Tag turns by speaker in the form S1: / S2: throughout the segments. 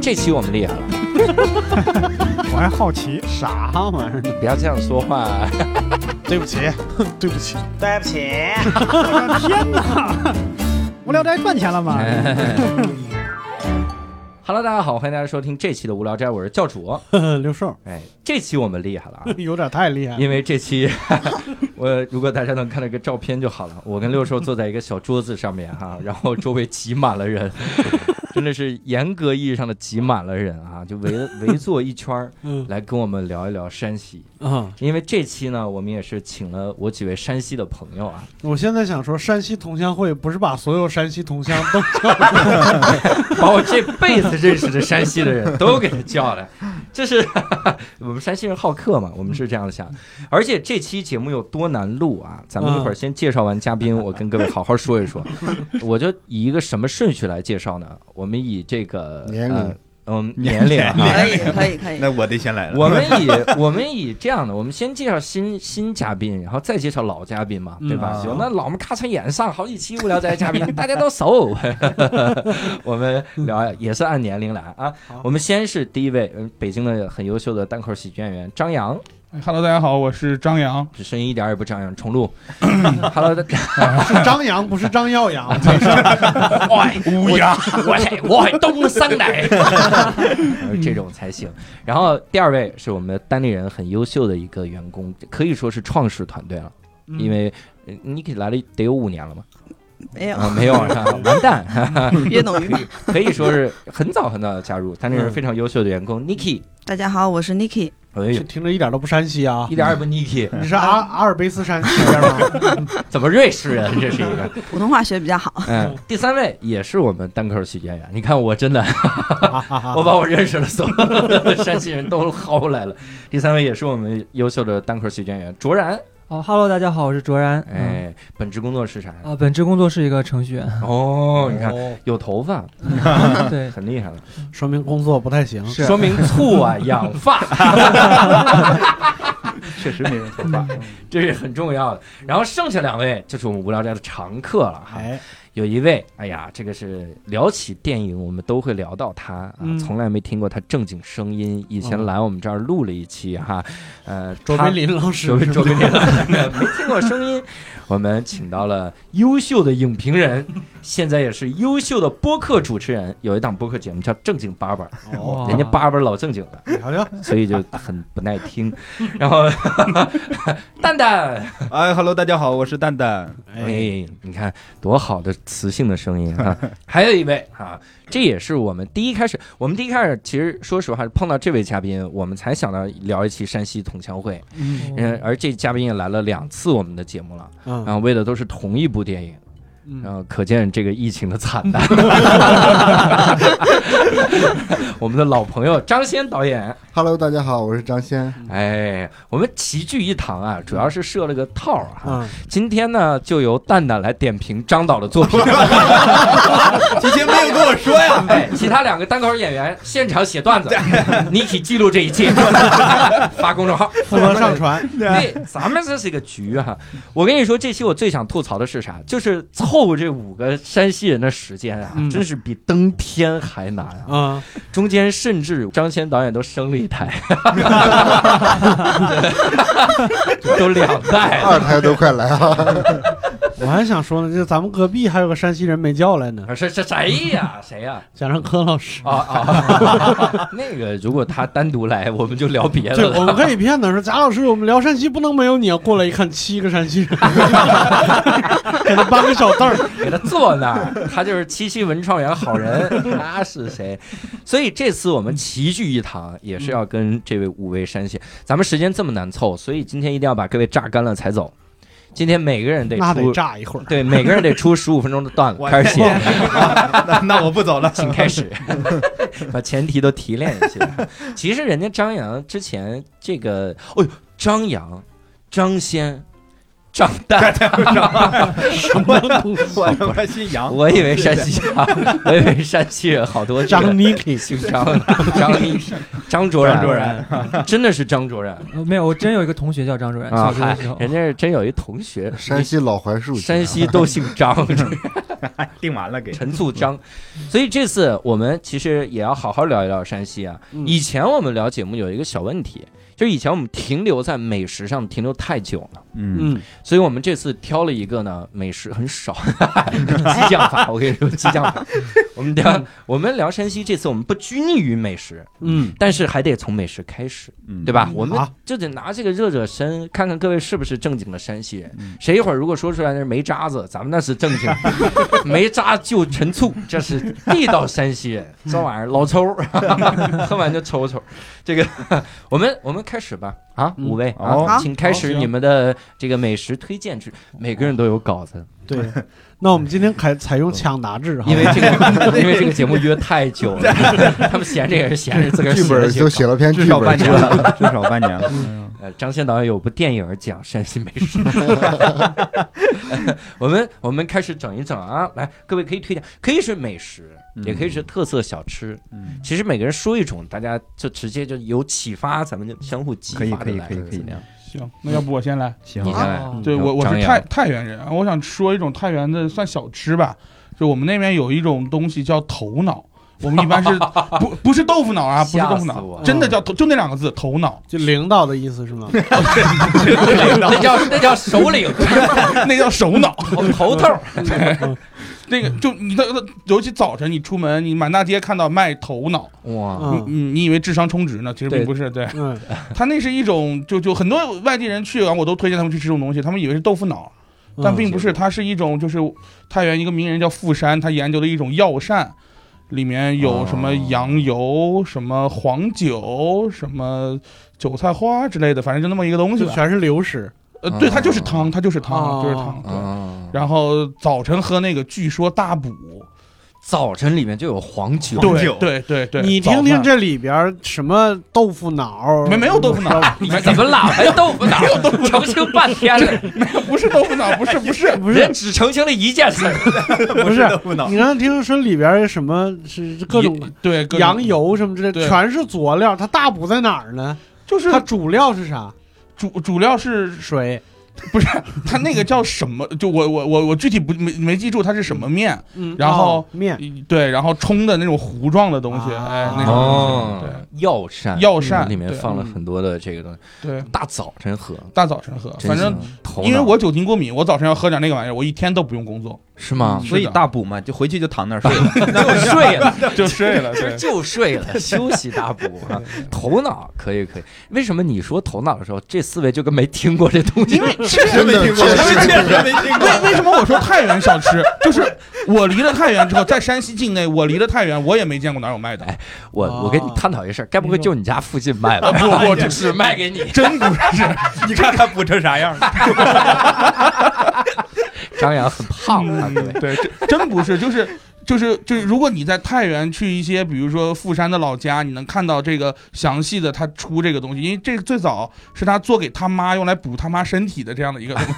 S1: 这期我们厉害了，
S2: 我还好奇，
S3: 啥玩意儿？
S1: 不要这样说话。
S3: 对不起， 对不起，
S4: 对不起，
S2: 天 哪！无聊斋赚钱了吗？
S5: 哎
S1: Hello，大家好，欢迎大家收听这期的无聊斋，我是教主。
S3: 刘寿！
S1: 哎，这期我们厉害了啊
S3: 有点太厉害了。
S1: 因为这期， 我如果大家能看到一个照片就好了。我跟六兽坐在一个小桌子上面 哈、然后周围挤满了人， 真的是严格意义上的挤满了人啊，就围围坐一圈儿
S3: 嗯
S1: 来跟我们聊一聊山西。
S3: 啊，
S1: 因为这期呢，我们也是请了我几位山西的朋友啊，
S3: 我现在想说，山西同乡会不是把所有山西同乡都叫
S1: 把我这辈子认识的山西的人都给他叫 来，这是我们山西人好客嘛，我们是这样想。而且这期节目有多难录啊？咱们一会儿先介绍完嘉宾，我跟各位好好说一 说。我就以一个什么顺序来介绍呢？我们以这个
S6: 年龄
S1: 呃嗯，年 龄啊，
S7: 哎可以可以可以，
S6: 那我得先来了。
S1: 我们 以我们以这样的，我们先介绍新新嘉宾，然后再介绍老嘉宾嘛，对吧？
S6: 嗯
S1: 有那老们咔嚓演上好几期无聊斋嘉宾，大家都熟。 我们聊也是按年龄来啊
S3: 好。
S1: 我们先是第一位，嗯，北京的很优秀的单口喜剧演员张扬，
S5: 哎 Hello，大家好，我是张扬。
S1: 这声音一点儿也不张扬，重录。Hello，大
S3: 是张扬，不是张耀扬。
S1: 乌鸦，我是我是东升来， 这种才行。然后第二位是我们单立人很优秀的一个员工，可以说是创始团队了，因为呃你给来了得有五年了嘛，
S7: 没有
S1: 啊，没有啊，完蛋，哈哈
S7: 哎 约等于
S1: 可以说是很早很早的加入，单立人非常优秀的员工 Niki，
S7: 大家好，我是 Niki，
S1: 哎呦，
S3: 听着一点都不山西啊
S1: 一！点儿也不 Niki，
S3: 你是阿阿尔卑斯山西边吗？
S1: 怎么瑞士人？这是一个，
S7: 普通话学比较好，
S1: 嗯，第三位也是我们单口喜剧演员，你看我真的。
S3: 哈哈 哈
S1: 我把我认识的所有 的山西人都薅来了。第三位也是我们优秀的单口喜剧演员卓然，
S8: 哦哈喽，大家好，我是卓然。嗯，
S1: 哎，本职工作是啥呀？
S8: 啊，本职工作是一个程 序员。嗯
S1: 哦，你看有头发，
S8: 对，
S1: 很厉害了，
S3: 说明工作不太行。
S8: 是
S1: 说明醋啊养发，
S6: 确实没人头发。
S1: 这是很重要的。然后剩下两位就是我们无聊斋的常客了哈。
S3: 哎，
S1: 有一位，哎呀，这个是聊起电影，我们都会聊到他啊，
S3: 嗯
S1: 从来没听过他正经声音。以前
S3: 嗯
S1: 来我们这儿录了一期哈，呃，
S3: 卓
S1: 他
S3: 别林老师
S1: 周， 周边 领导没听过声音，我们请到了优秀的影评人，现在也是优秀的播客主持人，有一档播客节目叫《正经八本》，
S3: 哦，
S1: 人家八本老正经的，
S3: 瞧瞧，
S1: 所以就很不耐听。然后 蛋蛋，
S6: 哎，Hello，大家好，我是蛋蛋。
S3: 哎，
S1: 哎，你看多好的磁性的声音啊！还有一位啊，这也是我们第一开始，我们第一开始其实说实话，碰到这位嘉宾，我们才想到聊一期山西同乡会，
S5: 哦
S8: 哦
S1: 嗯，而这嘉宾也来了两次我们的节目了。然
S3: 嗯，
S1: 后为的都是同一部电影，
S6: 嗯
S1: 然后可见这个疫情的惨 淡。我们的老朋友张先导演，
S6: Hello，大家好，我是张先。
S1: 哎，我们齐聚一堂啊，
S6: 嗯
S1: 主要是设了个套儿啊。
S3: 嗯，
S1: 今天呢，就由蛋蛋来点评张导的作品，
S6: 提前没有跟我说呀？
S1: 哎，其他两个单口演员现场写 段子，Niki 记录这一切，发公众号。
S3: 负责上传，
S1: 对， 咱们这是一个局哈、我跟你说，这期我最想吐槽的是啥？就是凑这五个山西人的时间啊，
S3: 嗯
S1: 真是比登天还难啊！
S3: 嗯，
S1: 中间甚至张先导演都生了一胎， 都两代了。
S6: 二胎都快来 了。
S3: 我还想说呢，就咱们隔壁还有个山西人没叫来呢，
S1: 是是谁呀、谁呀、
S3: 加上柯老师。
S1: 啊？啊那个如果他单独来，我们就聊 别的
S3: 对，我
S1: 了。
S3: 们可以骗他说，贾老师，我们聊山西不能没有你啊！过来一看，七个山西人，给他搬个小凳儿。
S1: 给他坐那儿，他就是七七文创园好人，他是谁？所以这次我们齐聚一堂，也是要跟这位五位山西。咱们时间这么难凑，所以今天一定要把各位榨干了才走。今天每个人得
S3: 那得
S1: 出，
S3: 炸一会儿。
S1: 对，每个人得出十五分钟的段子，开始写。
S6: 那那我不 走了。
S1: 请开始， 把前提都提炼一下。其实人家张扬之前这个，哦呦，张扬、张先、账单，
S3: 什么东西？
S6: 我他妈姓杨，
S1: 我以为山西啊，我以为山西人好多这个
S3: 张 Niki，
S1: 姓张张一张卓然，
S6: 张卓然
S1: 真的是张卓然
S8: 呃没有，我真有一个同学叫张主任，
S1: 啊！
S8: 小学
S1: 嗨
S8: 的时候，
S1: 人家是真有一同学，
S4: 山西啊老槐树，
S1: 山西都姓张，
S6: 定完了给
S1: 陈醋张，所以这次我们其实也要好好聊一聊山西啊。
S3: 嗯
S1: 以前我们聊节目有一个小问题，就是以前我们停留在美食上停留太久了，
S6: 嗯
S3: 嗯，
S1: 所以我们这次挑了一个呢美食很少，激将法，我跟你说激将法。我们聊我们聊山西，这次我们不拘泥于美食，
S3: 嗯，
S1: 但是还得从美食开始。
S6: 嗯
S1: 对？吧？
S3: 嗯
S1: 我们
S3: 好
S1: 就得拿这个热热身，看看各位是不是正经的山西人
S6: 嗯。
S1: 谁一会儿如果说出来那是煤渣子，咱们那是正经，煤渣就陈醋，这是地道山西人。这玩意儿老抽儿，喝完就抽抽。这个我们我们开始吧啊，
S3: 嗯
S1: 五位
S6: 好
S1: 啊，请开始
S5: 好
S1: 你们的这个美食推荐之，每个人都有稿子，
S3: 对。那我们今天采采用抢答制哈，
S1: 因为这个因为这个节目约太久了，他们闲着也是闲着，自个儿
S4: 啊剧本
S1: 写
S4: 就
S1: 的
S4: 写了篇
S6: 啊至
S4: 剧
S6: 少
S4: 本
S6: 半年
S4: 出来，
S6: 了， 至少半年了。
S5: 嗯
S1: 呃，张先导演有部电影讲山西美食，我们我们开始整一整啊，来，各位可以推荐，可以是美食，
S6: 嗯
S1: 也可以是特色小吃。
S6: 嗯，
S1: 其实每个人说一种，大家就直接就有启发，咱们就相互激
S6: 可以
S1: 发
S6: 可
S1: 的
S6: 以
S1: 来。
S6: 可以可以，
S5: 行，那要不我先来。
S6: 行
S1: 你先来，
S8: 哦
S5: 对
S1: 嗯
S5: 我我
S1: 张
S5: 是
S1: 扬
S5: 太太原人，我想说一种太原的算小吃吧，就我们那边有一种东西叫头脑。我们一般是不不是豆腐脑啊，不是豆腐
S1: 吓死我
S5: 脑，
S1: 了
S5: 真的叫头就那两个字头脑，
S3: 就领导的意 思是吗？
S1: 那叫那叫首领，
S5: 那叫手脑。
S1: 我头头。
S3: 嗯
S5: 那个就你的，尤其早晨你出门，你满大街看到卖头脑，
S1: 哇，
S5: 你
S3: 嗯
S5: 你你以为智商充值呢？其实并
S1: 对
S5: 不是，对，
S3: 嗯，
S5: 它那是一种就就很多外地人去完，我都推荐他们去吃这种东西，他们以为是豆腐脑，
S3: 嗯
S5: 但并不是，它是一种就是太原一个名人叫傅山，他研究的一种药膳，里面有什么
S1: 哦
S5: 羊油、什么黄酒、什么韭菜花之类的，反正就那么一个东西
S3: 就
S5: 吧。
S3: 全是流食，
S5: 呃，对，它就是
S1: 哦
S5: 汤，它就是汤，就是
S3: 哦
S5: 汤。对
S1: 嗯，
S5: 然后早晨喝那个，据说大补。
S1: 早晨里面就有黄酒，
S6: 黄酒
S5: 对对对对，
S3: 你
S5: 早
S3: 听听
S5: 饭。
S3: 这里边儿什么豆腐脑，
S5: 没没有豆腐脑，
S1: 你怎么啦？还豆腐脑，澄清半天了，
S5: 不是豆腐脑，不是不 是，
S3: 不是
S1: 人只澄清了一件事儿，
S3: 不是
S6: 豆腐脑
S3: 你，刚才听说里边儿什么是是各种
S5: 对，各种
S3: 羊油什么之类，
S5: 对
S3: 全是佐料，它大补在哪儿呢？
S5: 就是
S3: 它主料是啥？
S5: 主主料是
S3: 水。
S5: 不是它那个叫什么？就我我我我具体不没没记住它是什么面，
S3: 嗯
S5: 然后
S3: 哦面
S1: 嗯
S5: 对，然后冲的那种糊状的东西，
S3: 啊
S5: 哎，那种
S1: 哦
S5: 东西，，
S1: 药膳，
S5: 药膳
S1: 里面
S5: 对
S1: 放了很多的这个东西，
S5: 对对，
S1: 大早晨喝，
S5: 大早晨喝，
S1: 真
S5: 反正
S1: 行头脑
S5: 因为我酒精过敏，我早晨要喝点那个玩意儿，我一天都不用工作，
S1: 是 吗？
S6: 所以
S5: 是的
S6: 大补嘛，就回去就 躺那儿睡了。
S1: 就睡了，
S5: 就睡了。对，
S1: 就睡 了，休息大补啊。头脑可以可以，为什么你说头脑的时候，这四位就跟没听过这东西？因为
S6: 确 实没听 过，确实没听过。
S5: 为为什么我说太原小吃？就是我离了太原之后，在山西境内，我离了太原，我也没见过哪有卖的。
S1: 我我跟你探讨一事儿，该不会就你家附近卖吧？
S5: 不哦啊 不
S1: 这是卖给 你，
S5: 真不是，
S6: 你看他补成啥样了？
S1: 张扬很胖啊，各位。
S5: 嗯对，真真不是，就是就是就是，如果你在太原去一些，比如说富山的老家，你能看到这个详细的他出这个东西，因为这个最早是他做给他妈用来补他妈身体的这样的一个东西，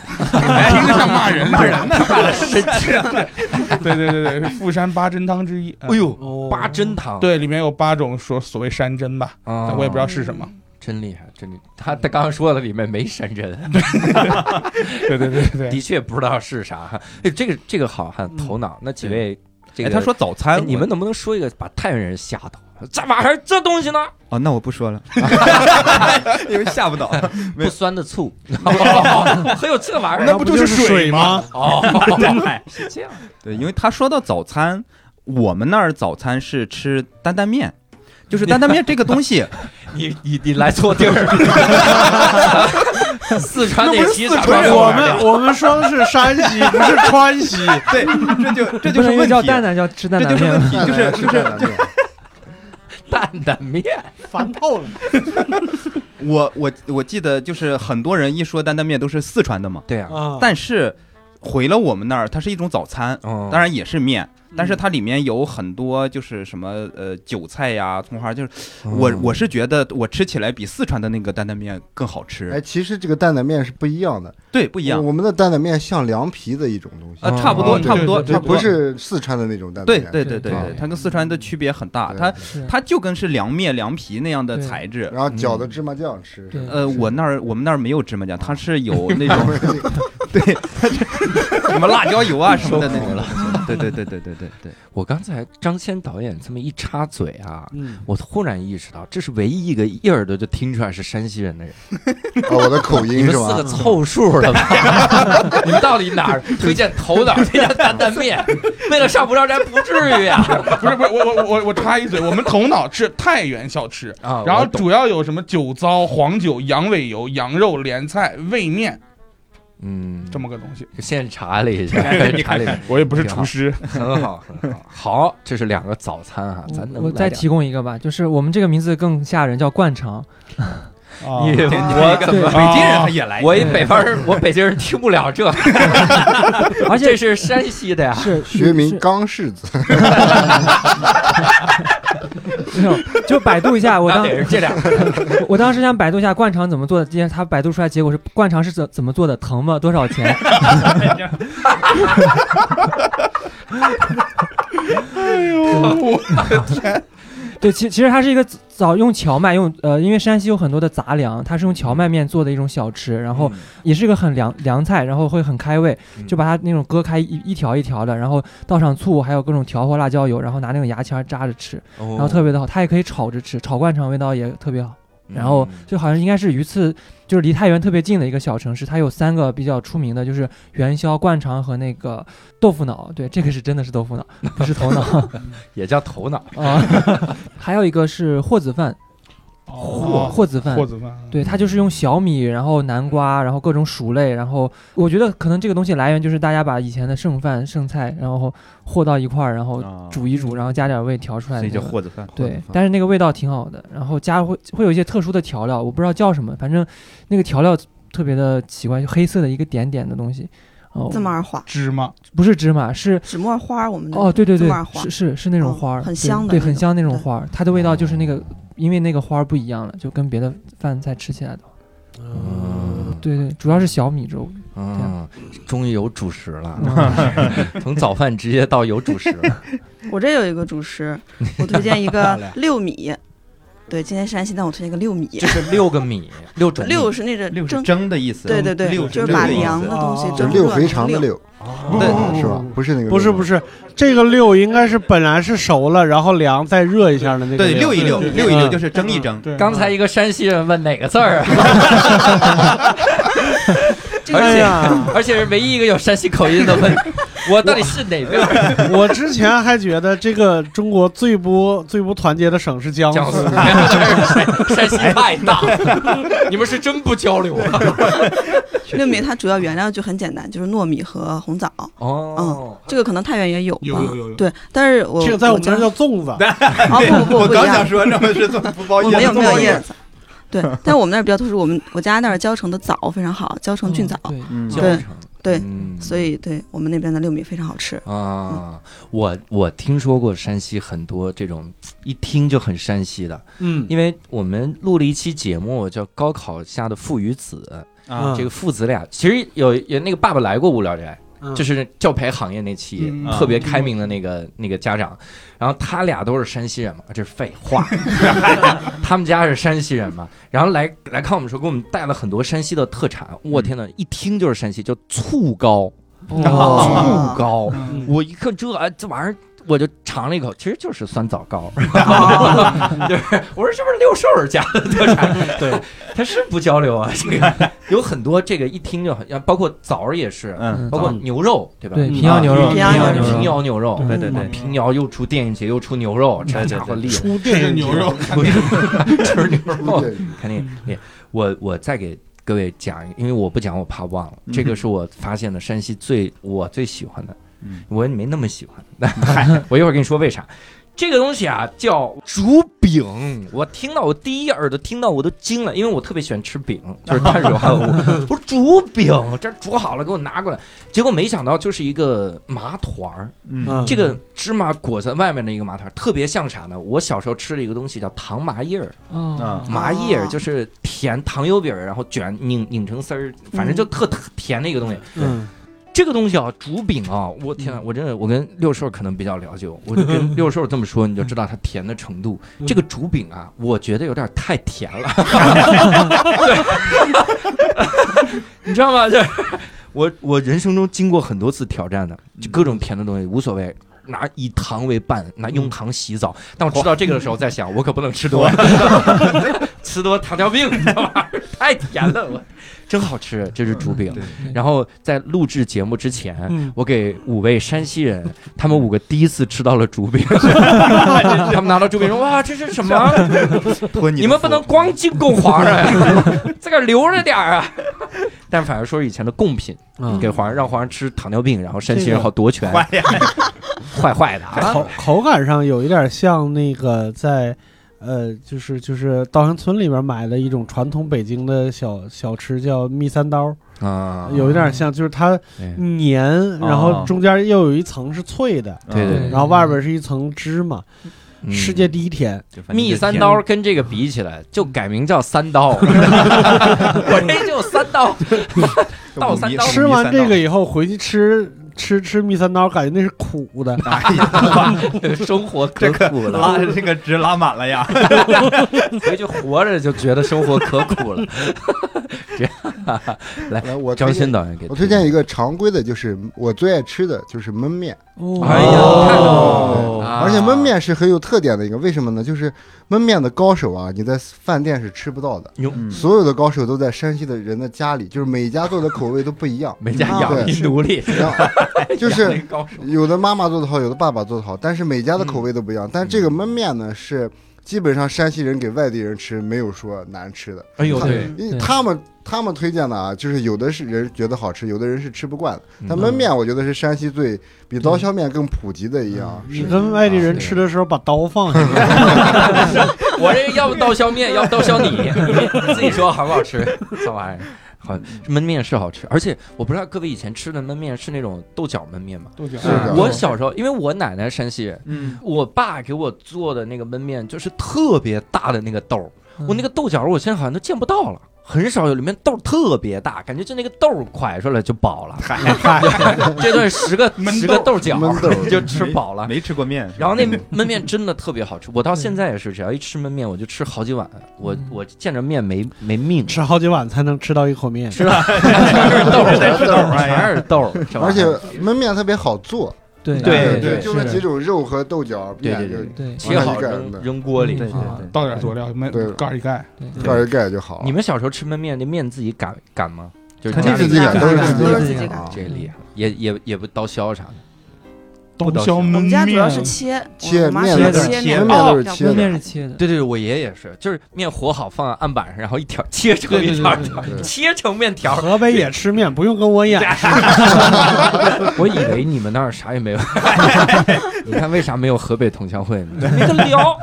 S5: 听着像骂人，骂人呢， 对对对对，是富山八珍汤之一。嗯
S1: 哎呦，
S3: 哦
S1: 八珍汤，
S5: 对，里面有八种说所谓山珍吧，
S1: 啊，
S5: 但我也不知道是什么。
S6: 嗯
S1: 真厉害，真厉害。他他刚刚说了，里面没山珍。
S5: 对对对对对，
S1: 的确不知道是啥。 哈哎，这个这个好汉头脑，那几位，这
S6: 哎，
S1: 个
S6: 他说早
S1: 哎
S6: 餐，
S1: 你们能不能说一个把太原人吓到？这玩意儿这东西呢，
S6: 哦，那我不说了， 因为吓不倒。没
S1: 不酸的醋，还有这玩意儿
S5: 那不就是水
S3: 吗？
S1: 哦，是这样，
S6: 对，因为他说到早餐，我们那儿早餐是吃担担面。就是担担面这个东西，
S1: 你你你来错地儿了。四 川那期咱
S3: 不是
S1: 们
S3: 我们我们说的是山 西，不是川西。
S6: 对，这 就这
S8: 不能一个叫
S1: 啊
S8: 蛋蛋，叫吃蛋
S6: 这
S8: 蛋
S6: 就是
S8: 面
S6: 问
S8: 吗，
S6: 题， 就是就是就
S1: 担担面，
S3: 烦透了。
S6: 我我我记得就是很多人一说担担面都是四川的嘛，
S1: 对啊，
S3: 啊
S6: 但是回了我们那儿，它是一种早餐，
S1: 哦
S6: 当然也是面，但是它里面有很多就是什么呃韭菜呀、葱花，就是
S1: 嗯
S6: 我我是觉得我吃起来比四川的那个担担面更好吃
S4: 哎，，其实这个担担面是不一样的，
S6: 对，不一样
S4: 我们的担担面像凉皮的一种东西，
S6: 啊，差不多
S5: 哦
S6: 差不多，
S5: 对对对
S6: 差
S4: 它
S6: 不多
S4: 不。是四川的那种担担
S6: 对
S4: 面。
S6: 对对对
S4: 啊
S6: 对，它跟四川的区别很大，
S4: 对
S6: 它
S8: 是
S6: 它就跟是凉面、凉皮那样的
S8: 对
S6: 材质。
S4: 然后搅的芝麻酱吃。
S8: 对
S6: 呃，我那儿我们那儿没有芝麻酱，它是 有那种
S4: 不是这个
S6: 对，什么辣椒油啊什么 的那种
S4: 哦
S6: 了。对对对对对对对，
S1: 我刚才张骞导演这么一插嘴啊，
S3: 嗯，
S1: 我忽然意识到，这是唯一一个一耳朵就听出来是山西人的人。
S4: 哦，我的口
S1: 你
S4: 音
S1: 们
S4: 是
S1: 四个
S4: 吧？
S1: 凑数的吧？ 你们到底哪儿推荐头哪儿 推荐担担面？ 为了上不着宅，不至于啊！
S5: 不是不是，我我我我插一嘴，我们头脑是太原小吃，
S1: 啊
S5: 然后
S1: 我懂
S5: 主要有什么酒糟、黄酒、羊尾油、羊肉、莲菜、味面
S1: 嗯，
S5: 这么个东西。
S1: 现查了一下， 查了一下，
S5: 我也不
S1: 是
S5: 是
S1: 厨
S5: 厨师，
S1: 很好，很好。好，这是两个早餐啊，咱能
S8: 我
S1: 来
S8: 再
S1: 点
S8: 提供一个吧，就是我们这个名字更吓人，叫灌肠。
S3: 啊
S1: 你哦我怎么？
S6: 北京人他也来，
S1: 我一北方人，我北京人听不了 这，这
S8: 而且
S1: 是山西的呀。
S8: 是
S4: 学名
S8: 是
S4: 刚柿子，
S8: 没有就百度一下，我
S1: 那
S8: 当
S1: 得是这两个
S8: 我当时想百度一下灌肠怎么做的，结果他百度出来结果是灌肠是怎怎么做的，疼吗？多少钱？ 对，其其实它是一个早用荞麦用呃，因为山西有很多的杂粮，它是用荞麦面做的一种小吃，然后也是一个很凉凉菜，然后会很开胃，就把它那种割开一一条一条的，然后倒上醋，还有各种调和辣椒油，然后拿那种牙签扎着吃，
S6: 哦
S8: 然后特别的好。它也可以炒着吃，炒灌肠味道也特别好。然后就好像应该是榆次，就是离太原特别近的一个小城市，它有三个比较出名的，就是元宵、灌肠和那个豆腐脑。对，这个是真的是豆腐脑，不是头脑
S1: 也叫头脑，
S8: 啊。还有一个是和子饭，
S3: 哦
S5: 嚯
S8: 和子饭
S5: 和，子饭，
S8: 对，它就是用小米，然后南瓜，然后各种薯类，然后我觉得可能这个东西来源就是大家把以前的剩饭剩菜，然后和到一块儿，然后
S6: 啊
S8: 煮一煮，然后加点味调出来
S6: 所
S8: 的
S6: 以
S8: 那
S6: 叫
S8: 个。
S6: 和子饭。
S8: 对，但是那个味道挺好的，然后加会会有一些特殊的调料，我不知道叫什么，反正那个调料特别的奇怪，就黑色的一个点点的东西。哦，
S7: 芝麻儿花，
S5: 芝麻
S8: 不是芝麻，是
S7: 纸木儿花儿，我们那
S8: 哦，对对
S7: 嗯芝
S8: 对
S7: 麻儿，花
S8: 是是是那种花儿，
S7: 嗯很
S8: 对
S7: 香的
S8: 对，
S7: 那
S8: 很
S7: 种
S8: 香那种
S7: 对哦
S8: 花儿，它的味道就是那个，因为那个花儿不一样了，就跟别的饭菜吃起来的。对
S7: 嗯
S8: 对，主要是小米粥，嗯
S1: 嗯，终于有主食
S7: 嗯
S1: 了，从早饭直接到有主食 了。
S7: 我这有一个主 食，我推荐一
S1: 漂
S7: 个
S1: 亮
S7: 六米。对，今天山西，但我推荐一个六米。
S1: 这是六个米，六种米
S7: 六是那个
S6: 六是
S7: 蒸，
S6: 蒸的意思，
S7: 对对对
S6: 六，
S7: 就是
S6: 蒸
S7: 把
S6: 的意思
S7: 凉的东西
S3: 哦
S4: 就
S7: 蒸
S4: 是
S7: 出
S4: 溜
S7: 来
S4: 肥肠的
S7: 成溜。
S4: 溜，
S6: 哦
S4: 对，是吧？不是那个，
S3: 不是不，是，这个六应该是本来是熟了，然后凉再热一下的那个。
S6: 对，溜一溜，
S5: 对
S6: 溜一
S3: 嗯
S6: 溜就是蒸一蒸。
S5: 对，
S1: 刚才一个山西人问哪个字儿啊，
S7: 这
S1: 而
S3: 哎
S1: 且
S7: 个
S3: 呀，
S1: 而且是唯一一个有山西口音的 问，我到底是哪个？
S3: 我之前还觉得这个中国最不最不团结的省是江
S1: 江苏
S3: 苏，
S1: 山西太大， 你们是真不交流啊？
S7: 六米它主要原料就很简单，就是糯米和红枣。
S1: 哦，
S7: 这个可能太原也有吧？
S5: 有有有有
S7: 对，但是我
S3: 这个在我们这儿
S7: 家
S3: 叫粽子。
S7: 啊 不不不
S6: 我
S7: 不一
S6: 刚想
S7: 样，
S6: 说，那么是做不包
S7: 我
S6: 椰
S7: 没有
S6: 子
S7: 没有
S6: 粽
S7: 叶
S6: 子。
S7: 子。对，但我们那儿比较特殊，我们我家那儿蕉城的枣非常好，蕉城菌枣，
S8: 嗯对，
S6: 嗯
S1: 教
S7: 对
S1: 程
S7: 对
S1: 嗯
S7: 所以对我们那边的六米非常好吃。
S1: 啊，我我听说过山西很多这种一听就很山西的，
S3: 嗯，
S1: 因为我们录了一期节目叫《高考下的父与子》，
S6: 啊
S1: 这个父子俩其实有有那个爸爸来过无聊斋，
S3: 嗯
S1: 就是教培行业那期、
S5: 嗯
S1: 特别开明的那个、那个家长，然后他俩都是山西人嘛，这是废话，他们家是山西人嘛，然后来来看我们时候给我们带了很多山西的特产，我天呐，一听就是山西，叫醋糕，
S7: 哦
S1: 醋糕，
S5: 嗯
S1: 我一看这哎这玩意儿。我就尝了一口，其实就是酸枣 糕，哦就是我说是不是六兽儿家的特 产？对，他是不交流啊，这个 有很多这个一听就很，包括枣儿也是，
S6: 嗯，
S1: 包括牛肉，对吧？
S8: 对
S5: 嗯
S8: 平遥牛肉，
S7: 平遥
S8: 平
S7: 牛肉
S8: 牛
S1: 平遥牛肉，
S6: 对对对，
S1: 平遥又出电影节，又出牛肉，这家伙厉害，
S3: 出
S5: 这
S3: 电
S5: 是
S3: 影
S5: 牛 肉，
S1: 吃牛肉
S4: 对，
S1: 肯
S6: 嗯
S1: 定厉害。我我再给各位讲一个，因为我不讲我怕忘了，这个是我发现的山西最我最喜欢的
S6: 嗯，
S1: 我也没那么喜欢，我一会儿跟你说为啥。这个东西啊叫竹饼，我听到我第一耳朵听到我都惊了，因为我特别喜欢吃饼，就是啊碳水化合物。我说竹饼，这煮好了给我拿过来，结果没想到就是一个麻团儿，
S6: 嗯，
S1: 这个芝麻裹在外面的一个麻团儿，特别像啥呢？我小时候吃的一个东西叫糖麻叶儿，
S8: 啊
S6: 啊
S1: 麻叶儿就是甜糖油饼儿，然后卷拧拧成丝儿，反正就特特甜的一个东西。
S3: 嗯，
S1: 这个东西啊，竹饼啊，我天啊，我真的，我跟六兽可能比较了解，我就跟 六兽这么说，你就知道它甜的程度。这个竹饼啊，我觉得有点太甜 了，你知道吗？就是我我人生中经过很多次挑战的，就各种甜的东西无所谓。拿以糖为伴，拿用糖洗澡。但我吃到这个的时候，在想，我可不能吃多， 吃多糖尿病，你知道吗？太甜了，我真好吃，这是竹饼。然后在录制节目之前，
S3: 嗯
S1: 我给五位山西人，他们五个第一次吃到了竹饼， 他们拿到竹饼说：“哇，这是什么？
S6: 托你
S1: 你们不能 光进贡皇上呀， 自个儿留着点儿啊。” 但反而说是以前的贡品，
S8: 嗯
S1: 给皇上让皇上吃糖尿病，然后山西人好夺权，
S6: 坏呀，
S1: 坏坏的啊！
S3: 口口感上有一点像那个在。呃，就是就是稻香村里边买的一种传统北京的小小吃，叫蜜三刀，
S1: 啊哎
S3: 有一点像，就是它
S1: 对
S3: 黏，然后中间又有一层是脆的，
S1: 对对
S3: 然后外边是一层芝麻。
S1: 嗯
S3: 世界第一甜，
S6: 就反正
S1: 蜜
S6: 就
S1: 三
S6: 甜。
S1: 刀跟这个比起来，就改名叫三 刀，我这就三刀。 倒嗯三 刀
S3: 吃完这个，以后回去吃吃吃蜜三刀，感觉那是苦的
S6: 哎呀，
S1: 生活可
S6: 这个
S1: 苦了，
S6: 拉这个值拉满了呀！
S1: 回去活着就觉得生活可苦 了。这样，来，
S4: 来，我
S1: 张鑫
S4: 的，
S1: 导演给
S4: 我推荐一个常规的，就是我最爱吃的就是焖面，
S1: 哎呀，
S3: 哦
S1: 看到了，哎
S4: 而且焖面是很有特点的一个，为什么呢？就是焖面的高手啊，你在饭店是吃不到的，
S1: 哟，
S6: 嗯
S4: 所有的高手都在山西的人的家里，就是每家做的口味都不一样
S1: 没家养一奴 隶，
S4: 然后就是
S1: 养一高手
S4: 有的妈妈做的好，有的爸爸做的好，但是每家的口味都不一
S1: 嗯
S4: 样。但这个焖面呢，是基本上山西人给外地人吃，没有说难吃的。
S1: 哎呦，对
S7: 嗯
S8: 对，
S4: 因为他们他们推荐的啊，就是有的是人觉得好吃，有的人是吃不惯的。
S1: 嗯
S4: 但焖面，我觉得是山西最比刀削面更普及的一样。
S3: 你跟外地人吃的时候把刀放下，
S1: 我这要不刀削 面，要不刀削你，你自己说好不好吃？这玩意儿。 好，焖面是好吃，而且我不知道各位以前吃的焖面是那种豆角焖面吗？
S5: 豆角
S4: 是
S3: 嗯
S4: 的
S1: 我小时候，因为我奶奶山西人，
S6: 嗯，
S1: 我爸给我做的那个焖面就是特别大的那个豆儿，
S8: 嗯
S1: 我那个豆角儿我现在好像都见不到了，很少有里面豆儿特别大，感觉就那个豆儿蒯出来就饱了。这顿十个
S5: 焖
S1: 十个豆角
S4: 焖豆
S1: 就吃饱了。
S6: 没吃过面，嗯
S1: 然后那焖面真的特别好吃，我到现在也是，只要一吃焖面我就吃好几碗，我
S8: 嗯
S1: 我见着面没没命，
S3: 吃好几碗才能吃到一口面。
S1: 全是豆儿，
S6: 在吃豆儿哎呀
S1: 全是豆儿，这玩
S4: 而
S1: 意
S4: 且
S1: 儿
S4: 焖面特别好做，
S8: 对
S1: 嗯对
S8: 对，
S4: 就是
S8: 的
S4: 几种肉和豆角
S1: 对对
S4: 面就
S1: 对
S8: 对
S1: 切好
S4: 往那一
S1: 扔
S4: 盖儿
S1: 扔锅里。
S6: 对对
S1: 啊
S6: 对，
S5: 倒点佐料，焖
S4: 对
S5: 盖一盖。
S4: 盖儿一盖就好了。
S1: 你们小时候吃焖面，那面自己擀擀吗？就是
S6: 肯
S1: 家
S6: 定
S1: 里
S6: 是
S4: 自己擀，
S8: 都
S4: 都
S8: 是自
S4: 是
S8: 己
S4: 自己
S8: 擀
S4: 擀
S7: 都是自己擀
S1: 啊，这厉害，也也也不刀削啥的。
S5: 刀
S6: 刀
S5: 削焖
S6: 削
S5: 面，
S7: 我们家主要是切，
S4: 切
S7: 我妈
S4: 面
S7: 是
S8: 都是
S7: 切哦
S6: 切
S7: 那
S6: 的
S7: 个
S4: 面都是
S7: 要
S4: 切的
S8: 焖面是切的，
S1: 对对，我爷爷也是，就是面和好放在案板上，然后一条切成
S5: 对
S1: 一
S5: 对
S1: 条
S5: 对对
S4: 对
S1: 切成面条。
S3: 河北也吃面，不用跟我演。
S1: 我以为你们那儿啥也没 有，你看为啥没有河北同乡会呢？没得聊。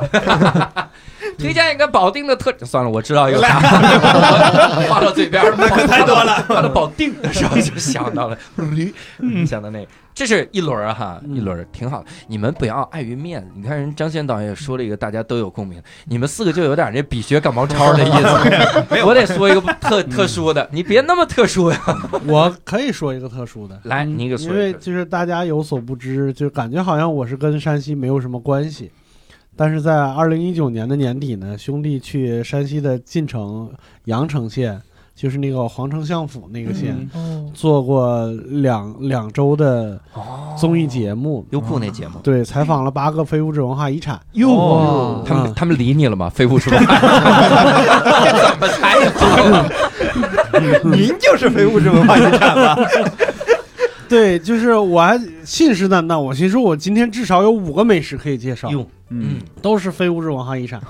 S1: 推荐一个保定的特，算了，我知道有啥， 话到嘴边儿，太多了。到保定的时候就想到了 驴，想到那个，这是一轮儿啊哈，一轮儿挺好的。你们不要碍于面，你看人张先导演说了一个大家都有共鸣，你们四个就有点这比学赶毛超的意 思。我得说一个特特殊的，你别那么特殊呀。
S3: 我可以说一个特殊的，
S1: 来，你给说
S3: 嗯因
S1: 一
S3: 为
S1: 个，
S3: 就是大家有所不知，就感觉好像我是跟山西没有什么关系。但是在二零一九年的年底呢，兄弟去山西的晋城阳城县，就是那个皇城相府那个县，
S5: 嗯
S8: 哦，
S3: 做过两两周的
S1: 哦
S3: 综艺节目，
S1: 优酷那节目。
S3: 对，采访了八个非物质文化遗产。
S8: 哟
S1: 他们
S3: 嗯
S1: 他们理你了吗？非物质文化，这怎么才好？
S6: 您就是非物质文化遗产 了。
S3: 对，就是我还信誓旦旦，我心说我今天至少有五个美食可以介绍，
S1: 哟 嗯，
S3: 都是非物质文化遗产。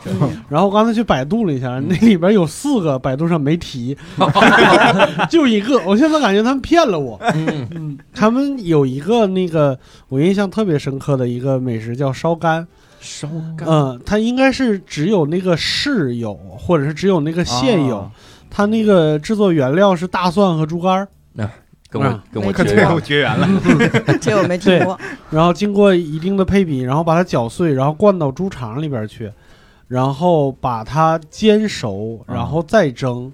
S3: 然后我刚才去百度了一下，那里边有四个百度上没提，就一个。我现在感觉他们骗了我。
S1: 嗯
S3: 嗯，他们有一个那个我印象特别深刻的一个美食叫烧干，
S1: 烧干
S3: 嗯，它应该是只有那个市有，或者是只有那个县有。它那个制作原料是大蒜和猪肝儿，
S1: 跟我
S3: 嗯
S1: 跟我
S7: 没
S1: 绝
S7: 听
S1: 缘
S7: 过
S6: 我绝缘了。
S7: 这我没听过。
S3: 然后经过一定的配比，然后把它搅碎，然后灌到猪肠里边去，然后把它煎熟，
S6: 嗯
S3: 然后再蒸。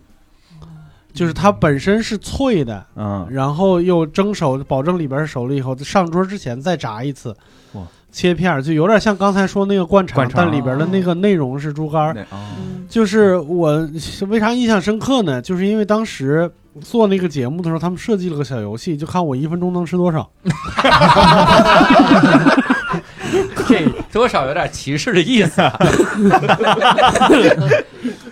S3: 就是它本身是脆的，
S6: 嗯，
S3: 然后又蒸熟，保证里边熟了以后，上桌之前再炸一次
S6: 哇，
S3: 切片儿，就有点像刚才说那个灌肠，
S6: 灌肠
S3: 但里边的那个内容是猪肝儿。
S6: 对啊
S7: 嗯
S3: 就是我为啥印象深刻呢？就是因为当时做那个节目的时候，他们设计了个小游戏，就看我一分钟能吃多少。
S1: 这多少有点歧视的意思。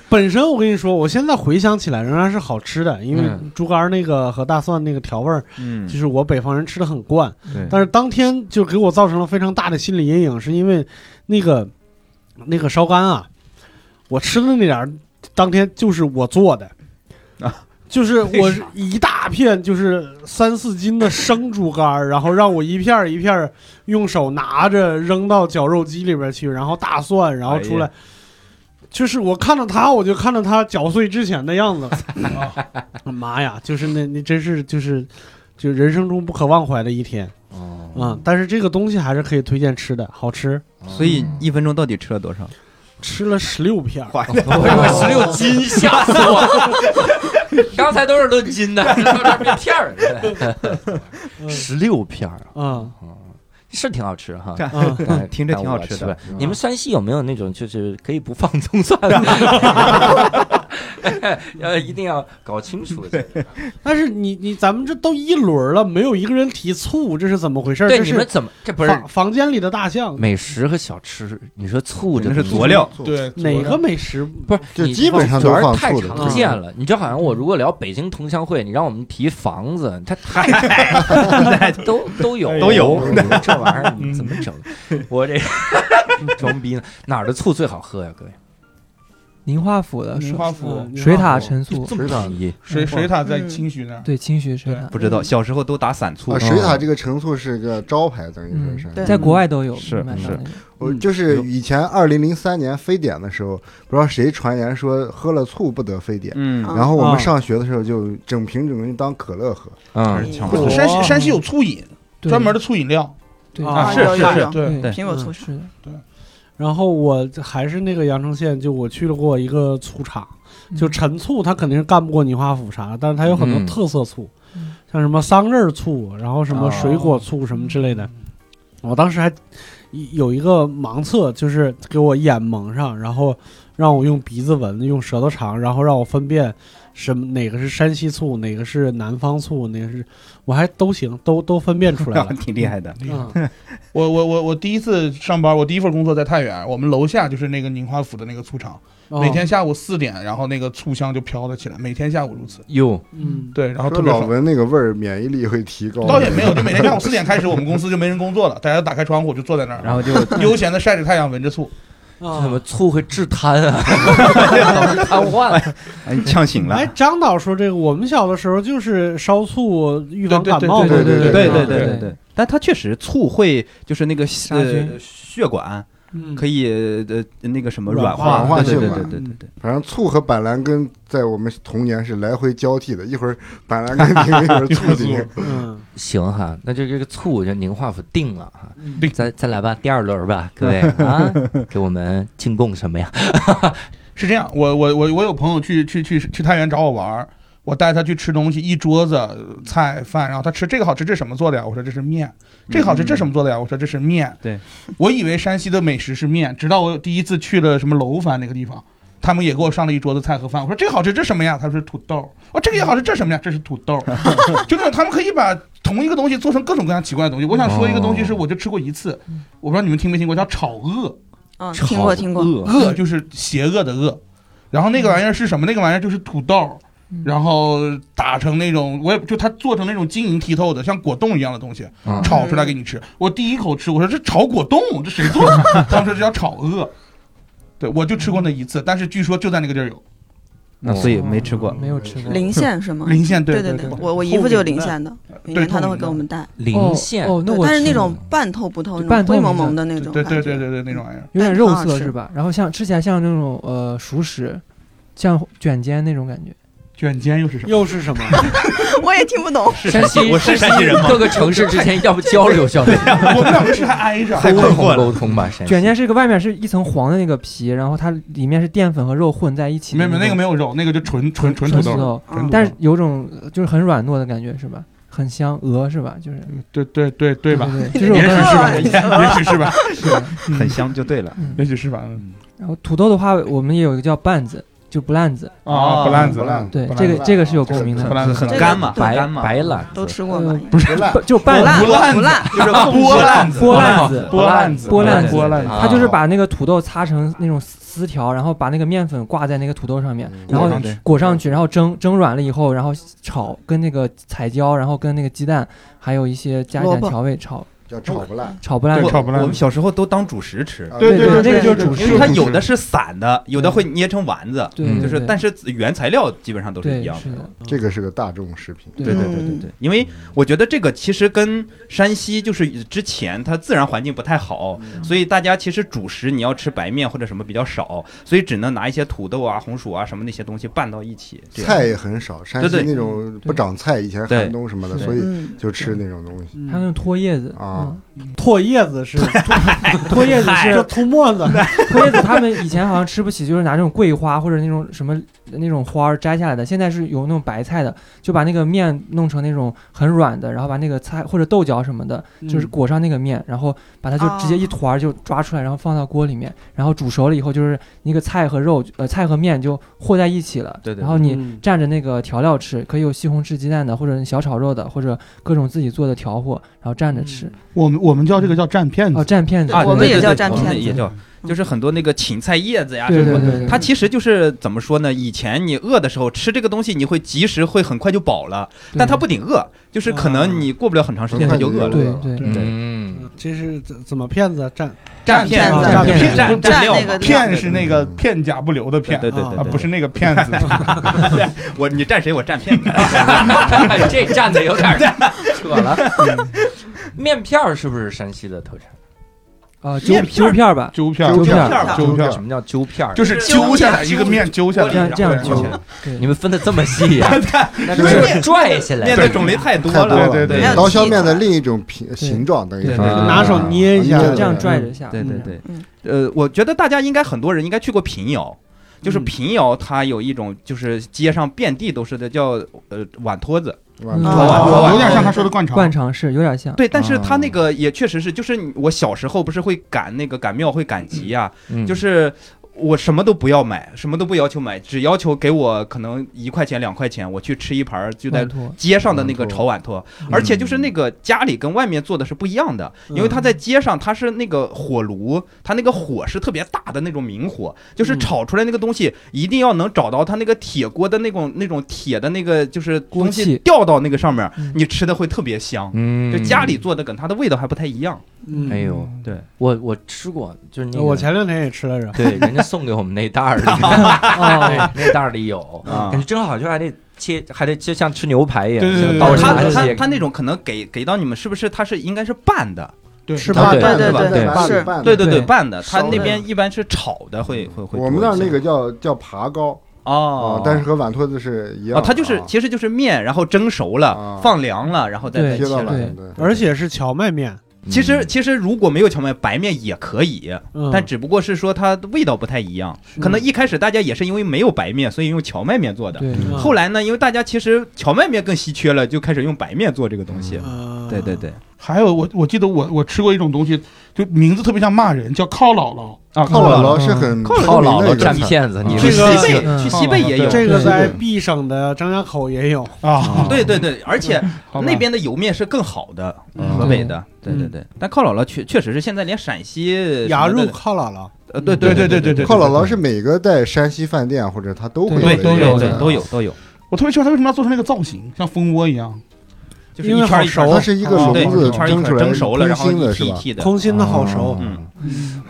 S3: 本身我跟你说，我现在回想起来仍然是好吃的，因为
S1: 嗯
S3: 猪肝儿那个和大蒜那个调味儿，
S6: 嗯
S3: 就是我北方人吃的很惯。
S6: 对
S3: 但是当天就给我造成了非常大的心理阴影，是因为那个那个烧干啊，我吃的那点儿，当天就是我做的
S6: 啊。
S3: 就是我是一大片，就是三四斤的生猪肝儿，然后让我一片儿一片儿用手拿着扔到绞肉机里边去，然后大蒜，然后
S5: 哎
S3: 出来，就是我看到它，我就看到它绞碎之前的 样子。妈呀，就是那那真是就是就人生中不可忘怀的一天
S1: 哦
S3: 啊、
S5: 嗯
S3: 但是这个东西还是可以推荐吃的，好吃，
S6: 所以一分钟到底吃了多少？
S3: 吃了十六 片儿，
S1: 我以为十六斤，吓死我！了。 刚才都是论斤的，这到这儿变片儿了。十六片儿啊
S3: 嗯
S1: 是挺好吃哈。
S3: 嗯，
S1: 但
S6: 听着挺好
S1: 但我
S6: 吃的
S1: 不了你们山西有没有那种就是可以不放葱蒜 的？呃，一定要搞清 楚。
S3: 但是你你咱们这都一轮了，没有一个人提醋，这是怎么回事？
S1: 对，
S3: 这
S1: 你们
S3: 是
S1: 怎么这不是
S3: 房房间里的大象，
S1: 美食和小吃？你说醋这
S6: 那是
S1: 东西
S6: 佐料，
S5: 对，
S3: 哪个美食？
S1: 不是，
S4: 就
S1: 你
S4: 基本上
S1: 这
S4: 都
S1: 玩意儿
S4: 放
S1: 太
S4: 醋的嗯
S1: 常见了。你就好像我如果聊北京同乡会，你让我们提房子，它太 都都有
S6: 都有 嗯
S1: 这玩意儿你怎么整？我这装逼呢？哪儿的醋最好喝呀，各位？
S8: 宁化府的
S5: 宁
S8: 水
S5: 化府
S3: 嗯
S8: 水塔陈醋，
S1: 这么便宜，
S5: 水水塔在
S7: 嗯
S5: 清徐那儿，
S8: 对清徐水塔，
S6: 不知道，小时候都打散醋嗯
S4: 啊，。水塔这个陈醋是个招牌，等于说
S8: 嗯
S4: 是。，
S7: 对
S8: 在国外都有
S6: 是
S8: 买到
S6: 是
S8: 那个
S4: 我
S3: 嗯
S4: 就是以前二零零三年非典的时候，不知道谁传言说喝了醋不得非典，
S6: 嗯
S7: 啊
S4: 然后我
S3: 啊
S4: 们上学的时候就整瓶整瓶当可乐喝，
S6: 还
S1: 嗯，
S6: 是强
S7: 嗯
S6: 的
S5: 山西山西有醋饮，
S8: 对
S5: 专门的醋饮料，
S8: 对
S3: 啊
S6: 是
S7: 有
S6: 是
S7: 有
S6: 是
S7: 有
S5: 对，
S8: 对嗯
S7: 苹果醋嗯是
S8: 是的，
S3: 然后我还是那个阳城县，就我去了过一个醋厂，就陈醋它肯定是干不过泥花府啥，但是它有很多
S1: 嗯
S3: 特色醋，
S8: 嗯
S3: 像什么桑葚醋，然后什么水果醋什么之类的。我当时还一有一个盲测，就是给我眼蒙上，然后让我用鼻子闻，用舌头尝，然后让我分辨什么哪个是山西醋，哪个是南方醋，哪个是我还都行，都都分辨出来了。
S6: 挺厉害的。
S3: 嗯，
S5: 我我我我第一次上班，我第一份工作在太原，我们楼下就是那个宁化府的那个醋厂，
S3: 嗯
S7: 哦
S5: 每
S3: 哦
S5: 天下午四点，然后那个醋香就飘了起来，每天下午如此。
S1: 哟，
S3: 嗯
S5: 对，然后
S4: 说
S5: 啊特别
S4: 老
S5: 爽。
S4: 闻那个味儿，免疫力会提高。
S5: 倒也没有，就每天下午四点开始，我们公司就没人工作了，大家打开窗户就坐在那儿，
S6: 然后就
S5: 悠闲的晒着太阳，闻着醋。
S1: 这
S3: 啊
S8: 哦
S1: 怎么醋会治瘫 啊？ 瘫痪了，
S6: 哎呛醒了
S3: 哎，，张导说这个，我们小的时候就是烧醋预防
S5: 对
S3: 感
S5: 对
S3: 冒嘛，
S5: 对
S6: 对
S5: 对
S6: 对
S5: 对
S6: 对对对。但它确实醋会就是那个呃
S8: 菌
S6: 血管
S3: 嗯
S6: 可以呃那个什么
S3: 软
S6: 软
S3: 化
S6: 化，
S4: 软
S6: 嗯
S4: 化
S6: 对对
S4: 血
S6: 对
S4: 管
S6: 对对对。
S4: 反正醋和板蓝根在我们童年是来回交替的，一会儿板蓝根顶，一会儿醋顶。
S3: 嗯，
S1: 行哈，那就这个醋就宁化府定了哈。
S5: 定
S1: 再再来吧，第二轮吧，各 位啊，给我们进贡什么呀？
S5: 是这样，我我我我有朋友去去去去太原找我玩儿，我带他去吃东西，一桌子呃菜饭，然后他吃这个好吃，这什么做的呀？我说这是面。这个好吃，这什么做的呀？我说这是面。
S6: 对，
S5: 我以为山西的美食是面，直到我第一次去了什么楼烦那个地方，他们也给我上了一桌子菜和饭。我说这个好吃，这什么呀？他说土豆。哦，这个也好吃，这什么呀？这是土豆。就那种他们可以把同一个东西做成各种各样奇怪的东西。我想说一个东西是，我就吃过一次，我不知道你们听没听过，叫炒鳄。
S7: 嗯，听过听过。
S1: 过，
S5: 恶就是邪恶的恶，然后那个玩意儿是什么？那个玩意儿就是土豆，
S7: 嗯
S5: 然后打成那种，我也就它做成那种晶莹剔透的，像果冻一样的东西，
S8: 啊
S1: 嗯
S5: 炒出来给你吃。我第一口吃，我说这炒果冻，这谁做 的？他们说这叫炒恶。对，我就吃过那一次，但是据说就在那个地儿有，
S6: 那所
S1: 哦
S6: 以没吃过。
S8: 哦没有吃过
S7: 临县是吗？
S5: 临县对
S7: 对对
S5: 对，
S7: 我我姨夫就是临县的，每年嗯他都会给我们带，
S1: 临县
S8: 哦，哦那
S7: 对
S8: 我
S7: 但是那
S8: 吃过
S7: 种半透不透、那
S8: 对
S7: 种灰
S8: 半透
S7: 蒙
S8: 明
S7: 蒙的那种
S5: 对
S7: 感
S5: 对
S7: 觉，
S5: 对对对，那种玩意儿。
S8: 有点
S7: 但
S8: 肉
S7: 很好
S8: 色
S7: 吃
S8: 是吧？然后像吃起来像那种呃熟食，像卷煎那种感觉。
S5: 卷煎又是什么？
S3: 又是什么？
S7: 我也听不懂。
S6: 是
S1: 山西，
S6: 我是山西人吗？
S1: 各个城市之前要不交流交流，
S5: 我们两个是还挨着，
S6: 太困
S1: 沟
S6: 惑
S1: 通
S6: 了
S1: 沟通吧。山西
S8: 卷煎是一个外面是一层黄的那个皮，然后它里面是淀粉和肉混在一起
S5: 没
S8: 的
S5: 有没有
S8: 种。
S5: 那个没有肉，那个就纯纯纯土
S8: 土
S5: 豆。
S8: 豆，啊
S5: 纯土豆
S8: 但是有种呃就是很软糯的感觉是吧？很香，鹅是吧？就是
S5: 对对对对吧？
S8: 对，
S5: 也
S8: 就是
S5: 许
S8: 我
S5: 是
S8: 刚才
S5: 吧，
S8: 说的。
S5: 也许是 吧，
S6: 很香就对了。
S5: 也许是吧。
S8: 然后土豆的话，我们也有一个叫拌子，就不烂子。
S5: 啊，不烂子
S4: 不烂
S5: 子
S8: 对
S5: 不，烂
S8: 这
S5: 子
S8: 个这个是有共鸣
S5: 不
S8: 的。
S5: 烂子
S6: 很
S7: 这个
S6: 干嘛，
S1: 白
S6: 很干嘛，
S1: 白了，
S7: 都吃过
S8: 呃
S7: 吗？
S4: 不是烂，
S8: 就
S7: 不
S8: 拌
S7: 烂
S8: 子，
S7: 不烂，
S6: 就是
S5: 啊波烂子，
S8: 波烂子
S5: 波烂子，
S8: 波烂子
S5: 波烂子。
S1: 啊
S8: 它就是把那个土豆擦成那种丝条，然后把那个面粉挂在那个土豆上面，然后
S5: 裹上去
S8: 裹上去，然后蒸蒸软了以后，然后炒，跟那个彩椒，然后跟那个鸡蛋，还有一些加一
S7: 萝
S8: 点
S7: 卜
S8: 调味炒
S4: 叫炒不烂。
S8: 炒不烂
S5: 对，
S8: 子。
S5: 炒不
S6: 我
S5: 烂
S6: 们
S5: 子。
S6: 小时候都当主食吃，
S4: 啊
S5: 对
S8: 对
S5: 对对，
S8: 对这个
S5: 就是
S8: 主
S5: 主
S8: 食
S6: 因
S5: 食。
S6: 为它有的是散的，有的会捏成丸子，
S8: 对，
S1: 嗯
S8: 对
S6: 就是
S8: 对
S6: 但是原材料基本上都是
S8: 对
S6: 一样
S8: 是
S6: 的。
S8: 的，
S4: 这个是个大众食品，
S8: 对
S6: 对对
S7: 嗯
S6: 对对对，因为我觉得这个其实跟山西就是之前它自然环境不太好，所以大家其实主食你要吃白面或者什么比较少，所以只能拿一些土豆啊、红薯啊什么那些东西拌到一起。这样
S4: 菜也很少。山西
S6: 对对
S4: 那种不长菜，以前
S6: 对
S4: 寒冬什么的，
S8: 对
S4: 所以
S7: 嗯，
S4: 就吃那种东西。
S8: 嗯还有那种脱叶子
S4: 啊
S3: 嗯
S8: 嗯
S3: 唾液子 是
S8: 脱叶子
S3: 叫
S8: 是
S3: 吐沫子，
S8: 脱叶子，他们以前好像吃不起，就是拿这种桂花或者那种什么那种花儿摘下来的。现在是有那种白菜的，就把那个面弄成那种很软的，然后把那个菜或者豆角什么的，
S6: 嗯
S8: 就是裹上那个面，然后把它就直接一团儿就抓出来，然后放到锅里面，然后煮熟了以后，就是那个菜和肉呃菜和面就和在一起了。
S6: 对对
S8: 然后你
S3: 嗯
S8: 蘸着那个调料吃，可以有西红柿鸡蛋的，或者小炒肉的，或者各种自己做的调货，然后蘸着吃。
S5: 我们我们叫这个叫蘸片
S8: 哦，
S5: 子，
S8: 蘸片子，
S6: 啊，
S7: 我们
S6: 对
S7: 也
S6: 对
S7: 叫
S6: 对
S7: 蘸
S6: 我们
S7: 片
S6: 也
S7: 子
S6: 叫，就是很多那个芹菜叶子呀什
S8: 对对
S6: 么
S8: 对
S6: 的。
S8: 对，
S6: 它其实就是怎么说呢？以前你饿的时候吃这个东西，你会及时会很快就饱了，但它不顶饿，就是可能你过不了很长时间它就饿了。
S8: 对对对。
S6: 对
S1: 嗯，
S3: 这是怎怎么骗子蘸
S6: 蘸片
S7: 蘸
S6: 蘸
S8: 片
S6: 蘸
S7: 蘸
S6: 蘸料
S7: 那个料
S6: 嘛
S5: 片是那个片甲不留的
S6: 对
S5: 片
S6: 对对
S3: 啊
S6: 对
S5: 啊，
S6: 对，
S5: 不是那个骗子。
S6: 我你蘸谁我 蘸片子。
S1: 哎这站的有点儿扯了。面片儿是不是山西的特产？
S8: 啊，揪
S6: 面片
S8: 揪
S6: 儿
S8: 片儿吧，
S5: 揪片儿
S8: 揪片
S6: 儿
S5: 揪片
S1: 什
S5: 儿
S1: 么叫揪片儿？
S5: 就是揪下来一个面揪下来，
S8: 这样这样
S5: 对
S8: 揪
S5: 对，
S1: 你们分的这么细呀？那就是拽下来
S6: 面
S1: 的。
S6: 的种类太多
S4: 太多
S6: 了，
S5: 对对
S6: 对
S5: 对
S7: 还有
S4: 刀削
S7: 鸡
S4: 面的另一种品形状，等于
S8: 对
S4: 是啊
S8: 对
S1: 对
S3: 拿手捏一下
S4: 捏
S8: 这样拽着下，
S6: 对对对
S7: 嗯，
S6: 呃，我觉得大家应该很多人应该去过平遥。就是平遥，它有一种就是街上遍地都是的，叫呃碗托子。
S4: 碗
S8: 嗯
S4: 碗
S7: 啊
S5: 哦有点像他说的灌肠。
S8: 灌肠是有点像，
S6: 对，但是它那个也确实是，就是你我小时候不是会赶那个赶庙会赶集呀、
S1: 嗯
S6: 就是我什么都不要买，什么都不要求买，只要求给我可能一块钱两块钱，我去吃一盘儿就在
S8: 碗托
S6: 街上的那个炒碗托，
S1: 嗯
S6: 而且就是那个家里跟外面做的是不一样的，因为它在街上它是那个火炉，它那个火是特别大的那种明火，就是炒出来那个东西一定要能找到它那个铁锅的那种那种铁的那个就是东
S8: 锅
S6: 西
S8: 气
S6: 掉到那个上面
S8: 嗯，
S6: 你吃的会特别香。
S1: 嗯
S6: 就家里做的跟它的味道还不太一样，
S3: 嗯
S1: 哎呦，
S6: 对
S1: 我我吃过，就是那个
S3: 我前两天也吃 了着，
S1: 对人家送给我们那袋儿里，
S8: 哦，
S1: 那袋儿里有，
S6: 啊
S1: 感觉正好就还得切，还得就像吃牛排一样，
S5: 对对对
S1: 倒
S6: 它
S1: 茶
S6: 它
S1: 切
S6: 它那种可能给给到你们是不是它是应该是拌的？
S5: 对，
S3: 吃
S4: 拌
S3: 吧
S1: 对
S4: 拌的
S7: 对
S4: 吧
S7: 对
S4: 在
S7: 对
S4: 碗里
S7: 是
S4: 拌的
S6: 对对
S8: 对
S6: 对，拌的。它
S7: 熟的
S6: 那边一般是炒的，会会会多一些。
S4: 我们那儿那个叫叫爬糕
S6: 哦
S4: 啊，，但是和碗托子是一样啊
S6: 哦，
S4: 的。
S6: 它就是其实就是面，然后蒸熟了
S4: 啊，
S6: 放凉了，然后再再
S8: 对
S4: 贴
S6: 切
S4: 到嗯
S6: 了。
S4: 碗
S8: 对
S4: 上对。嗯
S3: 而且是荞麦面，
S6: 其实其实如果没有荞麦，白面也可以，
S3: 嗯
S6: 但只不过是说它的味道不太一样。可能一开始大家也是因为没有白面，所以用荞麦面做的。
S8: 对，
S3: 嗯
S6: 后来呢，因为大家其实荞麦面更稀缺了，就开始用白面做这个东西。
S3: 嗯
S6: 对对对，
S5: 还有我我记得我我吃过一种东西，就名字特别像骂人，叫靠姥姥啊，
S4: 靠姥姥
S8: 嗯
S4: 是很
S6: 靠
S1: 靠
S4: 出名
S1: 姥
S4: 的
S1: 姥
S4: 一
S1: 蘸
S4: 个菜
S1: 片子，你
S4: 啊
S1: 们
S6: 去
S1: 细
S6: 西
S3: 个
S6: 北
S8: 嗯
S6: 去西北也有。
S3: 这个在
S1: 对
S3: B 省的张家口也有，
S1: 哦
S5: 啊，
S6: 对对对，而且
S5: 好吧
S6: 那边的油面是更好的，
S3: 嗯
S6: 河北的，对
S8: 对
S6: 对对。但靠姥姥确确实是现在连陕西什么的
S3: 牙肉靠姥姥，
S6: 呃，对
S5: 对
S6: 对
S5: 对
S6: 对
S5: 对对
S4: 靠姥姥是每个在山西饭店或者他都会
S6: 对
S4: 的
S6: 都
S4: 一
S6: 有
S4: 个
S6: 对
S4: 菜
S6: 都有都有，
S5: 我特别喜欢它为什么要做成那个造型，像蜂窝一样。
S6: 就是一圈儿一圈儿
S4: 它是一个笼
S6: 对，
S4: 子
S6: 一圈儿一
S4: 蒸
S6: 圈
S4: 出
S6: 儿
S4: 来
S6: 蒸熟了，然后
S4: 空心
S6: 一
S4: 的是
S6: 屉一
S4: 吧？
S6: 屉的，
S3: 空心的好熟，
S6: 嗯，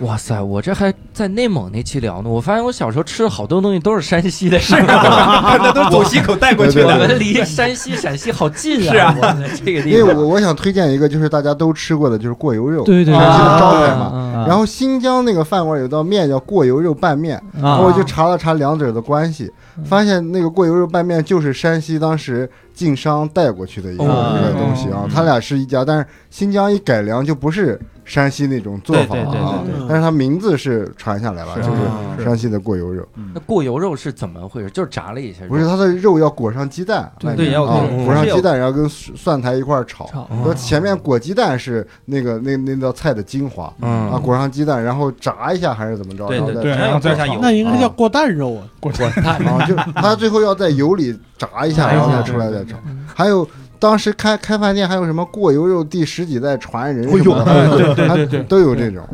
S1: 哇塞，我这还在内蒙那期聊呢，我发现我小时候吃的好多东西都是山西的，是 吧？
S6: 那都走西口带过去
S1: 我
S6: 的。
S1: 们离山西、陕西好近啊！
S6: 是啊
S1: 我们这个
S4: 因
S1: 地
S4: 为
S1: 方
S4: 我我想推荐一个，就是大家都吃过的，就是过油肉。
S8: 对啊对对，
S4: 山西的招牌嘛。
S8: 嘛
S4: 然后新疆那个饭馆有道面叫过油肉拌面，然后
S6: 啊嗯
S4: 我就查了查两者的关系，发现那个过油肉拌面就是山西当时晋商带过去的一个
S1: 哦
S4: 一个东西啊
S6: 嗯，
S4: 它俩是一家，但是新疆一改良就不是山西那种做法
S6: 对对对
S4: 啊
S6: 对
S3: 对，
S4: 但是它名字是传下来了，
S6: 是
S4: 就是
S6: 啊
S4: 山西的过油肉，
S1: 那过油肉是怎么回事？就是炸了一下，
S4: 不是它的肉要裹上鸡蛋，
S8: 对
S4: 外
S6: 对
S4: 面
S6: 要
S4: 啊
S6: 裹
S4: 裹上
S6: 是有
S4: 鸡蛋，然后跟蒜苔一块儿炒。
S8: 炒
S1: 嗯
S4: 说前面裹鸡蛋是那个那那道菜的精华
S1: 嗯
S4: 啊，裹上鸡蛋，然后炸一下还是怎么着？
S6: 对
S4: 然后
S6: 对
S4: 再
S6: 对，哦
S4: 炸
S6: 还要
S5: 然后
S6: 做
S5: 再
S6: 一下
S5: 炒
S6: 油。
S3: 那应该叫过蛋肉啊， 。
S4: 啊，就他最后要在油里炸一下，
S8: 炸一
S4: 然后
S8: 下
S4: 再出来再炒。还有当时开开饭店还有什么过油肉第十几代传人什么
S5: 哎
S4: 的，
S5: 对对
S4: 还
S5: 对对，
S4: 都有这种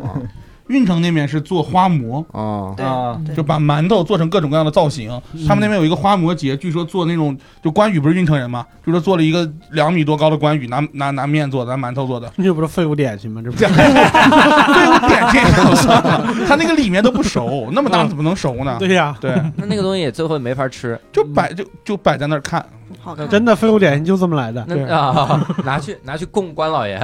S5: 运城那边是做花馍，
S4: 啊啊，
S7: 对
S6: 啊
S7: 对
S5: 就把馒头做成各种各样的造型。
S6: 嗯
S5: 他们那边有一个花馍节，据说做那种，就关羽不是运城人嘛，据说做了一个两米多高的关羽，拿拿拿面做的，拿馒头 做的
S3: 这不是废物点心吗？这不
S5: 对，我
S6: 哎
S5: 点这个算了，他那个里面都不熟，那么大怎么能熟呢？
S3: 对呀，
S5: 对，
S1: 那那个东西最后没法吃，
S5: 就摆就就摆在那儿 看，
S7: 好 看。
S3: 真的废物点心就这么来 的。
S1: 那啊，拿去拿去供关老爷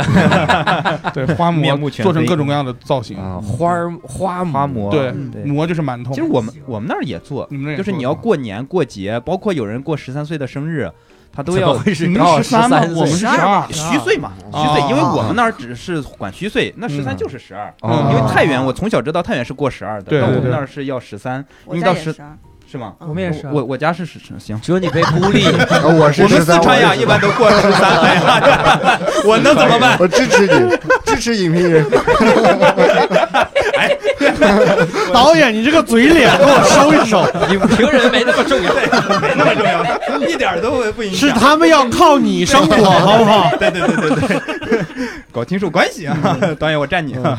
S5: 对，花馍
S6: 面目全非
S5: 做成各种各样的造型，
S1: 啊，花儿花啊嗯馍
S6: 花馍，
S5: 对
S6: 对，
S5: 馍就是馒头。
S6: 其实我们我们那儿也做，
S5: 你们那也
S6: 就是
S5: 做
S6: 你要
S5: 吗
S6: 过年过节，包括有人过十三岁的生日，他都要
S1: 会是
S5: 你们
S1: 到
S5: 是13吗
S1: 13
S5: 我们
S1: 岁
S5: 是12
S6: 虚岁嘛，
S5: 啊
S6: 虚岁，因为我们那儿只是管虚岁，那十三就是十二。
S1: 哦
S6: 因为太原，我从小知道太原是过十二的，
S5: 对
S6: 到我
S5: 对
S6: 们
S5: 对
S6: 那儿是要十三，因
S7: 我
S6: 为
S7: 家
S6: 到
S7: 也
S6: 十
S7: 是啊，
S6: 是吗？
S8: 我们也是啊，
S6: 我我家是十行。
S1: 只有你被孤 立，
S4: 啊我是
S6: 我
S4: 十
S6: 们四
S4: 三，
S6: 川呀，一般都过十三了呀，我能怎么办？
S4: 我支持你，支持影评人，
S3: 导演，你这个嘴脸给我收一收，
S1: 你评人没那么重要。
S6: 没那么重要，一点儿都不影
S3: 是
S6: 响。
S3: 他们要靠你生活，好不 好？
S6: 对对对对对， 搞清楚关系啊，导演我站你啊。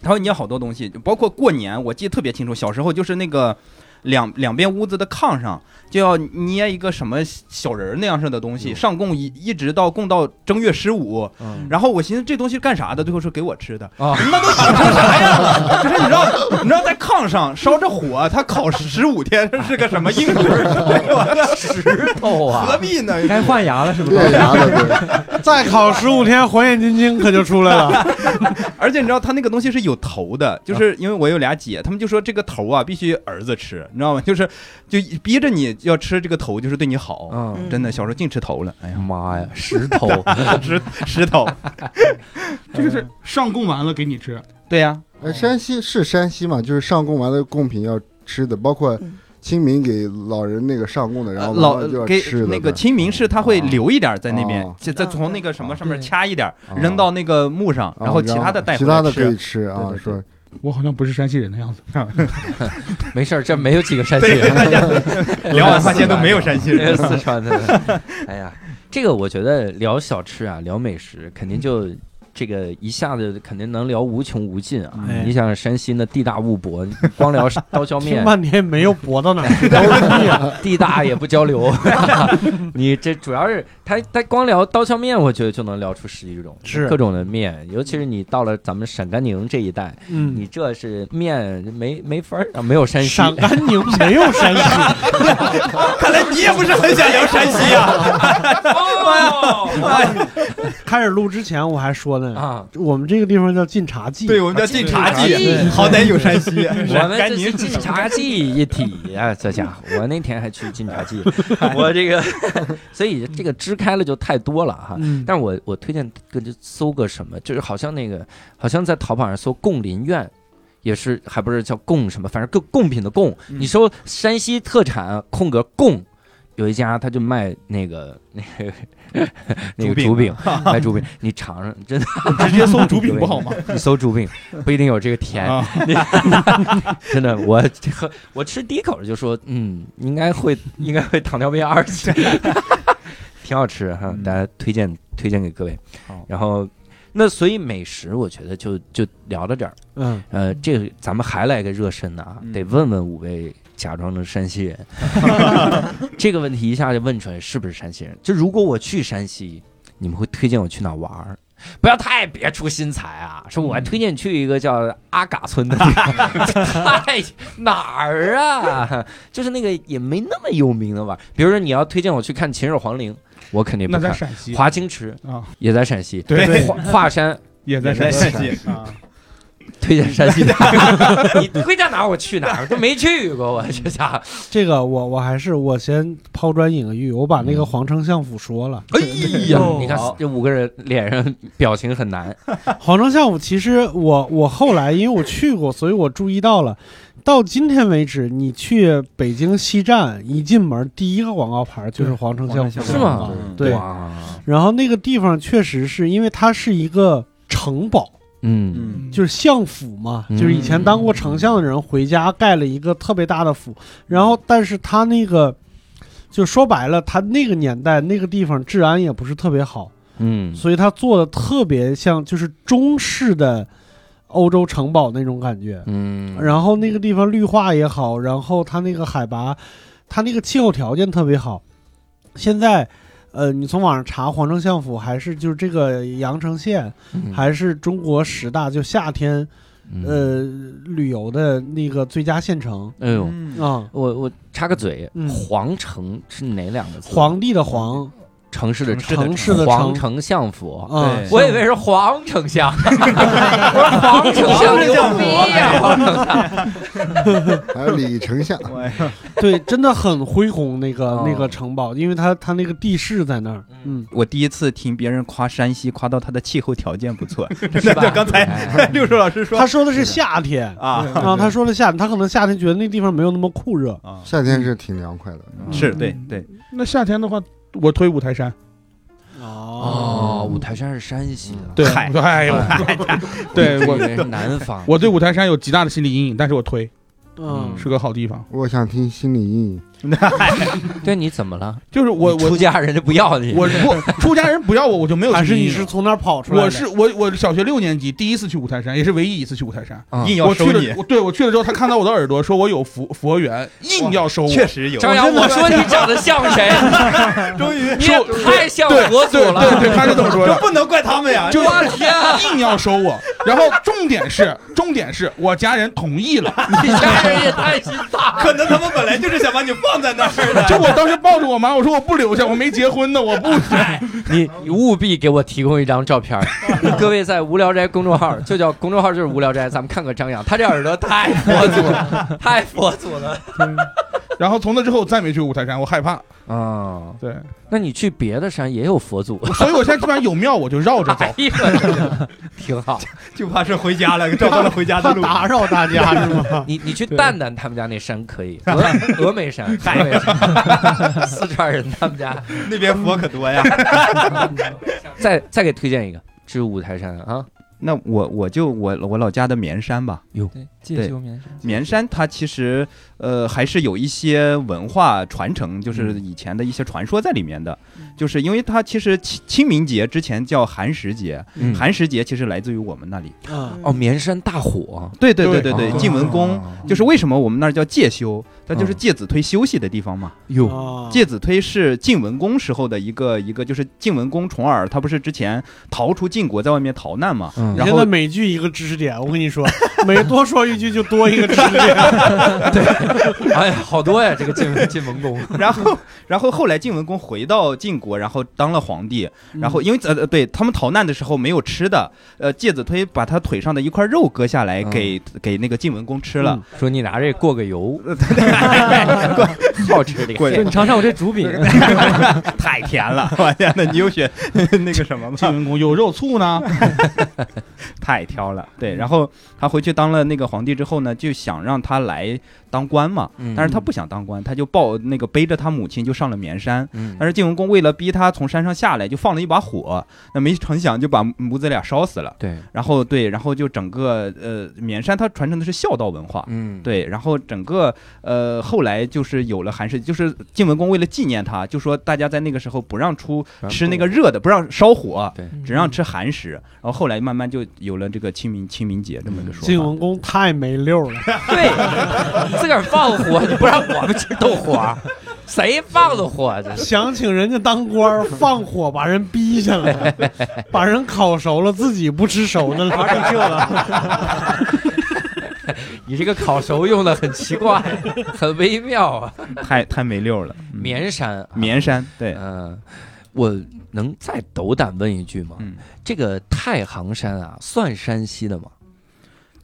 S6: 然后你有好多东西，包括过年，我记得特别清楚，小时候就是那个。两两边屋子的炕上就要捏一个什么小人儿那样式的东西，上供一一直到供到正月十五，然后我寻思这东西干啥的，最后是给我吃的，
S1: 啊
S6: 那都煮成啥样了？就是你知道，你知道在炕上烧着火，它烤十五天这是个什么硬核儿？
S1: 石头
S6: 何
S1: 啊，
S6: 必呢？
S8: 该换牙了是不是？
S4: 练牙的
S3: 再烤十五天，火眼金睛可就出来了。
S6: 而且你知道他那个东西是有头的，就是因为我有俩姐，他们就说这个头啊必须儿子吃，你知道吗？就是就逼着你要吃这个头，就是对你好。
S1: 嗯，
S6: 真的，小时候净吃头了，哎 呀，
S1: 妈呀，石 头，
S6: 石石头，
S5: 这个
S6: 嗯
S5: 是上供完了给你吃，
S6: 对呀、
S4: 对，呃山西是山西嘛，就是上供完的贡品要吃的，包括
S7: 嗯
S4: 清明给老人那个上供的，然后
S6: 呃老
S4: 晚上就要
S6: 给
S4: 吃的
S6: 那个
S4: 呗
S6: 清明是他会留一点在那边
S4: 哦，
S6: 再再从那个什么上面
S8: 对
S6: 掐一点
S4: 哦，
S6: 扔到那个木上，
S4: 啊
S6: 哦然后其他的带
S4: 其
S6: 回
S4: 他
S6: 来
S4: 的可以
S6: 吃。
S4: 吃啊，
S6: 对对对
S4: 说
S5: 我好像不是山西人的样子。
S1: 没事儿，这没有几个山西
S6: 对，
S1: 人。
S6: 大家聊完发现都没有山西
S1: 这
S6: 人
S1: 是。四川 的。哎呀，这个我觉得聊小吃啊，聊美食，肯定就这个一下子肯定能聊无穷无尽啊。
S3: 哎
S1: 你想山西那地大物博，光聊 刀削
S3: 听
S1: 面，
S3: 半天没有驳到哪儿，
S1: 地大也不交流。 你这主要是他他光聊刀削面，我觉得就能聊出十几种，
S3: 是
S1: 各种的面，尤其是你到了咱们陕甘宁这一带，
S3: 嗯，
S1: 你这是面没没法儿啊，没有山西。
S3: 陕甘宁没有山西，
S6: 看来你也不是很想聊山西啊。
S3: 开始录之前我还说呢，
S1: 啊，
S3: 我们这个地方叫晋察冀，
S6: 对，我们叫晋察
S1: 晋察
S6: 冀，
S1: 冀
S6: 好歹有山西。啊
S1: 我们
S6: 赶
S1: 这是
S6: 紧
S1: 晋察冀一体啊，这家伙，我那天还去晋察冀，我这个， 所以这个支开了就太多了哈。
S3: 嗯，
S1: 但是我我推荐跟着搜个什么，就是好像那个，好像在淘宝上搜“贡林苑”，也是还不是叫贡什么，反正贡贡品的贡。
S6: 嗯
S1: 你搜山西特产空格贡，有一家他就卖那个 那个那个
S6: 竹
S1: 竹
S6: 饼
S1: 饼，卖竹饼，你尝尝，真的，
S5: 直接送竹饼不好吗？
S1: 你搜竹饼不一定有这个甜，
S5: 啊，
S1: 真的，我这个我吃第一口就说，嗯，应该会应该会糖尿病二期， 挺好吃哈，
S6: 嗯
S1: 大家推荐推荐给各位
S6: 好。
S1: 然后，那所以美食我觉得就就聊到这儿。
S3: 嗯，
S1: 呃，这个咱们还来个热身的啊
S6: 嗯，
S1: 得问问五位假装成山西 人这个问题，一下就问出来是不是山西人？就如果我去山西，你们会推荐我去哪玩儿？不要太别出心裁啊！说
S5: 嗯
S1: 我还推荐去一个叫阿嘎村的地 方，太哪儿啊？就是那个也没那么有名的玩儿。比如说你要推荐我去看秦始皇陵，我肯定不
S5: 那在
S1: 看。
S5: 陕西
S1: 华清池
S5: 啊
S1: 也在陕西，
S5: 对
S1: 华华山
S5: 也在
S6: 在
S5: 陕西，啊
S6: 西，
S1: 推荐山西的， 你推荐哪儿我去哪儿，我都没去过，我这家伙。
S3: 这个我我还是我先抛砖引玉，我把那个皇城相府说了。
S1: 哎呀，你看
S6: 好
S1: 这五个人脸上表情很难，
S3: 皇城相府其实我我后来因为我去过，所以我注意到了。到今天为止，你去北京西站一进门，第一个广告牌就是皇城相府，
S1: 是吗
S6: 嗯
S3: 对
S1: 哇
S3: 然后那个地方确实是因为它是一个城堡，
S1: 嗯
S6: 嗯，
S3: 就是相府嘛，
S1: 嗯
S3: 就是以前当过丞相的人回家盖了一个特别大的府，然后但是他那个，就说白了，他那个年代那个地方治安也不是特别好，
S1: 嗯，
S3: 所以他做的特别像就是中式的欧洲城堡那种感觉。
S1: 嗯，
S3: 然后那个地方绿化也好，然后它那个海拔，它那个气候条件特别好。现在，呃，你从网上查皇城相府，还是就是这个阳城县，
S1: 嗯
S3: 还是中国十大就夏天呃
S1: 嗯
S3: 旅游的那个最佳县城
S1: 哎呦，
S6: 嗯
S3: 啊、
S1: 我我插个嘴，
S3: 嗯
S1: 皇城是哪两个字？
S3: 皇帝的皇，
S1: 城市的
S3: 城市的
S1: 皇
S3: 城
S1: 城相府。
S3: 啊、
S6: 对
S1: 我以为是皇丞相，我说皇丞相牛逼呀！
S4: 还有李丞相，
S3: 对，真的很恢宏那个、
S1: 哦
S3: 那个城堡，因为它它那个地势在那儿，嗯，
S6: 我第一次听别人夸山西，夸到它的气候条件不错。
S1: 是吧
S6: 就刚才
S1: 哎
S6: 六叔老师说
S3: 他说的是夏天
S6: 啊
S3: 啊，他说的夏天，他可能夏天觉得那地方没有那么酷热，
S6: 啊，
S4: 夏天是挺凉快的。
S6: 是对对，
S5: 那夏天的话，我推五台山。
S1: 哦，五台山是山西的，
S5: 对，
S6: 嗨
S5: 我说哎呦， 对
S1: 我
S5: 我
S1: 以为是南方。
S5: 我对五台山有极大的心理阴影，但是我推
S3: 嗯
S5: 是个好地方。
S4: 我想听心理阴影，
S1: 对你怎么了？
S5: 就是我
S1: 你出
S5: 我
S1: 家人家不要你，
S5: 我不出家人不要我，我就没有
S3: 还
S5: 心
S3: 是
S5: 理
S3: 你
S5: 阴
S3: 是
S5: 影。
S3: 从哪儿跑出来的？
S5: 我是我我小学六年级第一次去五台山，也是唯一一次去五台山。
S1: 嗯
S6: 硬要
S5: 我去
S6: 收
S5: 了
S6: 你，，
S5: 我对我去了之后，他看到我的耳朵，说我有佛佛缘，硬要收我。
S6: 确实有。
S1: 张扬，我说你长得像谁？
S6: 终于
S1: 你也太像佛祖
S5: 对对
S1: 了！
S5: 对，他是这么说
S6: 这
S5: 的，
S6: 不能怪他们
S8: 哎
S6: 呀，
S5: 就
S1: 我天啊，
S5: 硬要收我。然后重点是，重点是我家人同意 了。
S1: 你家人也太心大了。
S6: 可能他们本来就是想把你放在那儿 的。
S5: 就我当时抱着我妈，我说我不留下，我没结婚呢， 我不。
S1: 你你务必给我提供一张照片儿， 各位在无聊斋公众号就叫公众号就是无聊斋，咱们看看张扬，他这耳朵太佛祖 了，太佛祖了。
S5: 然后从那之后再没去五台山，我害怕。
S1: 啊，
S5: 对，
S1: 那你去别的山也有佛祖，
S5: 所以我现在基本上有庙我就绕着 走
S1: 哎。呀，挺好。
S6: 就怕是回家了，找到了回家的
S3: 怕
S6: 路。
S3: 打扰大 家是吗？
S1: 你你去蛋蛋他们家那山可以，峨峨眉 山，峨眉山， 四川人他们家。
S6: 那边佛可多呀。
S1: 再再给推荐一个，这是五台山啊，
S6: 那我我就我我老家的绵山吧，
S8: 对，介
S6: 对
S8: 休眠山。
S6: 绵山它其实呃还是有一些文化传承，就是以前的一些传说在里面的。就是因为它其实清清明节之前叫寒食节，
S1: 嗯
S6: 寒食节其实来自于我们那里。
S3: 嗯，
S1: 哦，绵山大火，
S6: 对对对
S5: 对
S6: 对对，
S1: 哦
S6: 晋文公。就是为什么我们那儿叫介休，它就是介子推休息的地方嘛。
S1: 哟，
S3: 啊
S6: 介子推是晋文公时候的一个一个，就是晋文公重耳，他不是之前逃出晋国，在外面逃难嘛，
S1: 嗯
S3: 你
S6: 然
S3: 现
S6: 后
S3: 在每句一个知识点，我跟你说， 每多说一句就多一个知识点。
S1: 哎呀，好多呀，这个晋文晋 文公，
S6: 然后，然后后来晋文公回到晋国，然后当了皇帝。然后因为呃，对他们逃难的时候没有吃的，呃，介子推把他腿上的一块肉割下来
S1: 嗯
S6: 给、给那个晋文公吃了。
S1: 说你拿这 过个油，好吃这
S6: 过
S1: 个
S6: 瘾
S8: 对你尝尝我这竹饼，
S6: 太甜了！我天呐，你又选 那个什么
S5: 晋
S6: 吧，
S5: 文公有肉醋呢，
S6: 太挑了。
S1: 嗯
S6: 对，然后他回去当了那个皇帝之后呢，就想让他来当官嘛，
S1: 嗯
S6: 但是他不想当官，他就抱那个背着他母亲就上了绵山。
S1: 嗯
S6: 但是晋文公为了逼他从山上下来，就放了一把火，那没成想就把母子俩烧死了。
S1: 对，
S6: 然后对，然后就整个呃绵山它传承的是孝道文化。
S1: 嗯，
S6: 对，然后整个呃，后来就是有了寒食，就是晋文公为了纪念他，就说大家在那个时候不让出吃那个热的，不让烧火，
S8: 嗯
S6: 只让吃寒食。然后后来慢慢就有了这个清明清明节这么一
S1: 嗯
S6: 个说
S3: 晋
S6: 法。
S3: 文公太没溜了，
S1: 对，自个儿放火，你不让我们吃豆花，啊谁放的火？啊这是
S3: 想请人家当官儿，放火把人逼下来， 把人烤熟了，自己不吃熟的了，玩成这了。
S1: 你这个烤熟用的很奇 怪，很微妙啊。
S6: 太太没溜了。嗯
S1: 绵山啊，
S6: 绵山，对，
S1: 嗯，我能再斗胆问一句吗？
S6: 嗯，
S1: 这个太行山啊，算山西的吗？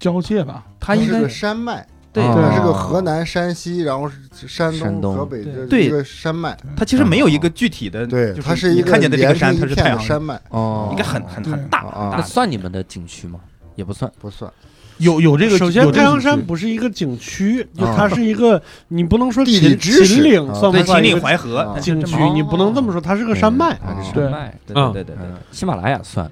S5: 交界吧，
S6: 他应
S4: 是
S6: 该
S4: 个山脉，
S6: 对
S1: 啊
S4: 它是个河南、山西，然后是山
S1: 山东
S4: 东、河北这
S6: 对
S4: 一个山脉。
S6: 他其实没有一个具体的，
S4: 对，
S6: 就
S4: 它
S6: 是
S4: 一
S6: 你
S4: 个
S6: 看见的这个
S4: 连成
S6: 山，
S4: 一
S6: 它是
S4: 片
S6: 太
S4: 的
S6: 行山，
S4: 山脉，啊
S1: 哦
S6: 应该很很很大很
S1: 那
S6: 大。
S1: 算你们的景区吗？也不算。
S4: 不算。
S5: 有有这个，
S3: 首先
S5: 有，这
S3: 太
S5: 个
S3: 行
S5: 景
S3: 山
S5: 区
S3: 不是一个景区，就
S1: 啊
S3: 它是一个，你不能说
S4: 地
S3: 秦
S4: 理知识
S3: 秦岭
S4: 啊
S3: 算不
S6: 对，
S3: 算
S6: 秦
S3: 一个
S6: 岭淮河
S4: 啊
S3: 景区
S1: 这么？
S3: 你不能这么说，它是个山脉。
S1: 啊，这是
S5: 对
S1: 山脉。
S6: 对
S3: 嗯
S6: 对对对对
S1: 嗯，喜马拉雅 算，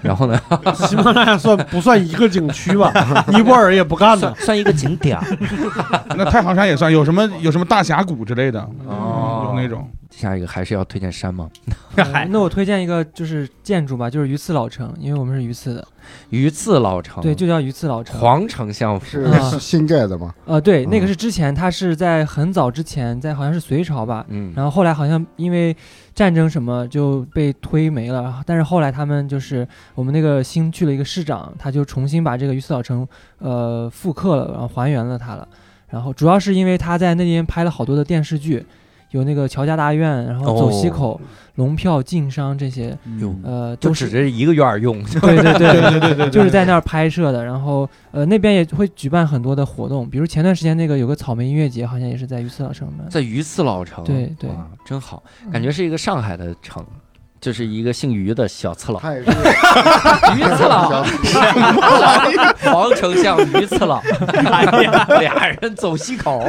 S1: 然后呢，
S3: 喜马拉雅算不算一个景区吧？尼泊尔也不干呢
S1: 算。算一个景点儿。
S5: 那太行山也算，有什么有什么大峡谷之类的，有
S1: 哦
S5: 那种
S1: 下一个还是要推荐山吗？
S8: 呃那我推荐一个就是建筑吧，就是榆次老城，因为我们是榆次的，
S1: 榆次老城，
S8: 对，就叫榆次老城。
S1: 皇城项目
S4: 是
S8: 啊
S4: 新盖的吗？
S8: 呃，对，那个
S4: 嗯
S8: 是之前，它是在很早之前，在好像是隋朝吧，
S1: 嗯，
S8: 然后后来好像因为战争什么就被推没了，然后但是后来他们就是我们那个新去了一个市长，他就重新把这个榆次老城呃复刻了，然后还原了它了。然后主要是因为他在那边拍了好多的电视剧，有那个《乔家大院》，然后《走西
S1: 哦
S8: 口》龙票晋商》这些，
S6: 嗯
S1: 哟
S8: 呃，
S1: 就
S8: 都
S1: 指
S8: 是
S1: 着一个院儿用，
S8: 对对 对对对，就是在那儿拍摄的。然后呃那边也会举办很多的活动，比如前段时间那个有个草莓音乐节，好像也是在榆次老城办的。
S1: 在榆次老城，
S8: 对对
S1: 哇，真好，感觉是一个上海的城，就是一个姓于的小次 郎，
S4: 它 也是
S1: 于次郎，皇城像于次郎， 哎呀俩人走西口，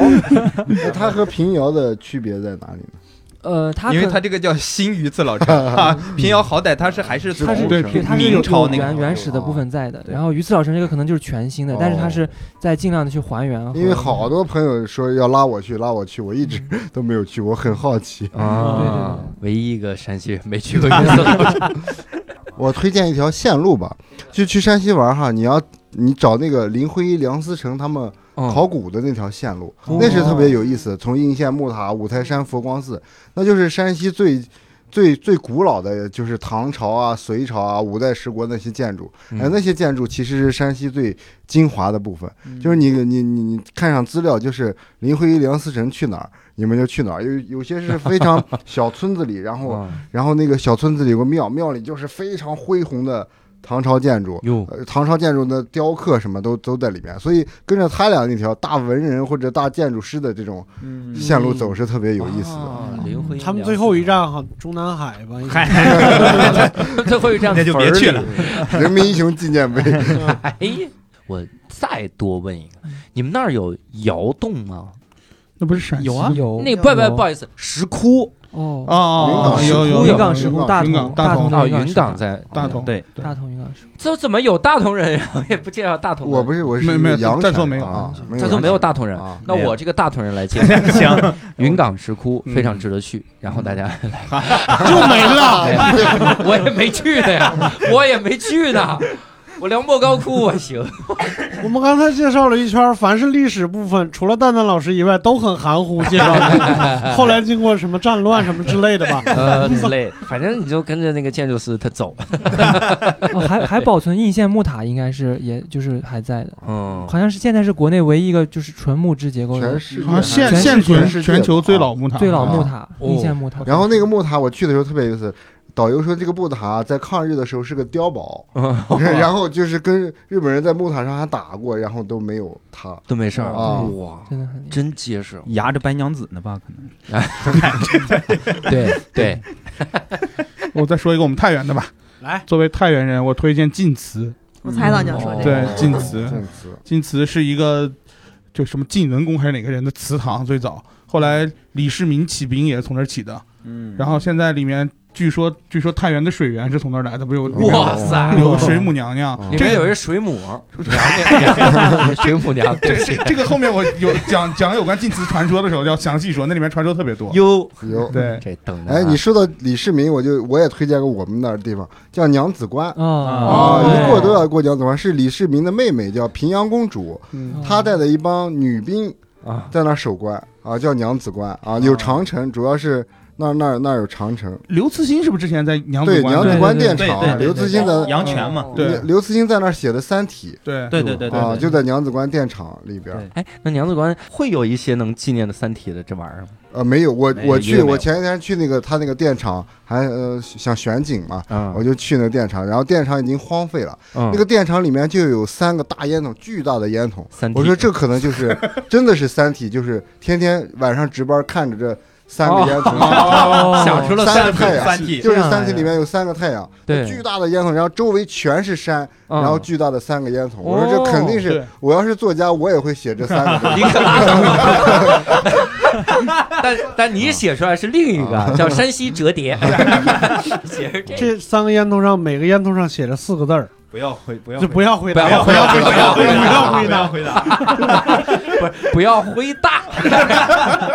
S4: 那它和平遥的区别在哪里呢？
S8: 呃，他
S6: 因为
S8: 可
S6: 它这个叫新榆次 老城啊，平遥好歹它是还是
S8: 它是
S4: 对
S8: 对，它是
S6: 明
S8: 有
S6: 朝那
S8: 原
S6: 个
S8: 原始的部分在的。
S6: 对
S8: 然后榆次老城这个可能就是全新的，但是它是在尽量的去还原和。
S4: 因为好多朋友说要拉我去，拉我去，我一直都没有去，我很好奇。
S1: 啊，唯一一个山西人没去过榆次老城，
S4: 我推荐一条线路吧，就去山西玩哈，你要你找那个林徽因、梁思成他们考
S1: 嗯
S4: 古的那条线路，那是特别有意思。从应县木塔、五台山、佛光寺，那就是山西最。最最古老的就是唐朝啊、隋朝啊、五代十国那些建筑，哎，那些建筑其实是山西最精华的部分，就是你你你你看上资料，就是林徽因、梁思成去哪儿，你们就去哪儿。有有些是非常小村子里，然 后
S1: 哇
S4: 然后那个小村子里有个庙，庙里就是非常恢宏的唐朝建筑，
S1: 哟，
S4: 呃，唐朝建筑的雕刻什么都都在里面，所以跟着他俩那条大文人或者大建筑师的这种
S6: 嗯
S4: 线路走是特别有意思的。
S1: 啊林徽因
S3: 他们最后一站哈，中南海吧，应该
S1: 最后一站
S6: 那就别
S1: 坟儿
S6: 去
S1: 里
S6: 了。
S4: 人民英雄纪念碑
S1: 哎，我再多问一个，
S4: 嗯
S1: 你们那儿有窑洞吗？
S5: 那不是陕西
S6: 有啊
S8: 有
S1: 那不不不好意思，石窟
S8: 哦，
S5: 哦哦哦，
S4: 云
S5: 有
S4: 冈
S5: 有
S8: 云
S5: 有
S8: 冈石窟、
S4: 有
S8: 大
S5: 云冈
S8: 同、
S5: 大同
S8: 同
S1: 啊，
S8: 的
S1: 云
S8: 石
S1: 冈
S8: 窟
S1: 在
S5: 大同
S6: 对
S5: 对
S8: 大同云冈石窟。
S1: 这怎么有大同人呀？我也不介绍大同人，
S4: 我不是我是
S5: 没没有
S4: 阳
S5: 在
S4: 产
S5: 座没有
S4: 啊，
S1: 这都没 有大同人。
S4: 啊，
S1: 那
S6: 没有
S1: 我这个大同人来介 绍
S6: 行，
S1: 云冈石窟，
S4: 嗯
S1: 非常值得去。然后大家 来，就没了。我也没去的呀，我也没去呢。我梁莫高窟我行，
S3: 我们刚才介绍了一圈，凡是历史部分，除了蛋蛋老师以外，都很含糊介绍的。后来经过什么战乱什么之类的吧，
S1: 呃之类，反正你就跟着那个建筑师他走。
S8: 哦，还还保存应县木塔，应该是也就是还在的，
S1: 嗯，
S8: 好像是现在是国内唯一一个就是纯木质结构
S4: 啊全
S8: 的
S4: 世界
S5: 好像啊现
S8: 全
S5: 现
S8: 世界
S5: 存全球最老木塔，
S8: 最老
S4: 啊
S8: 木塔，应县木塔。
S4: 然后那个木塔，我去的时候特别有意思。导游说这个木塔在抗日的时候是个碉堡，然后就是跟日本人在木塔上还打过，然后都没有塌。
S1: 都没事儿
S4: 啊
S1: 哇，
S8: 真的很厉害。
S1: 真结实。
S6: 压着白娘子呢吧？可能
S1: 对对，
S5: 我再说一个我们太原的吧。
S3: 来，
S5: 作为太原人，我推荐晋祠。
S7: 我猜到你要说这个。
S5: 哦对，晋祠，
S4: 晋祠
S5: 晋祠是一个就什么晋文公还是哪个人的祠堂，最早，后来李世民起兵也是从那儿起的。
S6: 嗯
S5: 然后现在里面据说据说太原的水源是从那儿来的，不是有
S1: 哇塞，
S5: 有水母娘娘
S4: 哦，
S1: 里
S5: 这
S1: 面
S5: 个
S1: 嗯有一水母，哎娘娘水母娘，对
S5: 这
S1: 不
S5: 这
S1: 起。
S5: 这个后面我有讲讲有关晋祠传说的时候要详细说，那里面传说特别多。
S1: 哟，
S4: 有。
S5: 对，
S1: 这
S3: 嗯
S1: 等着啊
S4: 哎，你说到李世民，我就我也推荐个我们那儿地方叫娘子关。
S8: 哦
S4: 啊，
S8: 对哦
S4: 一过都要过娘子关，是李世民的妹妹，叫平阳公主，
S5: 嗯
S8: 哦
S4: 她带的一帮女兵
S1: 啊，
S4: 在那儿守关啊，叫娘子关啊，有长城，主要是那儿那儿那儿有长城，
S5: 刘慈欣是不是之前在娘子
S4: 对，
S5: 关
S4: 娘子
S5: 的？
S4: 关
S8: 对
S4: 电
S8: 对
S4: 厂，刘慈欣
S6: 的
S4: 的嗯
S6: 杨泉嘛，
S5: 对
S4: 刘刘慈欣在那儿写的《三体
S5: 对》
S6: 对对对对
S4: 啊，
S6: 对，
S4: 就在娘子关电厂里边儿
S6: 对。
S1: 哎，那娘子关哦会有一些能纪念的《三体》的这玩意儿吗？
S4: 呃，没有，我
S6: 没有
S4: 我
S6: 一个
S4: 去，
S6: 没有
S4: 我前一天去那个他那个电厂，还呃想选景嘛，
S1: 啊
S4: 我就去那个电厂，然后电厂已经荒废了，
S1: 那
S4: 那个电厂里面就有三个大烟筒，巨大的烟筒。
S1: 三体，
S4: 我说这可能就是真的是《三体》，就是天天晚上值班看着这三个烟筒，
S8: 哦
S1: 想出了
S4: 三
S1: 三
S4: 个太
S1: 体，
S4: 阳，
S6: 三 体
S4: 就是
S8: 这
S4: 《
S8: 样
S4: 三体》
S8: 呀
S4: 里面有三个太阳，
S8: 对
S4: 巨大的烟囱，然后周围全是山，
S1: 嗯
S4: 然后巨大的三个烟囱。我说这肯定是
S5: 对，
S4: 我要是作家，我也会写这三个
S1: 你可拉倒吧 但但你写出来是另一个，叫山西折叠，哦 写是这
S3: 这三个烟囱上，每个烟囱上写着四个字儿，
S6: 不要回不要
S3: 就不要回
S1: 不
S3: 答，
S1: 要
S3: 不要回
S6: 不
S3: 答，
S6: 要
S3: 不要
S6: 回
S3: 回
S6: 答
S3: 答。
S6: 回答，
S1: 不要灰大，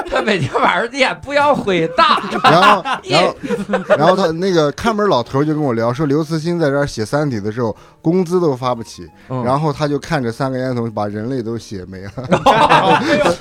S1: 他每天晚上念不要灰大，
S4: 然后，然后，然后他那个看门老头就跟我聊说，刘慈欣在这儿写《三体》的时候，工资都发不起，
S1: 嗯
S4: 然后他就看着三个烟囱把人类都写没了。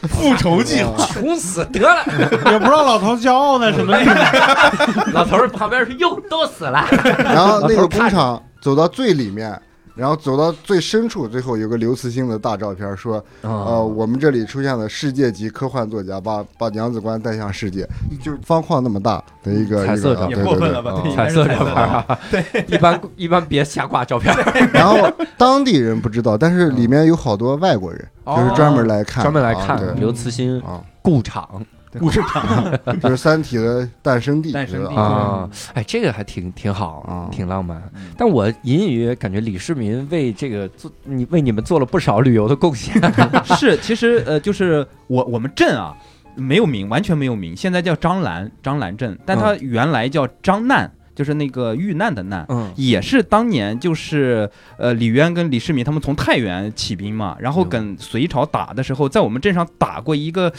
S6: 复仇记
S1: 穷死得了。
S3: 也不知道老头骄傲的什么地方。
S1: 老头儿旁边是哟，都死了。
S4: 然后那个工厂走到最里面，然后走到最深处，最后有个刘慈欣的大照片，说：“
S1: 啊哦
S4: 呃，我们这里出现了世界级科幻作家，把把娘子关带向世界，就是方框那么大的一个
S1: 嗯彩色
S4: 一个
S1: 照
S6: 也
S4: 对
S6: 过
S4: 对
S6: 分
S4: 对
S6: 了吧？
S4: 啊
S6: 对，应
S1: 彩
S6: 该
S1: 色
S6: 是
S1: 照
S6: 彩色
S1: 片
S6: 的，
S1: 啊，对，一般一般别瞎挂照片，
S4: 然后当地人不知道，但是里面有好多外国人，
S1: 哦
S4: 就是专门来看，
S1: 专门来
S4: 啊
S1: 看
S4: 对
S1: 刘慈欣
S4: 啊，
S1: 故场
S6: 故事场，
S4: 就是《三体》的诞生地，
S6: 诞生地
S4: 对吧
S1: 啊。哎，这个还挺挺好
S4: 啊，
S1: 挺浪漫
S6: 嗯。
S1: 但我隐隐约感觉李世民为这个做你为你们做了不少旅游的贡献。
S6: 是，其实呃，就是我我们镇啊，没有名，完全没有名，现在叫张兰张兰镇，但它原来叫张难，就是那个遇难的难。
S1: 嗯
S6: 也是当年就是呃李渊跟李世民他们从太原起兵嘛，然后跟隋朝打的时候，在我们镇上打过一个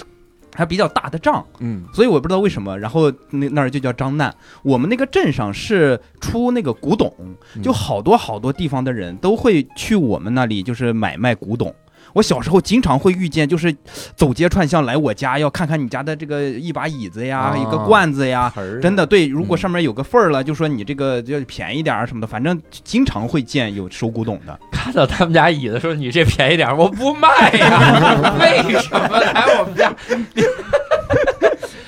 S6: 还比较大的仗，
S1: 嗯，
S6: 所以我不知道为什么，然后那那儿就叫张难。我们那个镇上是出那个古董，就好多好多地方的人都会去我们那里，就是买卖古董。我小时候经常会遇见，就是走街串巷来我家，要看看你家的这个一把椅子呀，
S1: 啊
S6: 一个罐子呀，
S1: 嗯
S6: 真的对。如
S1: 嗯
S6: 果上面有个缝儿了，就说你这个就便宜点儿什么的，反正经常会见有收古董的。
S1: 看到他们家椅子说你这便宜点儿，我不卖呀， 为什么来我们家？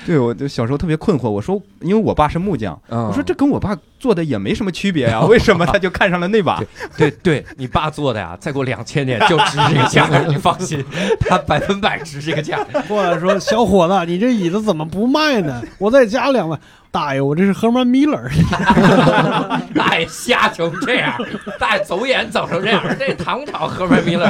S6: 对，我就小时候特别困惑，我说，因为我爸是木匠，
S1: 我
S6: 我说这跟我爸做的也没什么区别呀、为 什么他就看上了那把？
S1: 对对，你爸做的呀，再过两千年就值这个 价，你放心，他百分百值这个价。
S3: 过来说：“小伙子，你这椅子怎么不卖呢？我再加两万。”大爷，我这是 Herman Miller，
S1: 大爷哎瞎成这样，大爷走眼走成这样，这唐朝赫本米勒，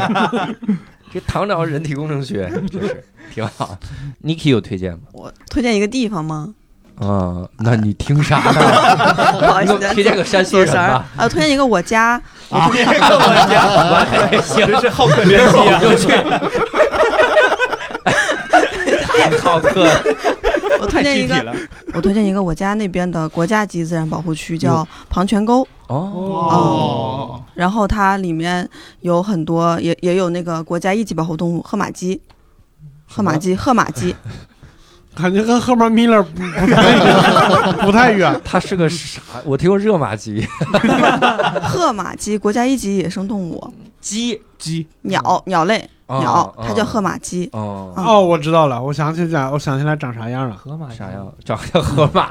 S1: 这唐朝人体工程学真是挺好。Niki 有推荐吗？
S7: 我推荐一个地方吗？
S1: 嗯，那你听啥呢？
S7: 不好意
S1: 你
S7: 思
S1: 给， 我推荐个山西
S7: 左
S1: 人
S7: 神儿
S1: 吧。
S7: 啊，推荐一个我家，
S1: 真是好 客怜惜啊！又去，太好客了。
S7: 我推荐一个，我推荐一个我家那边的国家级自然保护区，叫庞泉沟。
S5: 哦，
S7: 然后它里面有很多，也也有那个国家一级保护动物褐马鸡，褐马鸡，褐马鸡，
S3: 感觉跟 Herman Miller 不不太远，不太远。
S1: 他是个啥？我听过热玛吉
S7: 褐马鸡国家一级野生动物，
S1: 鸡
S5: 鸡
S7: 鸟鸟类
S1: 哦
S7: 鸟，它叫
S1: 哦
S7: 褐马鸡。
S1: 哦
S7: 啊
S3: 哦，我知道了，我想起来，我想起来长啥 样了，
S8: 河马
S1: 啥呀？找个河马，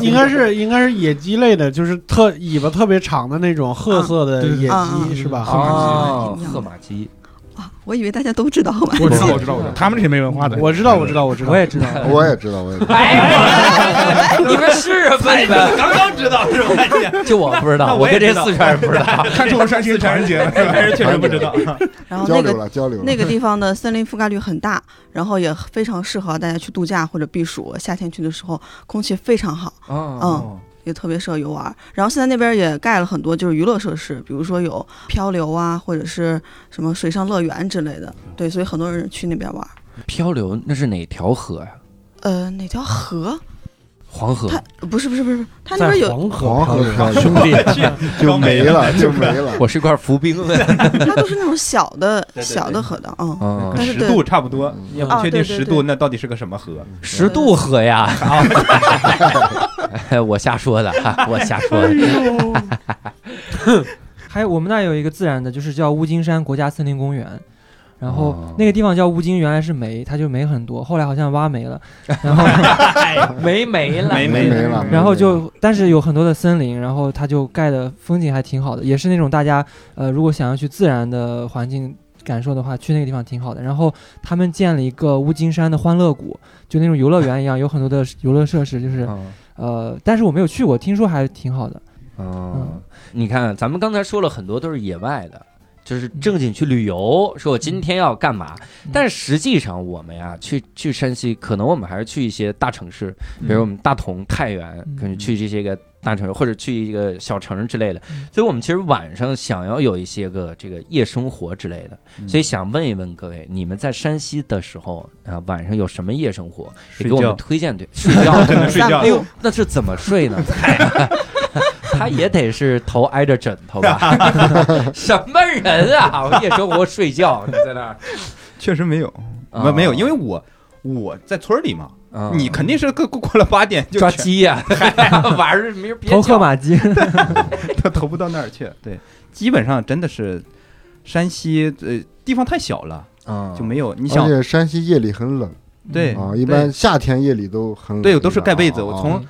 S3: 应该是应该是野鸡类的，就是特尾巴特别长的那种褐色的野
S7: 嗯
S3: 鸡，是吧？
S5: 啊
S1: 哦
S7: 马鸡
S1: 褐马鸡，
S7: 哇，啊我以为大家都知道褐马
S5: 我
S7: 鸡
S5: 知道，我知道，我知道，他们这些没文化的，
S3: 我知道，我知道，我知道，
S8: 我也知道，
S4: 我也知道，我也知道。
S1: 哎，你们是笨呗？
S6: 哎刚刚知道是吧？
S1: 就我不知道，
S6: 那
S1: 我
S6: 我
S1: 跟
S6: 也
S1: 这
S6: 知道
S1: 四川人不知道。
S5: 看出了山 西传人节了。
S6: 但是确实不知 道。
S7: 然后
S4: 交
S7: 那
S4: 流
S7: 个
S4: 了，交流了。
S7: 那个地方的森林覆盖率很大，然后也非常适合大家去度假或者避暑。夏天去的时候，空气非常好，
S6: 嗯
S1: 哦，
S7: 嗯也特别适合游玩。然后现在那边也盖了很多就是娱乐设施，比如说有漂流啊，或者是什么水上乐园之类的。
S6: 嗯
S7: 对，所以很多人去那边玩。
S1: 漂流那是哪条河呀？
S7: 呃，哪条河？
S1: 黄河
S7: 它不是不是不是，不是它那边有
S3: 黄河
S4: 黄河上
S3: 兄 弟，
S4: 就没 了，就没了。
S1: 我是块浮冰的，
S7: 它都是那种小的
S6: 对对
S7: 小的河道，嗯，
S1: 嗯，
S7: 但是
S6: 十
S7: 对
S6: 度差不多，也不
S7: 啊
S6: 确
S7: 对
S6: 定
S7: 对
S6: 十
S7: 对
S6: 度那到底是个什么河。
S1: 十渡河呀，
S6: 啊
S1: 哎我瞎说的，哈我瞎说的，
S3: 哎
S8: 还有我们那儿有一个自然的，就是叫乌金山国家森林公园。然后
S1: 哦
S8: 那个地方叫乌金，原来是煤，它就煤很多，后来好像挖煤 了，然后
S1: 没没了，
S6: 哎没
S4: 没
S6: 没
S4: 了
S8: 然后就但是有很多的森林，然后它就盖的风景还挺好的，也是那种大家呃如果想要去自然的环境感受的话，去那个地方挺好的。然后他们建了一个乌金山的欢乐谷，就那种游乐园一样，有很多的游乐设施，就是
S1: 嗯
S8: 呃，但是我没有去过，听说还挺好的。
S1: 嗯，你看，咱们刚才说了很多都是野外的，就是正经去旅游，说我今天要干嘛。
S8: 嗯
S1: 但实际上，我们呀，去去山西，可能我们还是去一些大城市，比如我们大同、太原，
S8: 嗯
S1: 可能去这些个大城市，或者去一个小城之类的
S8: 嗯。
S1: 所以，我们其实晚上想要有一些个这个夜生活之类的。
S8: 嗯
S1: 所以，想问一问各位，你们在山西的时候啊，晚上有什么夜生活？也
S6: 睡
S1: 给我们
S6: 觉
S1: 推荐推睡觉，
S6: 真的睡觉
S1: 哎呦，那是怎么睡呢？ 他也得是头挨着枕头 吧？什么人啊！我夜生活睡觉，你在那儿？
S6: 确实没有，
S1: 啊
S6: 没没有，因为我我在村儿里嘛，
S1: 啊
S6: 你肯定是过过过了八点 就
S1: 抓
S6: 全
S1: 鸡呀、 晚上明儿别叫
S8: 头克马基，
S6: 他投不到那儿去。对，基本上真的是山西呃地方太小了，
S1: 啊
S6: 就没有你
S4: 而
S6: 想
S4: 且山西夜里很冷
S6: 对
S4: 啊，一般夏天夜里都很冷
S6: 对，都是盖被子。我
S4: 啊
S6: 从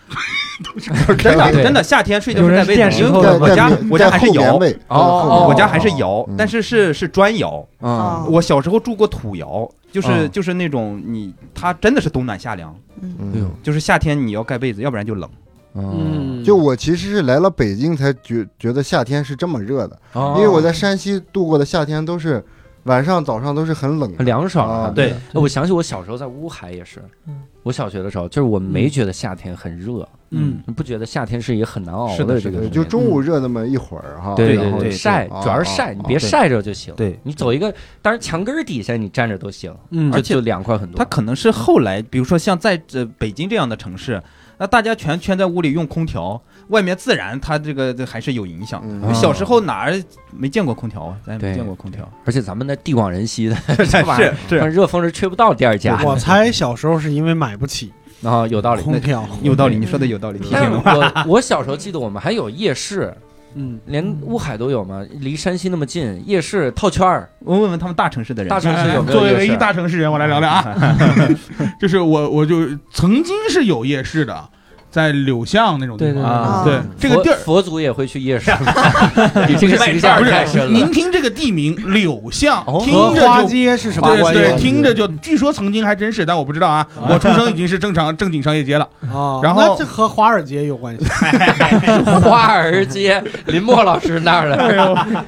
S4: 盖
S6: 真的
S1: 对
S6: 真的夏天睡觉
S8: 有
S6: 是
S8: 人
S6: 盖被
S8: 垫
S6: 子，
S8: 石
S6: 因为
S8: 头
S4: 盖
S8: 的
S6: 我家
S4: 盖棉
S6: 我家还是
S4: 盖厚棉
S6: 摇，
S4: 被
S1: 哦
S4: 啊
S1: 哦
S6: 我家还是摇
S4: 嗯，
S6: 但是是是砖摇。
S1: 啊
S7: 哦
S6: 我小时候住过土窑，就是
S1: 嗯
S6: 就是那种你它真的是冬暖夏凉，
S7: 嗯，
S1: 哎呦
S4: 嗯，啊
S6: 就是夏天你要盖被子，要不然就冷。
S1: 嗯，
S3: 嗯，
S4: 就我其实是来了北京才觉觉得夏天是这么热的，
S1: 因
S4: 因为我在山西度过的夏天都是晚上早上都是很冷的
S1: 很凉爽
S4: 啊
S1: 啊。
S6: 对，
S1: 我想起我小时候在乌海也是
S8: 嗯，
S1: 我小学的时候，就是我
S4: 嗯
S1: 没觉得夏天很热，
S6: 嗯，
S1: 你不觉得夏天是一个很难熬
S6: 是的
S1: 这
S6: 是的
S1: 个东
S4: 对
S1: 西
S4: 就中午热那么一会儿哈，
S1: 对
S4: 然后
S6: 对对
S1: 啊晒
S4: 对
S1: 主要是
S4: 啊
S1: 晒，
S4: 啊
S1: 你别
S4: 对
S1: 晒着就行。
S6: 对
S1: 你走一个，当然墙根儿底下你站着都行，
S3: 嗯
S1: 就
S6: 而且
S1: 就凉快很多。
S6: 它可能是后来，比如说像在这北京这样的城市，那大家全圈在屋里用空调，外面自然它这个这还是有影响的。
S4: 嗯
S6: 因为小时候哪儿没见过空调啊？咱也没见过空调，
S1: 而且咱们那地广人稀的，
S6: 是
S1: 吧但热风是吹不到第二家。
S3: 我猜小时候是因为买不起
S1: 啊，有道理。
S3: 空调，
S6: 有道理，
S5: 嗯
S6: 你说的有道理，提
S1: 但
S6: 醒
S1: 是
S6: 我。
S1: 我我小时候记得我们还有夜市，
S3: 嗯，
S1: 连乌海都有嘛，离山西那么近，夜市套圈儿，
S6: 我问问他们大城市的人，
S1: 大城市有没有
S5: 哎作为唯
S1: 夜
S5: 一
S1: 市啊
S5: 大城市人，我来聊聊啊，就是我我就曾经是有夜市的，在柳巷那种地
S8: 对对
S5: 方
S8: 对，
S6: 啊
S5: 对
S7: 啊
S5: 这个地儿
S1: 佛佛祖也会去夜市，你这个形象太
S5: 不是，
S1: 深了
S5: 您。听这个地名柳巷
S1: 哦，
S5: 听
S3: 荷花
S5: 着就。
S3: 街是什么？
S5: 对
S4: 花街
S5: 对，听着就，据说曾经还真是，但我不知道啊。我出生已经是正常正经商业街了，
S3: 啊，
S5: 然后
S3: 那这和华尔街有关系，
S1: 花儿街林默老师那儿的，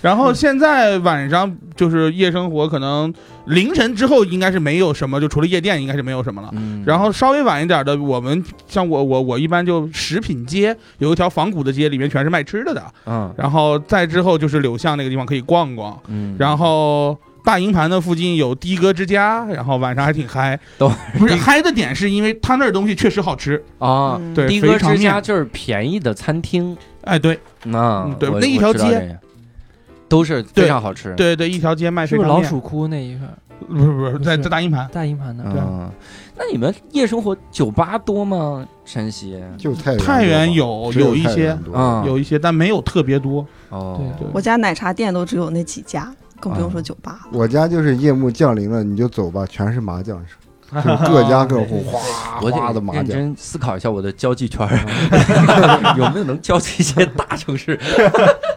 S5: 然后现在晚上就是夜生活，可能凌晨之后应该是没有什么，就除了夜店应该是没有什么了。
S1: 嗯
S5: 然后稍微晚一点的，我们像我我我一般就食品街有一条仿古的街，里面全是卖吃的的。
S1: 嗯
S5: 然后再之后就是柳巷那个地方可以逛逛，
S1: 嗯，
S5: 然后。大营盘的附近有的哥之家，然后晚上还挺嗨。
S1: 都
S5: 不是嗨的点，是因为他那儿东西确实好吃。
S1: 啊，
S7: 嗯
S5: 对
S1: 的
S5: 肥
S1: 哥
S5: 肠
S1: 之家
S5: 面
S1: 就是便宜的餐厅，
S5: 哎，对
S1: 那
S5: 嗯对
S1: 我
S5: 那一
S1: 我
S5: 条
S1: 知道
S5: 街
S1: 这个都是非常好吃。，
S5: 对对，一条街卖
S8: 是
S5: 肥
S8: 不
S5: 肠
S8: 是
S5: 面。
S8: 老鼠窟那一块
S5: 不是不是，在
S8: 不
S5: 在
S8: 是
S5: 大营盘，
S8: 大营盘那儿？
S5: 啊
S1: 嗯，那你们夜生活酒吧多吗？山西
S4: 就太原
S5: 太原
S4: 有
S5: 有
S4: 只有
S5: 一
S4: 太
S5: 些
S4: 原多
S1: 啊，
S5: 有一些，但没有特别多。
S1: 哦，
S8: 对
S7: 我家奶茶店都只有那几家，更不用说酒吧了。
S4: 我家就是夜幕降临了，你就走吧，全是麻将声，就各家各户哗
S1: 我
S4: 哗的
S1: 得
S4: 麻
S1: 认
S4: 将。
S1: 真思考一下我的交际圈儿，
S5: 嗯
S1: 有没有能交际一些大城 市？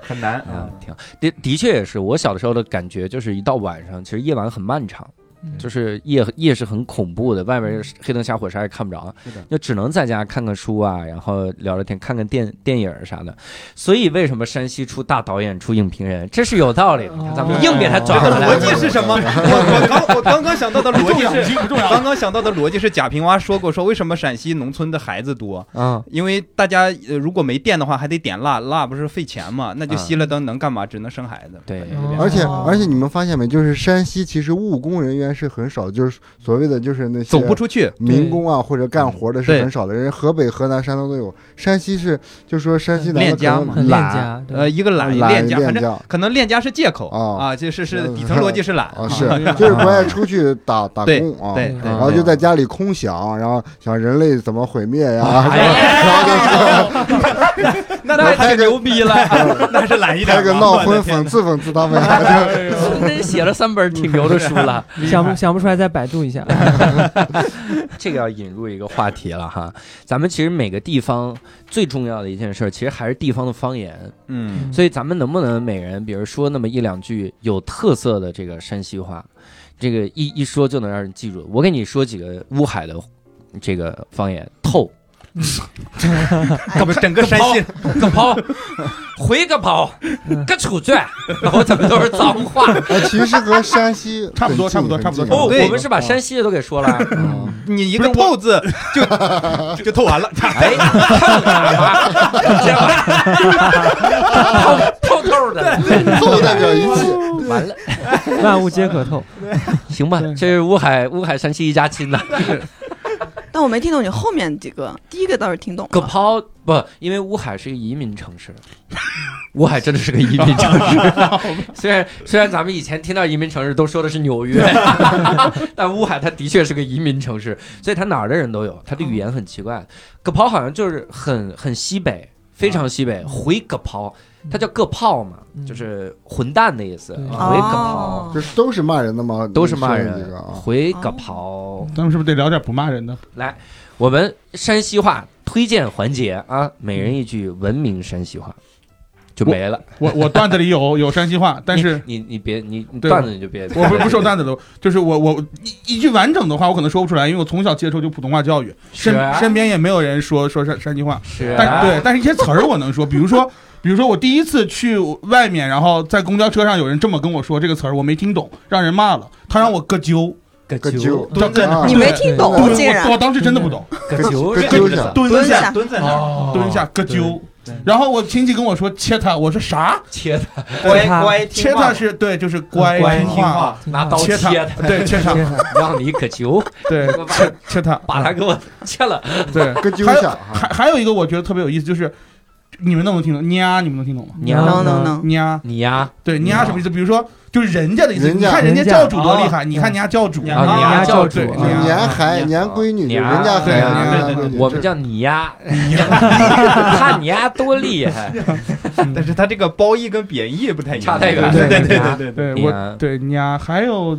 S6: 很难
S1: 啊，挺好的，的确也是。我小的时候的感觉就是，一到晚上，其实夜晚很漫长，
S8: 嗯
S1: 就是夜夜是很恐怖的，外面是黑灯瞎火，啥也看不着
S6: 是的，
S1: 就只能在家看看书啊，然后聊聊天，看看电电影儿啥的。所以为什么山西出大导演、出影评人，这是有道理的。你看咱们硬给他
S6: 这
S1: 转
S6: 个
S1: 回
S6: 逻
S1: 来
S6: 辑是什么？我我刚我刚刚想到的逻辑是，刚刚想到的逻辑是贾平凹说过，说为什么陕西农村的孩子多？
S1: 啊，
S6: 因为大家呃如果没电的话，还得点蜡，蜡不是费钱嘛？那就熄了灯能干嘛？只能生孩子。
S1: 对
S6: 反正就这样
S4: 而且
S8: 哦
S4: 而且你们发现没，就是山西其实务工人员源是很少的，就是所谓的就是那些
S6: 走不出去。
S4: 民工啊或者干活的是很少的，人家河北、河南、山东都有，山西是就说山西
S6: 嗯
S4: 男的
S6: 链家
S4: 可
S6: 嘛
S4: 能
S8: 很恋
S4: 懒
S8: 家，对
S6: 呃，一个懒，一个
S4: 懒
S6: 练家，反正可能练家是借口
S4: 哦
S6: 啊，就是是
S4: 嗯
S6: 底层逻辑是懒
S4: 啊，
S6: 啊
S4: 是就是不爱出去打打
S6: 对
S4: 工啊，
S6: 对
S8: 嗯
S6: 对，
S4: 然后就在家里空想，然后想人类怎么毁灭呀，
S5: 哎
S4: 然后
S6: 那
S4: 那
S6: 那
S4: 还
S6: 太
S4: 得
S6: 牛逼了，那是
S5: 哎
S6: 懒一
S4: 就开
S6: 点吧。
S4: 个闹
S6: 我
S4: 婚
S6: 的天
S4: 讽刺讽刺他们 呀，
S6: 哎
S1: 那写了三本挺牛的书了。
S8: 想不想不出来再百度一下。
S1: 这个要引入一个话题了哈，咱们其实每个地方最重要的一件事儿，其实还是地方的方言。
S6: 嗯，
S1: 所以咱们能不能每人，比如说那么一两句有特色的这个山西话，这个一一说就能让人记住。我给你说几个乌海的这个方言，透
S6: 我们整个山西
S1: 个跑，回个跑，个杵转，然后咱们都是脏话。
S4: 哎其实和山西
S5: 差不多
S4: 很近
S5: 差不多
S4: 很
S5: 差不多
S4: 近
S1: 哦，
S6: 对
S1: 我们是把山西的都给说 了。
S6: 你一个“透”字就就透完了，
S1: 哎，看干 嘛？这样透透透的，
S4: 凑代表一起，
S1: 完了，
S8: 万物皆可透，
S1: 行吧，这是乌海乌海山西一家亲 呐。
S7: 但我没听懂你后面几个，第一个倒是听懂
S1: 个
S4: 啊
S7: 了。
S1: 抛不，因为乌海是个移民城市，乌海真的是个移民城 市。虽然虽然咱们以前听到移民城市都说的是纽约，但乌海它的确是个移民城市，所以它哪儿的人都有。它的语言很奇怪，个抛好像就是很很西北，非常西
S4: 啊
S1: 北，回个抛。它叫个炮嘛，
S8: 嗯
S1: 就是混蛋的意思。啊
S8: 对
S1: 回个
S7: 哦
S1: 炮，
S4: 就是都是骂人的嘛，
S1: 都是骂
S4: 你说的这
S1: 人
S4: 个。啊。
S1: 回个炮，
S5: 咱们是不是得聊点不骂人的？
S1: 来，我们山西话推荐环节啊，每人一句文明山西话，就没了。
S5: 我我段子里有有山西话，但是
S1: 你你你别你你
S5: 对
S1: 段子你就别，
S5: 我不是不说段子的，就是我我一一句完整的话我可能说不出来，因为我从小接受就普通话教育，
S1: 是
S5: 身
S1: 啊
S5: 身边也没有人说说山山西 话，
S1: 是
S5: 但
S1: 啊
S5: 对，但是一些词儿我能说，比如说。比如说，我第一次去外面，然后在公交车上有人这么跟我说这个词儿，我没听懂，让人骂了，他让我割揪，
S4: 个
S1: 个
S4: 揪
S1: 揪，
S5: 叫
S4: 蹲啊
S7: 你没听
S5: 对
S7: 懂，哦竟然
S5: 我我当时真的不懂，
S1: 个揪
S4: 个
S1: 是
S4: 揪
S1: 什么意思
S5: 蹲
S7: 蹲
S5: 下
S7: 下
S6: 蹲在那儿，
S1: 哦
S5: 蹲下割揪
S6: 对对，
S5: 然后我亲戚跟我说切他，我说啥？
S1: 切的
S6: 乖乖
S5: 切
S6: 听
S5: 他
S6: 话，
S5: 是对，就是乖
S8: 乖
S5: 听
S6: 听话，
S1: 拿刀
S5: 切
S1: 切
S5: 他
S1: 的，
S5: 对切
S8: 嗯
S5: 他，
S1: 让你可揪，
S5: 对切切他，
S1: 把他给我切了。
S5: 对。
S4: 个揪
S5: 还有
S4: 下啊
S5: 还还有一个我觉得特别有意思，就是你们能不能听懂？nha，你们能听懂吗？
S1: 娘
S7: 能能能，
S5: nha，
S1: 你呀
S5: 对
S1: nha
S5: ，nha 什么意思？比如说，就是人家的意思。
S4: 人
S5: 你
S4: 家
S5: 看人家
S8: 人家
S5: 教主多厉害，
S8: 哦
S5: 你看人家教主，
S6: 啊
S1: 啊，你
S6: 啊
S1: 呀教主
S5: 对，
S1: 啊
S5: 娘
S4: 年孩年闺女，
S1: 娘
S4: 人家孩
S5: 对
S4: 啊
S5: 对对对
S4: 对
S1: 我们叫你呀， 看你呀多厉害，
S6: 但是他这个褒义跟贬义不太一样，
S1: 差太远了。
S5: 对对
S6: 对
S1: 娘
S6: 对对，
S1: 你
S5: 对
S1: 啊
S5: 我
S1: 呀
S5: 对nha，还有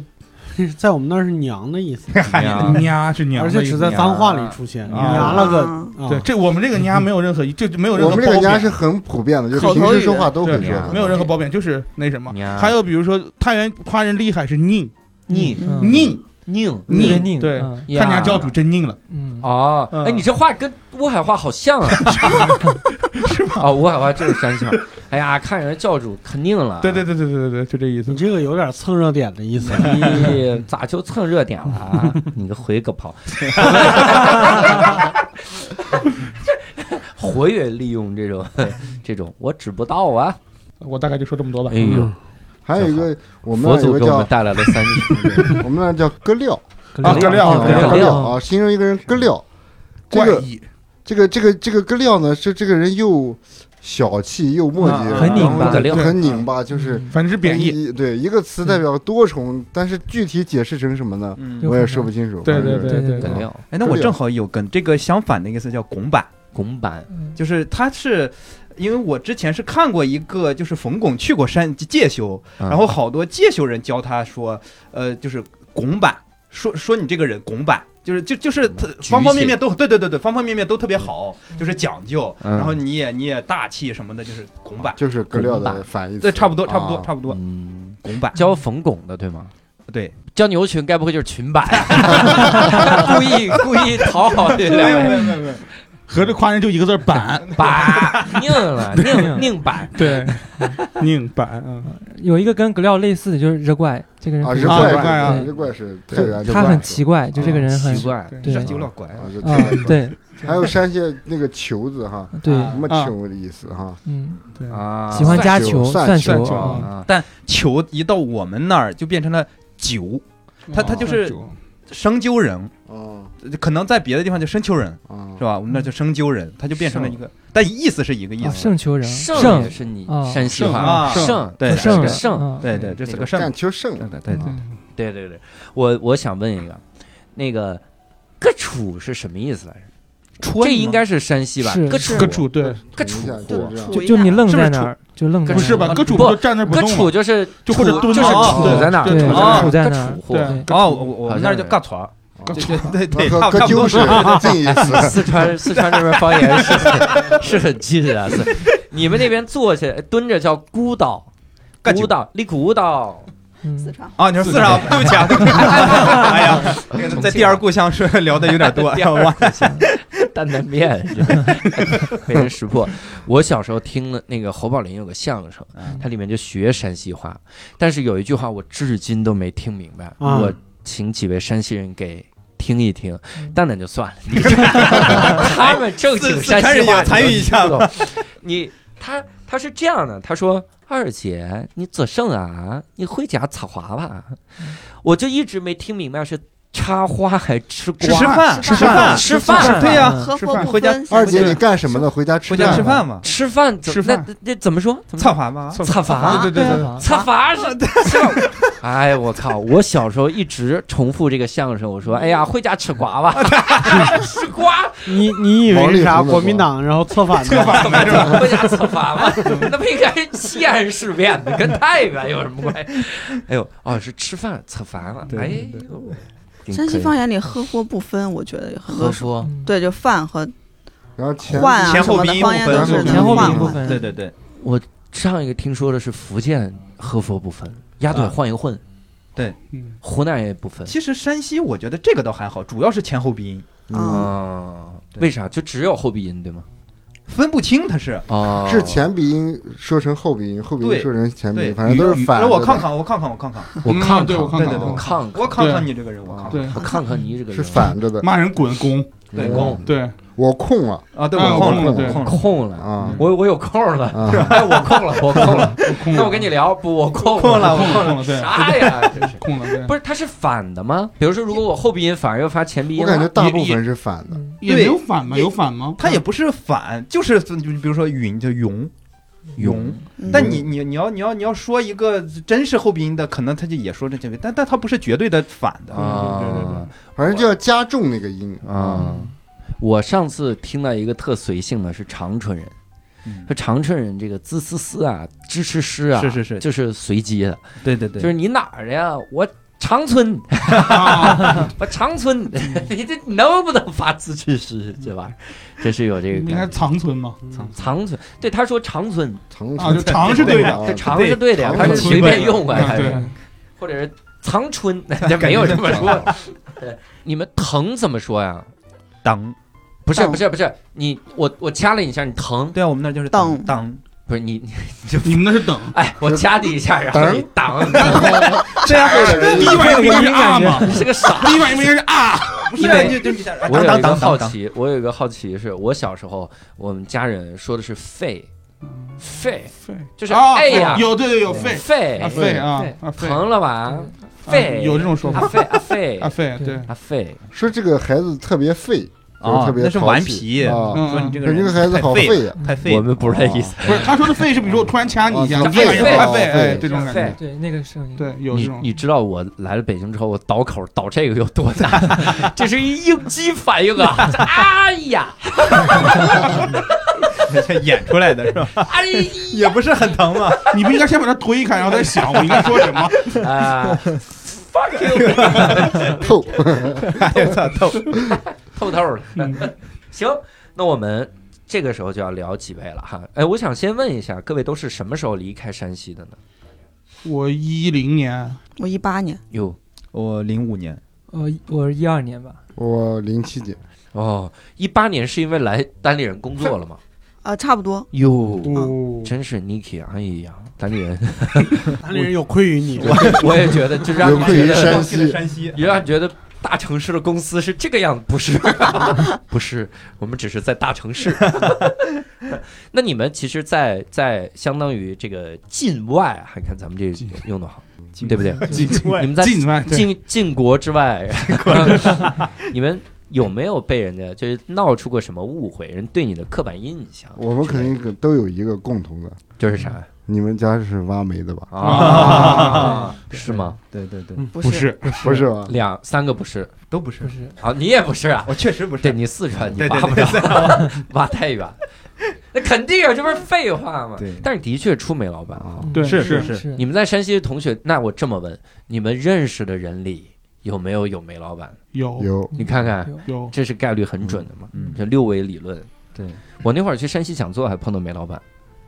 S3: 在我们那儿是娘的意思，
S1: 你啊呀
S5: nha是 啊娘
S3: 而
S5: 的
S3: 且
S5: 意
S3: 只
S5: 思。
S3: 在脏话里出现，
S5: 啊
S3: 娘了个
S7: 啊
S3: 啊
S5: 对，这我们这个nha没有任何这就没有任
S4: 我
S5: 何褒
S4: 们
S5: 贬。
S4: 这个家是很普遍的，就是
S7: 口头
S4: 平时
S7: 语
S4: 说话都会
S5: 对
S4: 说
S1: 娘
S4: 的。
S5: 没有任何褒贬，就是那什么。
S1: 娘
S5: 还有比如说，太原夸人厉害是宁
S1: 宁
S8: 嗯
S5: 宁，
S1: 宁
S5: 宁
S8: 认定
S5: 对
S8: 嗯
S5: 看人家教主真宁了，
S8: 嗯，
S1: 哦，哎，
S5: 嗯
S1: 你这话跟乌海话好像 啊，是吗？哦，乌海话就是山西话。哎呀，看人家教主肯定了，啊
S5: 对对对对对对对，就这意思
S3: 你。这个有点蹭热点的意思。
S5: 哎
S1: 对，你咋就蹭热点了啊？你个回个跑， 活跃利用这种这种，我指不到啊！
S5: 我大概就说这么多吧
S1: 哎。呦，
S4: 还有一个，嗯我们那
S1: 佛
S4: 儿有
S1: 祖
S4: 个
S1: 给我们
S4: 叫
S1: 带来了三句
S4: 我们那儿叫割料
S5: 啊割料
S4: 啊，
S5: 割
S1: 哦割
S5: 料
S4: 割料
S1: 料
S8: 嗯
S4: 啊，形容一个人割料。这
S5: 怪
S4: 个
S5: 异，
S4: 这个这个这个割料呢，是这个人又小气又墨迹，
S5: 啊
S8: 很拧巴
S4: 然后
S1: 割料
S4: 很拧巴，就是
S8: 嗯
S5: 反正是贬义。
S4: 一。对，一个词代表多重，但是具体解释成什么呢？
S6: 嗯
S8: 就
S4: 我也说不清楚。
S5: 对对
S4: 反
S8: 对
S4: 正
S5: 对
S8: 对
S1: 梗
S8: 对，
S1: 料
S6: 哎，那我正好有跟这个相反的一个词叫拱板，
S1: 拱板，
S6: 就是它是。因为我之前是看过一个，就是冯巩去过山介休，
S1: 嗯
S6: 然后好多介休人教他说，呃，就是拱板，说说你这个人拱板，就是就就是他
S1: 举
S6: 方方面
S1: 起
S6: 面都对对对对，方方面面都特别好，就是讲究，
S1: 嗯
S6: 然后你也你也大气什么的，就是拱板，
S4: 就是割料
S1: 拱
S4: 的
S1: 板
S4: 反义词。
S6: 对，差不多差不多
S4: 啊
S6: 差不多，
S1: 嗯，
S6: 拱板，
S1: 教冯巩的对吗？
S6: 对，
S1: 教牛群该不会就是群 版？故意故意讨好 这啊两位
S5: 合着夸人就一个字 儿板，
S1: 把拧 了拧拧版，
S5: 对，宁板啊，
S8: 有一个跟格料类似的就是热怪，这个人
S4: 啊，
S8: 很奇
S4: 是
S5: 啊
S4: 怪
S5: 怪啊
S4: 是怪啊是太
S8: 对
S4: 原
S8: 他很奇怪，就这个人很
S1: 啊奇怪
S8: 对
S6: 这
S1: 嗯
S6: 有点怪啊
S4: 啊，，是
S8: 啊
S4: 太原，
S8: 对嗯
S4: 还有山西那个球字哈，
S8: 对，
S4: 什么球的意思哈？
S8: 嗯，
S5: 对，
S1: 啊，
S8: 喜欢加
S4: 球
S8: 球
S4: 啊算
S8: 算
S4: 球
S8: 球
S5: 算球
S8: 啊
S1: 啊，
S6: 但球一到我们那儿就变成了酒，他他就是生揪人，
S4: 哦
S6: 可能在别的地方叫生丘人，
S4: 哦
S6: 是，吧？我们那叫生揪人，他就变成了一个，但意思是一个意
S8: 啊
S6: 思。
S8: 盛秋人，
S1: 圣也是你
S8: 啊
S1: 山西
S5: 圣
S1: 话，
S6: 啊，
S1: 圣
S6: 对
S8: 盛
S1: 是
S6: 圣，
S1: 圣
S8: 啊
S6: 对对，这是个圣，
S4: 占秋胜
S6: 对对对对，
S8: 嗯
S1: 对对对，我我想问一个，那个“个楚”是什么意思来着？
S6: 戳
S1: 这
S6: 你吗
S1: 应该是山西吧？
S8: 是
S1: 个
S7: 是
S1: 楚，
S5: 各处对，
S1: 个
S4: 等一
S1: 楚
S4: 下
S1: 户
S4: 就是这样
S7: 楚
S8: 就
S7: 一
S8: 就
S7: 下
S8: 你愣
S6: 是不
S8: 在
S6: 是
S8: 那
S6: 杵
S8: 儿，就愣在
S1: 不
S5: 不是
S8: 那儿
S5: 吧？各处
S1: 不
S5: 都站那不
S1: 个
S5: 动
S1: 楚
S5: 了，
S1: 就是
S5: 就或者
S1: 楚
S5: 蹲
S1: 就是
S6: 着
S1: 杵在那儿，
S5: 对
S1: 就是
S6: 杵
S8: 在那
S1: 个
S8: 儿
S1: 楚户。
S5: 对
S6: 哦，我我
S1: 好像
S6: 们那儿叫
S1: 是
S6: 尬船，对对对，
S4: 啊和和
S6: 差不差不
S4: 鸠
S6: 多
S4: 是近 义词。
S1: 四川四川这边方言是是很近啊，是你们那边坐下蹲着叫孤岛，
S6: 干酒
S1: 孤岛立孤岛，
S7: 四
S8: 嗯，
S7: 川话
S6: 啊，你说四川，对不起啊，哎呀，那个在第
S1: 啊
S6: 二故乡是聊的有点 多，哇，
S1: 担担面，是吧 被人识破。我小时候听了那个侯宝林有个相声，
S6: 嗯
S1: 它里面就学山西话，但是有一句话我至今都没听明白，
S3: 啊
S1: 我请几位山西人给。听一听
S8: 嗯，
S1: 蛋蛋就算了， 你他们正经
S6: 四
S1: 山
S6: 川
S1: 西
S6: 人也
S1: 话
S6: 参与一下
S1: 吧。你他他是这样的，他说二姐你做甚啊？你回家插花吧。
S6: 嗯
S1: 我就一直没听明白是插花还吃瓜。
S6: 吃饭
S7: 吃
S6: 吃
S7: 饭
S6: 饭
S1: 啊吃
S8: 吃
S1: 饭
S8: 饭
S6: 对呀
S8: 嗯
S7: 合
S6: 吃
S7: 伙
S6: 饭
S7: 不
S6: 回家
S7: 分，
S4: 二姐，你干什么呢？回家吃
S6: 回家吃
S4: 饭
S6: 饭嘛，
S1: 吃嗯饭怎
S5: 吃饭
S1: 那那怎么说？怎么
S6: 蹭饭嘛，
S1: 擦伐？
S5: 啊对对对对，
S1: 擦伐是哎，我靠！我小时候一直重复这个相声，我说：“哎呀，回家吃瓜吧， 吃瓜，
S3: 你你以为是啥国民党，然后策反的？
S1: 怎么怎么回家吃瓜吧？ 那不应该是西安事变的，跟太原有什么关系？” 哎呦，哦，是吃饭吃烦了。哎呦，
S7: 山西方
S1: 言
S7: 言里喝货不分，我觉得有很
S1: 何
S7: 多时候
S1: 说
S8: 嗯
S7: 对，就饭和
S4: 然后前
S7: 换啊
S6: 前
S7: 什
S6: 后
S7: 么
S6: 鼻
S7: 的
S6: 音
S7: 方言
S6: 不
S7: 都
S6: 分
S7: 是
S8: 前后
S7: 能
S8: 鼻
S7: 换
S8: 音不
S7: 换。
S8: 分，
S6: 对对对
S1: 上一个听说的是福建喝佛不分，鸭腿
S6: 啊
S1: 换一混，
S6: 对
S3: 嗯，
S1: 湖南也不分。
S6: 其实山西我觉得这个倒还好，主要是前后鼻音
S7: 嗯，
S1: 啊，为啥？就只有后鼻音对吗？
S6: 分不清，它是
S1: 哦，
S4: 嗯是前鼻音说成后鼻音，后鼻音说成前鼻
S6: 对，
S4: 音，反正都是反
S6: 那
S4: 着的。
S6: 我看看，我看看，我看看，
S1: 我
S5: 嗯
S1: 看
S5: 对我
S1: 看，
S5: 看看
S6: 对对对
S1: 我
S5: 啊
S1: 看看，
S6: 我看看你这个人，我看看
S5: 对
S1: 我看看你这个
S4: 是
S1: 人
S4: 啊反着的。
S5: 骂人滚弓，
S6: 对
S4: 嗯
S6: 空
S5: 对，
S4: 我空了
S6: 啊，对
S5: 啊
S6: 我空
S5: 空
S6: 了，
S5: 了
S6: 我
S5: 对
S6: 空了，
S1: 空了。
S4: 啊
S1: 我我有空了，
S4: 啊！
S1: 哎，我空了，我空了。
S5: 空
S1: 那我
S5: 了
S1: 跟你聊，不，我空
S6: 空
S1: 了。
S6: 了，我
S5: 空
S6: 空
S5: 了
S6: 了。
S5: 空了，对，
S1: 啥 呀？这是
S5: 空了对，
S1: 不是它是反的吗？比如说，如果我后鼻音反而又发前鼻音
S4: 我
S1: 了，
S4: 感觉大部分是反的。
S8: 嗯
S5: 也没有反吗？有反吗？
S6: 它也不是反，就是就比如说云叫云，云，
S7: 嗯
S6: 但你你你要你要你要说一个真是后鼻音的，可能他就也说这这个，但但他不是绝对的反的。
S5: 对对对
S1: 啊
S5: 对
S4: 反正就要加重那个音
S1: 啊！我上次听到一个特随性的，是长春人，
S6: 嗯
S1: 说长春人这个滋滋滋啊，吱吱吱啊，
S6: 是是是
S1: 就是随机的，
S6: 对对对，
S1: 就是你哪儿的呀？我长春，
S5: 啊，
S1: 我长 春，你这能不能发自治市这玩意儿？真是有这
S5: 应
S1: 个
S5: 该
S1: 感觉。
S5: 长存嘛，
S1: 长春，对他说长春，
S4: 长
S5: 啊，就长是 对的，
S1: 这长是对的呀，
S4: 长
S1: 他
S4: 春
S1: 是随便用啊，
S5: 啊
S1: 他
S5: 对
S1: 是，或者是长春，这没有这么说。 对你们疼怎么说呀？
S6: 当，
S1: 不是
S7: 当
S1: 不是不是，你我我掐了你一下，你疼？
S6: 对啊，我们那儿就是
S7: 当
S6: 当，
S1: 不是你， 你
S5: 你们那是等，
S1: 哎，我掐你一下，然后你挡，
S6: 对啊，
S5: 第一反应不应该是 啊嘛，
S1: 你是个傻
S5: 第一反应不应该是啊，
S6: 一般就就就当
S1: 我有一
S6: 当
S1: 个
S6: 当
S1: 好
S6: 当当，
S1: 奇，我有一个好奇是，我小时候我们家人说的是肺，肺，就是
S5: 啊，
S1: 哎呀，
S5: 有对对有肺
S1: 肺
S5: 啊，肺啊啊肺
S1: 疼了吧？肺，
S5: 嗯有这种说
S1: 啊
S5: 法
S1: 肺啊肺
S5: 啊肺对，
S1: 啊肺，
S4: 说这个孩子特别废，就是
S6: 啊
S4: 特别
S6: 那是
S4: 淘
S6: 顽
S4: 气
S6: 皮
S4: 啊。
S5: 嗯
S6: 说你这个
S4: 说这
S6: 人
S4: 个孩子
S6: 太
S4: 好
S6: 废 了，
S4: 呀，
S8: 嗯
S6: 太废了，
S1: 不是这意思，
S5: 不是他说的肺是比如说我突然掐你一下，
S4: 啊
S5: 哎呀
S1: 肺
S5: 哎肺
S4: 啊
S5: 哎
S4: 肺
S5: 这种感觉，
S8: 对那个声音，
S5: 对有这
S1: 你
S5: 种
S1: 你知道我来了北京之后，我倒口倒这个有多难？ 这是一应激反应啊！ 哎呀，
S6: 演出来的是吧？
S1: 哎
S6: 也不是很疼嘛，
S5: 你不应该先把它推开，然后再想我应该说什么？
S1: 呀，啊，fuck you，
S4: 透
S6: 哎呀，逗，
S1: 透透的。
S5: 嗯
S1: 行，那我们这个时候就要聊几位了哈。哎，我想先问一下，各位都是什么时候离开山西的呢？
S5: 我一零年，
S7: 我一八年，
S1: 哟，
S6: 我零五年，
S8: 呃，我是一二年吧，
S4: 我零七年，
S1: 哦，一八年是因为来单立人工作了吗？
S7: 呃，差不多，
S1: 哟，
S5: 哦，
S1: 真是 Niki，哎呀，单立人，
S3: 当地人有愧于你，
S1: 我我也觉得，就让
S4: 有
S1: 你
S4: 愧
S1: 觉
S4: 于
S1: 得
S4: 山西，
S6: 山西
S1: 也让你觉得大城市的公司是这个样子，不是？ 不是，我们只是在大城市。 那你们其实在，在相当于这个境外啊，还看咱们这用的好，对不对？
S5: 进
S1: 你们在
S5: 进外对
S1: 晋晋国之外， 你们有没有被人家就是闹出过什么误会？人对你的刻板印象之类的？
S4: 我们肯定都有一个共同的，
S1: 就是啥
S4: 你们家是挖煤 的吧？
S1: 啊？是吗？
S6: 对对对，
S7: 不
S5: 不是
S4: 不是吧？
S1: 两三个不是
S6: 嗯都不是
S8: 不，是
S1: 啊？你也不是啊？
S6: 我确实不
S1: 对
S6: 是。
S1: 你四川，你
S6: 对
S1: 挖
S6: 对
S1: 不
S6: 对
S1: 着，挖太远， 那肯定啊，这不是废话吗？
S6: 对
S1: 但是的确出煤老板啊。
S8: 对
S5: 是
S6: 是
S8: 嗯是
S6: 是
S8: 是
S1: 你们在山西的同学，那我这么问，你们认识的人里有没有有煤老板？
S5: 有
S4: 有
S1: 你看看，
S5: 有
S1: 这是概率很准的嘛？
S6: 嗯
S1: 这六维理论。
S6: 对，
S1: 我那会儿去山西讲座还碰到煤老板，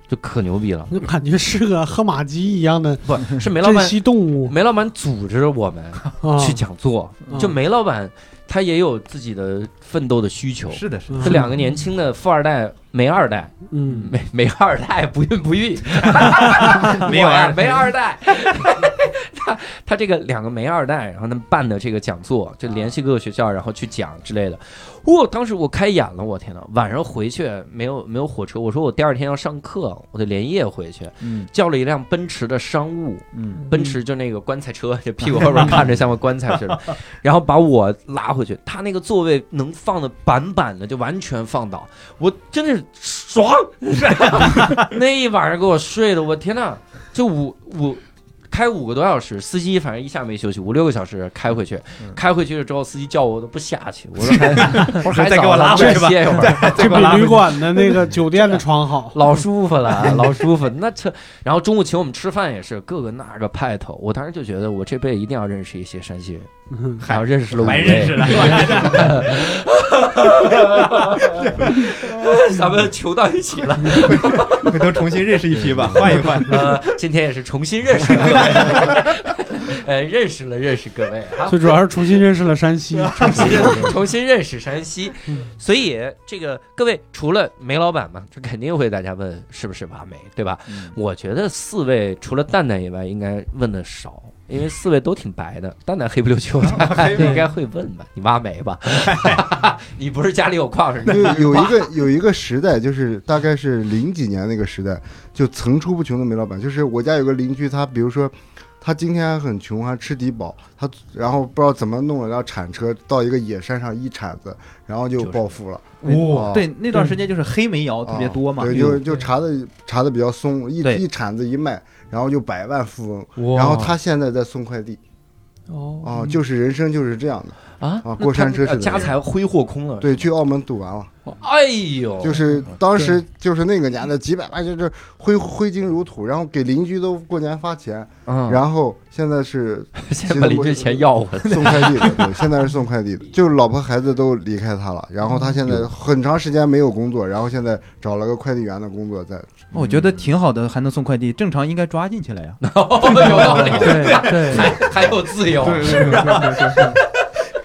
S1: 就可牛逼了。
S3: 就感觉是个和马鸡一样的
S1: 不
S6: 嗯
S1: 是煤老
S3: 珍
S1: 板，
S3: 稀动物
S1: 煤老板组织我们
S3: 啊，
S1: 去讲座。
S3: 啊
S1: 就煤老板他也有自己的奋斗的需求。
S6: 是的，是的，
S1: 这两个年轻的富二代，煤二代，
S3: 嗯，
S1: 煤煤二代不孕不 育，
S6: 没有
S1: 啊，
S6: 二代
S1: 煤二代。 他他这个两个煤二代，然后他们办的这个讲座，就联系各个学校，然后去讲之类的。我、当时我开眼了，我天呐，晚上回去没有没有火车，我说我第二天要上课，我得连夜回去，
S6: 嗯
S1: 叫了一辆奔驰的商务，
S6: 嗯
S1: 奔驰就那个棺材 车，就屁股后边看着像个棺材似的，然后把我拉回去，他那个座位能放的板板的，就完全放倒，我真的是爽，那一晚上给我睡的，我天呐，就五五开五个多小时，司机反正一下没休息，五六个小时开回去，开回去了之后，司机叫我我都不下去，我说还我说 还
S6: 再给我
S1: 早呢
S6: 拉回去
S1: 再
S6: 吧
S1: 歇 一会儿，
S3: 这比旅馆的 那个酒店的床好。
S1: 老舒服了， 老舒服。那这，然后中午请我们吃饭也是各个那个派头，我当时就觉得我这辈子一定要认识一些山西人，
S3: 嗯
S1: 然后认识了五
S6: 还
S1: 位，
S6: 认 识了，
S1: 咱们求到一起了。
S6: 回头重新认识一批吧，换一换。
S1: 呃，今天也是重新认识各位， 呃，认识了认识各位啊，
S3: 最主要是重新认识了山西，
S1: 重新认重新认识山西。
S6: 嗯
S1: 所以这个各位，除了煤老板嘛，这肯定会大家问是不是挖煤，对吧？
S6: 嗯
S1: 我觉得四位除了蛋蛋以外，应该问的少，因为四位都挺白的，蛋蛋黑不溜秋的，应该会问吧？你挖煤 吧？你不是家里有矿是吧？
S4: 因为 有一个有一个时代，就是大概是零几年那个时代，就层出不穷的煤老板。就是我家有个邻居，他比如说，他今天很穷，还吃低保，他然后不知道怎么弄了，然后铲车到一个野山上一铲子，然后就暴富了。
S6: 哇
S4: 啊
S6: 对，那段时间就是黑煤窑特别多
S4: 嗯
S6: 嘛，
S4: 哦
S6: 嗯
S4: 对，就就查的查的比较松，一
S1: 对
S4: 一铲子一卖，然后就百万富翁。
S1: 哇
S4: 然后他现在在送快递
S8: 哦，
S4: 啊，就是人生就是这样的。
S1: 啊
S4: 啊过山车
S1: 那他
S4: 似的
S1: 家财挥霍空了。
S4: 对，去澳门赌完了，
S1: 哎呦，
S4: 就是当时就是那个年代几百万就是挥挥金如土，然后给邻居都过年发钱，
S1: 嗯，
S4: 然后现在是
S1: 先把邻居钱要回来。
S4: 送快递的，对，现在是送快递的，就是老婆孩子都离开他了，然后他现在很长时间没有工作，然后现在找了个快递员的工作在，
S6: 我觉得挺好的，还能送快递，正常应该抓进去了呀。
S1: 哦，有道理，
S8: 对对，
S1: 还 还有自由。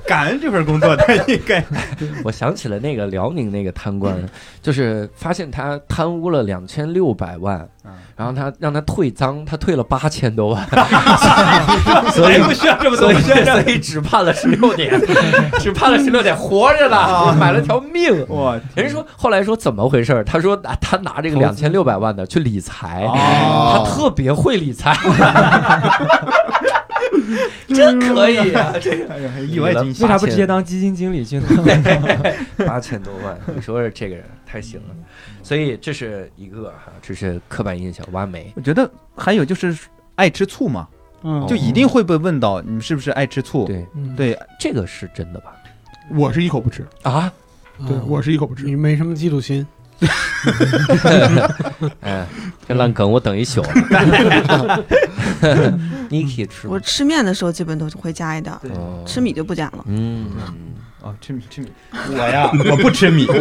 S6: 感恩这份工作，他应该
S1: 我想起了那个辽宁那个贪官，就是发现他贪污了两千六百万
S6: 嗯，
S1: 然后他让他退赃，他退了八千多 万，
S6: 所以不需要这么
S1: 所
S6: 多
S1: 以
S6: 事。
S1: 所以只判了十六年，只判了十六年，活着
S6: 啊
S1: 呢，买了条命。
S6: 哇，
S1: 人家说后来说怎么回事儿？他说拿他拿这个两千六百万的去理财，他
S4: 哦
S1: 特别会理财，
S6: 哦
S1: 真可以 啊！这个
S6: 哎呀还意外惊喜
S1: 为啥
S8: 为啥
S1: 不
S8: 不
S1: 直
S8: 直
S1: 接
S8: 接当基金经理去 呢？
S1: 八千多万，你说说这个人太行了。所以这是一个哈，这是刻板印象，挖煤。
S6: 我觉得还有就是爱吃醋嘛，
S3: 嗯，
S6: 就一定会被问到你是不是爱吃醋。
S1: 对，
S8: 嗯，
S6: 对，
S1: 这个是真的吧？
S5: 我是一口不吃，
S1: 啊，
S5: 对
S3: 嗯
S5: 我是一口不吃。
S3: 你没什么嫉妒心，
S1: 哎，这烂梗我等一宿。Niki 吃
S7: 我
S1: 吗？
S7: 吃面的时候基本都会加一点儿，
S6: 对
S1: 哦
S7: 吃。米就不加了。
S1: 嗯，
S6: 哦，吃米吃米，我呀， 我不吃米，
S8: 吃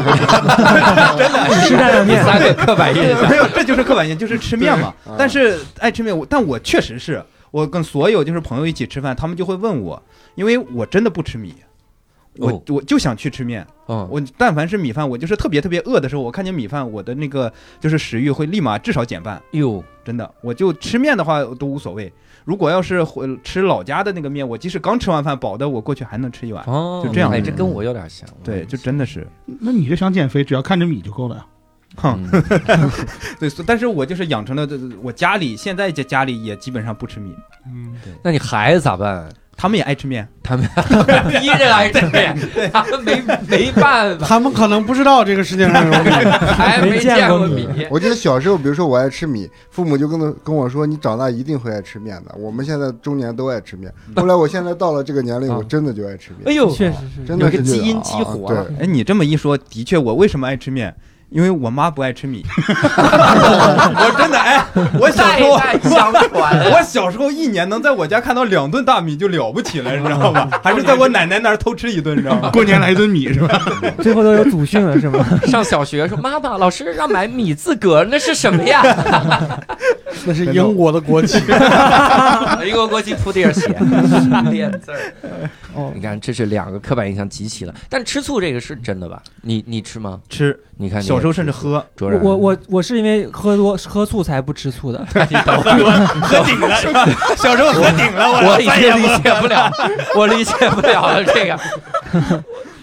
S8: 担担
S1: 第
S8: 面，
S1: 嗯 三个刻板印象，
S6: 没有，这就是刻板印象，就是吃面嘛
S4: 对啊。
S6: 但是爱吃面，我但我确实是我跟所有就是朋友一起吃饭，他们就会问我，因为我真的不吃米。我
S1: 哦
S6: 我就想去吃面，
S1: 嗯，
S6: 我但凡是米饭，我就是特别特别饿的时候，我看见米饭，我的那个就是食欲会立马至少减半，
S1: 哟，
S6: 真的。我就吃面的话都无所谓，如果要是回吃老家的那个面，我即使刚吃完饭饱的，我过去还能吃一碗。
S1: 哦，
S6: 就这样
S1: 哎，这跟我有点像。
S6: 对，就真的是
S5: 那你就想减肥，只要看着米就够了呀。
S1: 嗯
S6: 对，所但是我就是养成了，这我家里现在家家里也基本上不吃米，
S5: 嗯，
S1: 那你孩子咋办？
S6: 他们也爱吃面，
S1: 他们逼着来吃面，他们没没办法，
S3: 他们可能不知道这个世界上有 米，
S1: 还
S8: 没
S1: 没
S8: 见
S1: 见
S8: 过
S1: 过米。
S8: 你
S4: 我记得小时候，比如说我爱吃米，父母就跟他跟我说，你长大一定会爱吃面的。我们现在中年都爱吃面，后来我现在到了这个年龄，
S1: 啊
S4: 我真的就爱吃面，
S1: 哎呦，
S8: 确实是
S4: 真的是
S1: 有个
S4: 这
S1: 基
S4: 样
S1: 因激活
S4: 啊
S1: 了
S4: 对，
S6: 哎，你这么一说，的确，我为什么爱吃面？因为我妈不爱吃米， 我真的哎，我小时候，
S1: 代代相传。
S6: 我小时候一年能在我家看到两顿大米就了不起了，你知道 吗？还是在我奶奶那儿偷吃一顿，你 知道吗？
S5: 过年来一顿米是吧？
S8: 最后都有祖训了，是吗？
S1: 上小学说妈妈，老师让买米字格，那是什么呀？
S3: 那是英国的国旗。
S1: 英国国旗铺点 血，练字儿。
S8: 哦
S1: 你看，这是两个刻板印象集齐了。但吃醋这个是真的吧？你你吃吗？
S6: 吃，
S1: 你看你
S6: 小时候甚至喝，
S1: 卓然，
S8: 我我我是因为喝多喝醋才不吃醋的，
S6: 喝顶了是吧？小时候喝顶了，
S1: 我已经理解不了，我理解不了了这个，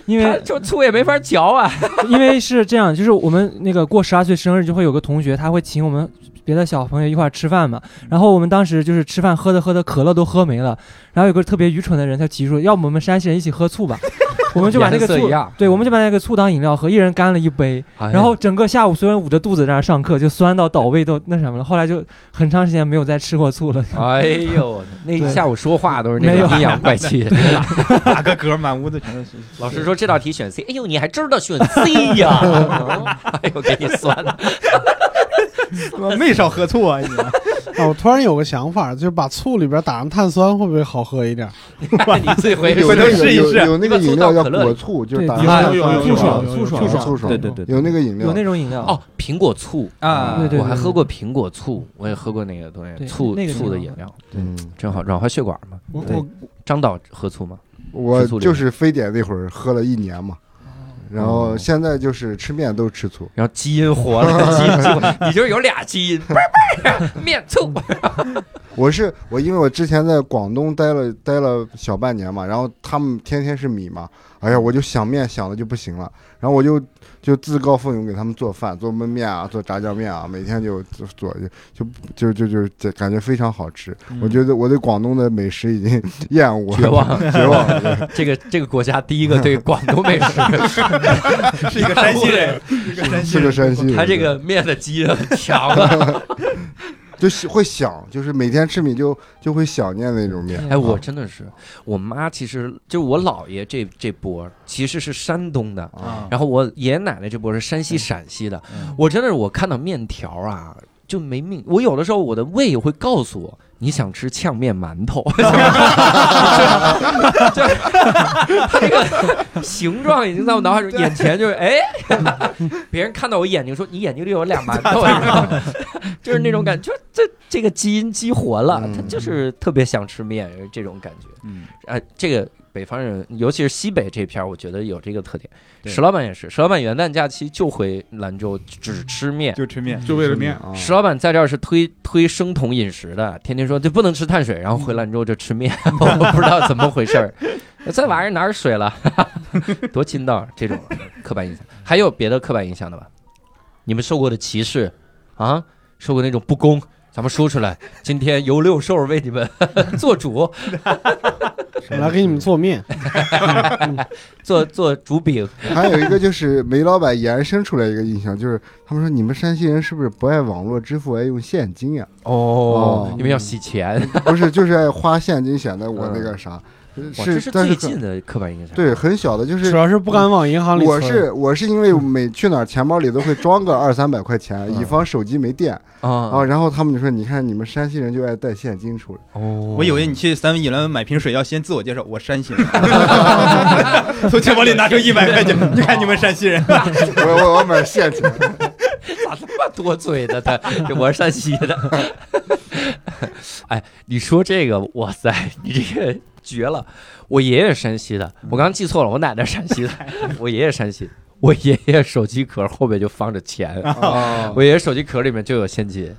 S8: 因
S1: 他
S8: 为
S1: 就醋也没法嚼啊。
S8: 因为是这样，就是我们那个过十二岁生日就会有个同学，他会请我们别的小朋友一块儿吃饭嘛。
S1: 嗯
S8: 然后我们当时就是吃饭喝着喝着可乐都喝没了，然后有个特别愚蠢的人他提出，要不我们山西人一起喝 醋吧。我们就把那个
S1: 颜色
S8: 醋
S1: 一样，哎
S8: 对，我们就把那个醋当饮料喝，一人干了一杯，然后整个下午所有人捂着肚子在那儿上课，就酸到倒胃都那什么了。后来就很长时间没有再吃过醋了。
S1: 哎呦，那一下午说话都是那
S8: 没有
S1: 个阴阳怪气。
S6: 打个嗝，满屋子全是。
S1: 老师说这道题选 C，哎呦，你还知道选 C 呀？哎呦，给你酸的。
S6: 没少喝醋啊，你
S3: 啊，我突然有个想法，就是把醋里边打上碳酸，会不会好喝一点？
S1: 你最回
S4: 有
S6: 回
S4: 那
S6: 头
S4: 个
S6: 试一
S4: 有
S6: 试
S4: 有那个饮料叫
S1: 把醋倒可乐里
S4: 果醋，就
S8: 对
S4: 是打
S8: 有
S4: 上
S5: 有有有
S4: 醋
S5: 有
S4: 爽
S5: 有有
S4: 醋爽
S5: 有
S4: 醋爽，
S6: 对对对对
S4: 有那个饮料
S8: 有那种饮料
S1: 哦，，苹果醋
S6: 啊
S8: 对对对
S1: 我还喝过苹果醋，我也喝过那个东西，
S8: 对
S1: 醋
S8: 那个
S1: 醋的
S8: 挺
S1: 饮
S8: 好
S1: 料，
S4: 嗯，
S1: 正好软化血管嘛。
S5: 我
S1: 对
S5: 我
S1: 张导喝醋吗？
S4: 我
S1: 吃醋里
S4: 就是非典那会儿喝了一年嘛，然后现在就是吃面都吃醋。
S1: 然后基因活了，基因激活，你就是有俩基因， 嘣嘣，面醋。
S4: 我是我，因为我之前在广东待了待了小半年嘛，然后他们天天是米嘛，哎呀，我就想面想的就不行了，然后我就就自告奋勇给他们做饭，做焖面啊，做炸酱面啊，每天就做做就就就就就感觉非常好吃。我觉得我对广东的美食已经 厌恶了
S1: 嗯绝望
S4: 绝望 了。对
S1: 这个这个国家第一个对广东美食
S6: 是一个山西人，一个山西
S4: 是个
S6: 人，
S4: 山西人，
S1: 他这个面的基因很强啊！
S4: 就是会想，就是每天吃米就就会想念那种面。
S1: 哎，我真的是，我妈其实就我姥爷这这波其实是山东的，
S4: 啊，
S1: 然后我爷爷奶奶这波是山西、陕西的。我真的是我看到面条啊就没命，我有的时候我的胃会告诉我。你想吃呛面馒头，就是它这个形状已经在我脑海中，眼前就是哎，别人看到我眼睛说你眼睛里有俩馒头，你知道吗就是那种感觉，就是这这个基因激活了，他
S4: 嗯
S1: 就是特别想吃面这种感觉。
S6: 嗯，
S1: 哎，这个北方人，尤其是西北这片儿，我觉得有这个特点。
S6: 对
S1: 石老板也是，石老板元旦假期就回兰州，只吃面。
S6: 就吃面，
S5: 就为了 面，
S4: 啊
S1: 石老板在这儿是推推生酮饮食的，天天说就不能吃碳水，然后回
S4: 嗯
S1: 兰州就吃面， 我不知道怎么回事儿。 这玩意儿哪儿水了？ 多劲道！这种刻板印象，还有别的刻板印象的吧？你们受过的歧视啊，受过那种不公，咱们说出来。今天由六兽为你们 做主，
S3: 我来给你们做面，
S1: 做做主饼。
S4: 还有一个就是煤老板延伸出来一个印象，就是他们说你们山西人是不是不爱网络支付，爱用现金呀？
S1: 哦
S4: 哦
S1: 因为要洗钱，
S4: 不是，就是爱花现金显得我那个啥，
S1: 哇，这
S4: 是
S1: 是
S4: 但
S1: 最
S4: 是
S1: 近的刻板印象。
S4: 很，对很小的，就
S3: 主
S4: 是
S3: 要是不敢往银行里存。
S4: 我是我是因为每去哪儿钱包里都会装个二三百块钱，以防手机没电啊。
S1: 啊，
S4: 然后他们就说，你看你们山西人就爱带现 金出来，
S1: 哦
S6: 我以为你去 Seven Eleven 买瓶水要先自我介绍，我山西人， 从钱包里拿出一百块钱，你看你们山西人，
S4: 我我我买现金。
S1: 咋这么多嘴的他？这我是山西的。哎，你说这个，哇塞，你这个绝了！我爷爷山西的，我刚记错了，我奶奶山西的，我爷爷山西的。我爷爷手机壳后面就放着钱，
S4: 啊
S1: 我爷爷手机壳里面就有现金，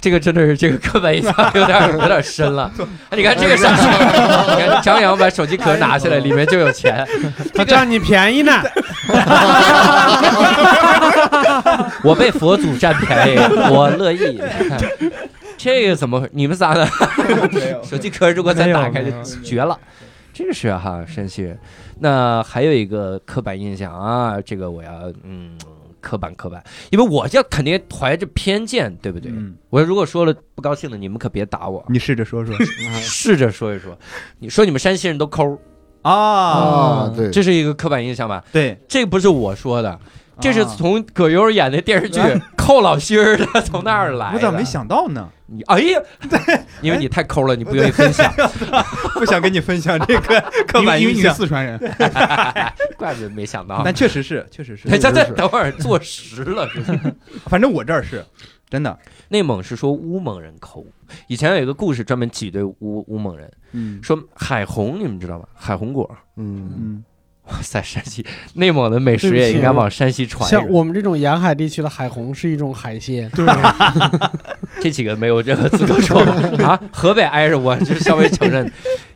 S1: 这个真的是这个刻板印象有点有点深了。哎你看这个山西，你看张扬把手机壳拿下来，里面就有钱。
S3: 他占你便宜呢。
S1: 我被佛祖占便宜，我乐意。这个怎么回？你们仨呢？手机壳如果再打开就绝了。这个是哈，山西人。那还有一个刻板印象啊，这个我要嗯，刻板刻板，因为我这肯定怀着偏见，对不对？
S6: 嗯，
S1: 我如果说了不高兴的，你们可别打我。
S6: 你试着说说
S1: 试着说一说，你说你们山西人都抠儿，
S6: 啊，
S4: 啊，对，
S1: 这是一个刻板印象吧？
S6: 对，
S1: 这不是我说的，这是
S6: 啊
S1: 从葛优演的电视 剧《寇老心儿》的从那儿来的。
S6: 我咋没想哎到呢？
S1: 你？哎 呀，因为你太抠了，你不愿意分享，
S6: 不想跟你分享这个 刻
S5: 因为
S6: 板
S5: 因为
S6: 印
S5: 你是
S6: 象，
S5: 四川人，
S1: 怪不得没想到。
S6: 但确实是，确实是
S1: 等，
S4: 这
S1: 等等，等会儿坐实了。是不 是
S6: 反正我这儿是真的，
S1: 内蒙是说乌蒙人抠，以前有一个故事专门挤兑乌乌蒙人，
S6: 嗯
S1: 说海红你们知道吗？海红果，
S4: 嗯，
S6: 嗯，
S1: 哇塞，山西内蒙的美食
S3: 对不
S1: 也
S3: 起
S1: 应该往山西传一
S3: 像
S1: 传。
S3: 我们这种沿海地区的海虹是一种海鲜，对，
S1: 这几个没有任何资格说啊。河北挨着我，就稍微承认，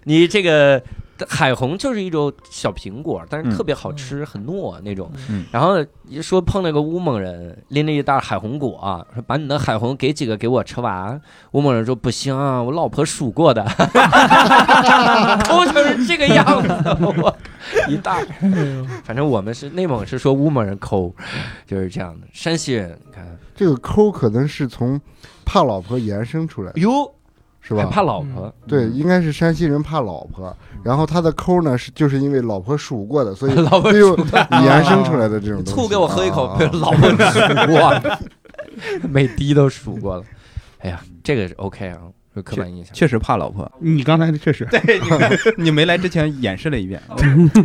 S1: 你这个海虹就是一种小苹果，但是特别好吃，很糯那种。
S6: 嗯
S1: 然后一说碰到个乌蒙人，拎了一袋海虹果、说把你的海虹给几个给我吃完。乌蒙人说不行、啊，我老婆数过的，抠成这个样子，我一袋儿。 反正我们是内蒙是说乌蒙人抠，就是这样的。山西人，你看，
S4: 这个抠可能是从怕老婆延伸出来的，
S1: 哟，
S4: 是
S1: 还
S4: 吧？
S1: 哎怕老婆。
S4: 对，应该是山西人怕老婆，然后他的抠呢是就是因为老婆数过的，所以
S1: 老婆
S4: 就衍生出来的这种东西。
S1: 醋给我喝一口
S4: 啊，
S1: 被老 婆数过，每滴都数过了。哎呀，这个是 OK 啊，是刻板印象。
S6: 确实怕老婆。
S5: 你刚才确实
S6: 对，你看 你没来之前演示了一遍。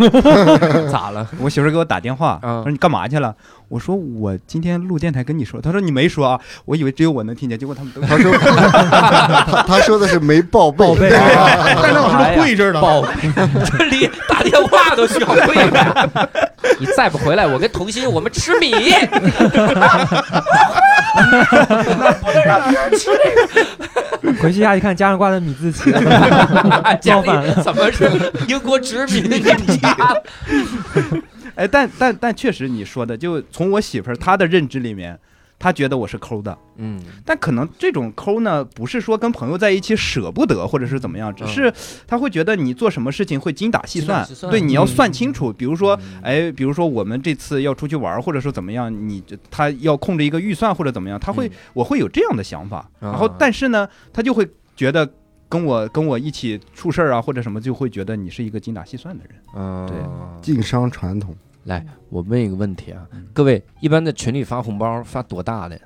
S1: 咋了？
S6: 我媳妇儿给我打电话，
S1: 嗯
S6: 她说你干嘛去了？我说我今天录电台跟你说，她说你没说啊，我以为只有我能听见，结果他们都
S4: 他说他他说的是没报备，报备
S5: 但是我
S1: 哎
S5: 是
S1: 呀
S5: 跪这儿了，
S1: 宝贝，这里打电话都需要跪着。 你再不回来，我跟童心我们吃 米。
S8: 回去家一看，家上挂的米 字旗，呃
S1: 家
S8: 造反
S1: 里怎么是英国殖民的 家？
S6: 哎，但但但确实你说的，就从我媳妇儿她的认知里面，她觉得我是抠的，
S1: 嗯，
S6: 但可能这种抠呢，不是说跟朋友在一起舍不得或者是怎么样，只是她会觉得你做什么事情会精打细
S1: 精
S6: 算
S1: 打细，算
S6: 对，你要
S1: 嗯
S6: 算清楚，比如说。哎，比如说我们这次要出去玩儿，或者说怎么样，你这他要控制一个预算或者怎么样，他会、
S1: 嗯
S6: 我会有这样的想法，然后
S1: 啊
S6: 但是呢，他就会觉得跟我跟我一起出事儿啊或者什么，就会觉得你是一个精打细算的人。
S1: 嗯，
S6: 对
S4: 晋商传统，
S1: 我问一个问题啊，各位一般在群里发红包发多大的呀？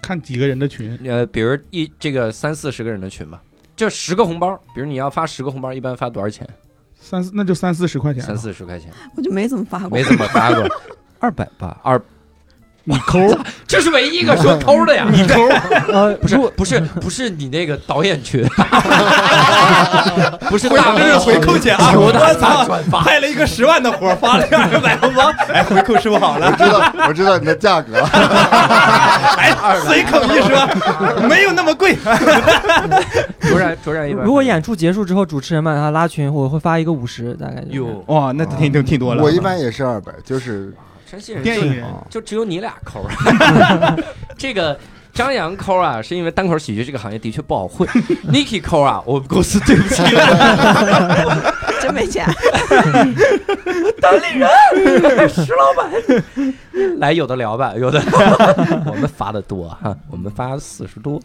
S5: 看几个人的群，
S1: 呃，比如一这个三四十个人的群吧，就十个红包，比如你要发十个红包，一般发多少钱？
S5: 三四那就三四十块钱，
S1: 三四十块钱，
S7: 我就没怎么发过
S1: 没。怎么发过，
S6: 二百吧，
S5: 你抠，
S1: 这是唯一一个说抠的呀。你抠
S8: 呃，
S1: 不是
S8: 如果
S1: 不是不是你那个导演群，不是大 V
S6: 回扣钱啊！
S1: 求大
S6: 我
S1: 家
S6: 操，
S1: 转发。
S6: 派了一个十万的活儿， 发了两个百红包，哎，回扣吃不好
S4: 我
S6: 了，
S4: 知道我知道你的价格，
S6: 哎，随口一说，没有那么贵。
S1: 卓然卓然一般，
S8: 如果演出结束之后，主持人把他拉群，我会发一个五十，大概就是
S1: 哟，
S6: 哇，那挺挺挺多了。
S4: 我一般也是二百，就是
S1: 山西人
S5: 电影
S1: 就
S5: 人，
S1: 就只有你俩抠儿，这个。张扬抠儿啊，是因为单口喜剧这个行业的确不好混。Niki 抠儿啊，我们公司对不起
S7: 真没钱。
S1: 来有的聊吧，有的我们发的多哈，我们发四十多，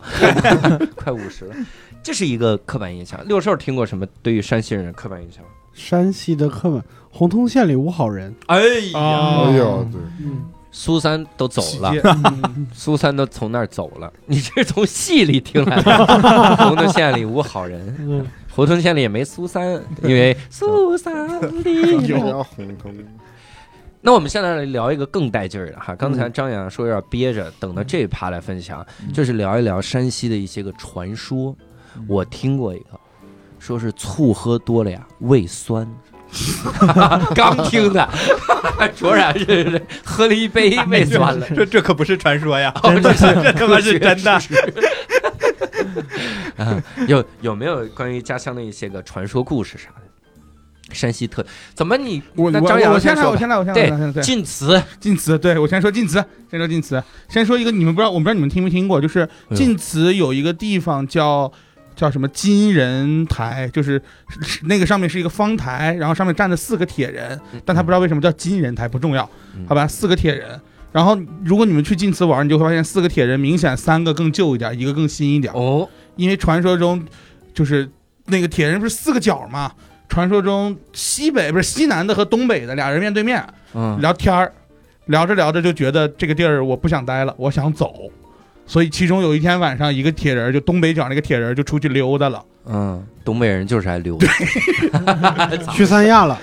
S1: 快五十了，这是一个刻板印象。六兽听过什么对于山西人的刻板印象？
S3: 山西的课本，红通县里无好人，
S1: 哎
S5: 呀
S4: 哎呦，对，
S3: 嗯，
S1: 苏三都走了
S5: 喜，
S1: 苏三都从那儿走了。你这是从戏里听来 的？洪洞县里无好人，
S3: 嗯
S1: 洪洞县里也没苏三，因为苏三里
S4: 比
S1: 有
S4: 较红彤。
S1: 那我们现在来聊一个更带劲儿的哈，刚才张扬说有点憋着，等到这一趴来分享，就是聊一聊山西的一些个传说。我听过一个，说是醋喝多了呀，胃 酸。刚听 的，卓然是喝了一杯胃酸了，
S6: 这这可不是传说呀，
S1: 真的 是
S6: 这他妈 是真的。
S1: 啊，有有没有关于家乡的一些个传说故事啥的？山西特怎么你
S5: 我
S1: 那
S5: 我
S1: 张扬
S5: 我先
S1: 先
S5: 来，
S1: 说
S5: 我
S1: 吧
S5: 先来，我先来，
S1: 对
S5: 我先来，对，
S1: 晋祠
S5: 晋祠，对我先说晋祠，先说晋祠，先说一个你们不知道，我不知道你们听没听过，就是
S1: 哎呦
S5: 晋祠有一个地方叫。叫什么金人台？就是是是那个上面是一个方台，然后上面站着四个铁人，但他不知道为什么叫金人台，不重要
S1: 嗯，
S5: 好吧？四个铁人。然后如果你们去晋祠玩，你就会发现四个铁人明显三个更旧一点，一个更新一点。
S1: 哦，
S5: 因为传说中就是那个铁人不是四个角嘛，传说中西北不是西南的和东北的俩人面对面
S1: 嗯，
S5: 聊天儿，聊着聊着就觉得这个地儿我不想待了，我想走。所以其中有一天晚上，一个铁人就东北角那个铁人就出去溜达了，
S1: 嗯，东北人就是爱溜达，
S3: 去三亚了，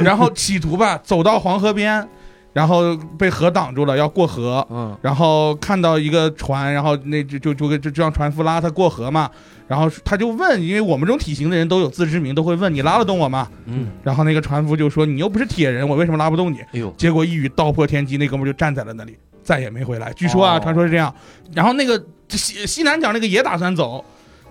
S5: 然后企图吧走到黄河边，然后被河挡住了，要过河，
S1: 嗯，
S5: 然后看到一个船，然后那就就就就就让船夫拉他过河嘛，然后他就问，因为我们这种体型的人都有自知之明，都会问你拉得动我吗？
S1: 嗯，
S5: 然后那个船夫就说你又不是铁人，我为什么拉不动你？
S1: 哎呦，
S5: 结果一语道破天机，那哥们儿就站在了那里，再也没回来。据说啊，
S1: 哦
S5: 传说是这样。然后那个西西南角那个也打算走，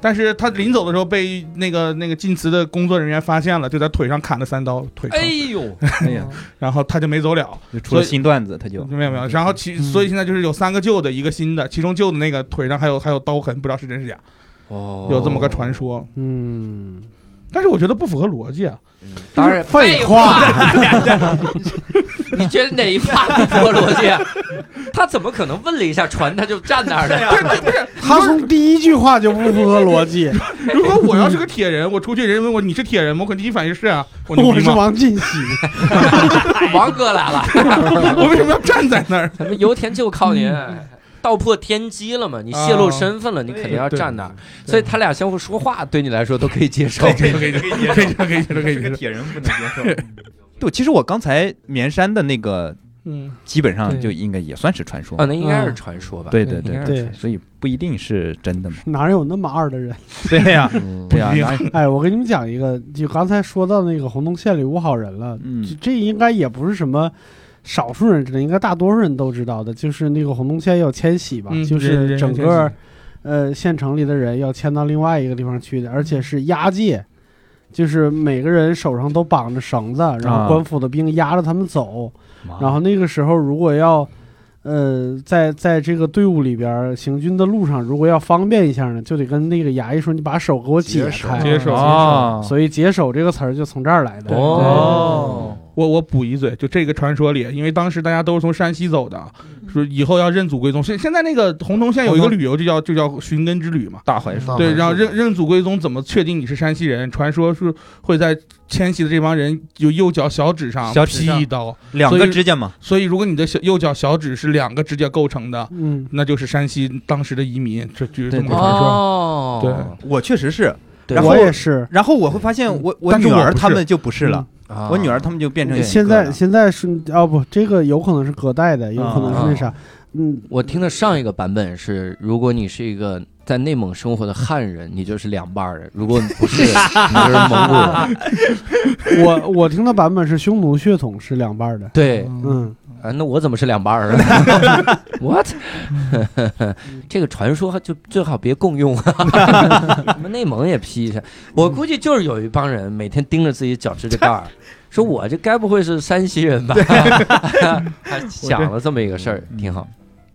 S5: 但是他临走的时候被那个那个晋祠的工作人员发现了，就在腿上砍了三刀，腿疼
S1: 哎呦，
S6: 哎呀，
S5: 然后他就没走了。
S6: 就出了新段子，他就
S5: 没有没有，然后其
S8: 嗯
S5: 所以现在就是有三个旧的，一个新的，其中旧的那个腿上还有还有刀痕，不知道是真是假，
S1: 哦，
S5: 有这么个传说。
S3: 嗯，
S5: 但是我觉得不符合逻辑啊，
S1: 当然
S3: 废
S1: 话， 你觉得哪一趴不符合逻辑啊？他怎么可能问了一下船，他就站那儿了？
S3: 他从第一句话就不符合 逻辑。
S5: 如果我要是个铁人，我出去人家问我你是铁人吗？我肯定第一反应是啊，我牛
S3: 我
S5: 逼
S3: 是
S5: 吗？
S3: 王 进喜，
S1: 王哥来了，
S5: 我为什么要站在那儿？
S1: 咱们油田就靠您。道破天机了嘛？你泄露身份了，你肯定要站那儿。所以他俩相互说话，对你来说都可以接受。
S5: 可以可以可以可以可以可以可以，
S6: 铁人不能接受。 对，其实我刚才绵山的那个，
S5: 嗯，
S6: 基本上
S8: 对
S6: 就应该也算是传说
S1: 啊，。那应该是传说吧？
S6: 对对
S1: 应
S6: 对
S1: 该是
S3: 对，
S6: 所以不一定是真 的嘛。
S3: 哪有那么二的人？
S6: 对呀，对呀
S5: 不一，定
S6: 哪有
S3: 哎，我给你们讲一个，就刚才说到那个红洞县里无好人了，
S6: 嗯
S3: 这这应该也不是什么少数人知道，应该大多数人都知道的，就是那个红洞县要迁徙吧，
S5: 嗯
S3: 就
S5: 人
S3: 是
S5: 人
S3: 整
S5: 迁
S3: 个呃县城里的人要迁到另外一个地方去的，而且是押解。就是每个人手上都绑着绳子，然
S6: 啊
S3: 后官府的兵押着他们走。
S6: 妈
S3: 然后那个时候，如果要，呃，在在这个队伍里边儿行军的路上，如果要方便一下呢，就得跟那个衙役说：“你把手给我解
S4: 解手
S3: 开。”
S5: 接受。
S6: 哦
S3: 所以“解手”这个词儿就从这儿来的。
S1: 哦，
S5: 我我补一嘴，就这个传说里，因为当时大家都是从山西走的，说以后要认祖归宗。现现在那个红铜县有一个旅游就叫就叫寻根之旅嘛，
S6: 大槐树，
S4: 大
S5: 对，
S4: 环
S5: 然后
S4: 是
S5: 认认祖归宗怎么确定你是山西人？传说是会在迁徙的这帮人有右脚小指上
S6: 小指
S5: 劈
S6: 上
S5: 一刀，
S6: 两
S5: 所
S6: 个
S5: 以
S6: 指甲嘛，
S5: 所以如果你的小右脚小指是两个指甲构成的，
S3: 嗯，
S5: 那就是山西当时的移民，这就是这么个传
S6: 对
S5: 说。
S1: 哦，
S5: 对
S6: 我确实是。
S1: 对
S6: 然后
S3: 我也是。
S6: 然后我会发现我，嗯我
S5: 但是
S6: 女
S5: 我
S6: 儿
S5: 不是
S6: 他们就不是嗯了，
S1: 啊
S6: 我女儿他们就变成一个
S3: 现在
S6: 了
S3: 现在是哦不，这个有可能是隔代的，有可能是那啥
S1: 啊。
S3: 嗯，
S1: 我听的上一个版本是，如果你是一个在内蒙生活的汉人，你就是两半儿人；如果你不是，你就是蒙古人。
S3: 我我听的版本是匈奴血统是两半儿的。
S1: 对，
S3: 嗯，
S1: 啊，那我怎么是两半儿人 ？What？这个传说就最好别共用， 什么内蒙也批一下。我估计就是有一帮人每天盯着自己脚趾甲盖 儿，说我这该不会是山西人 吧？他想了这么一个事儿，挺好。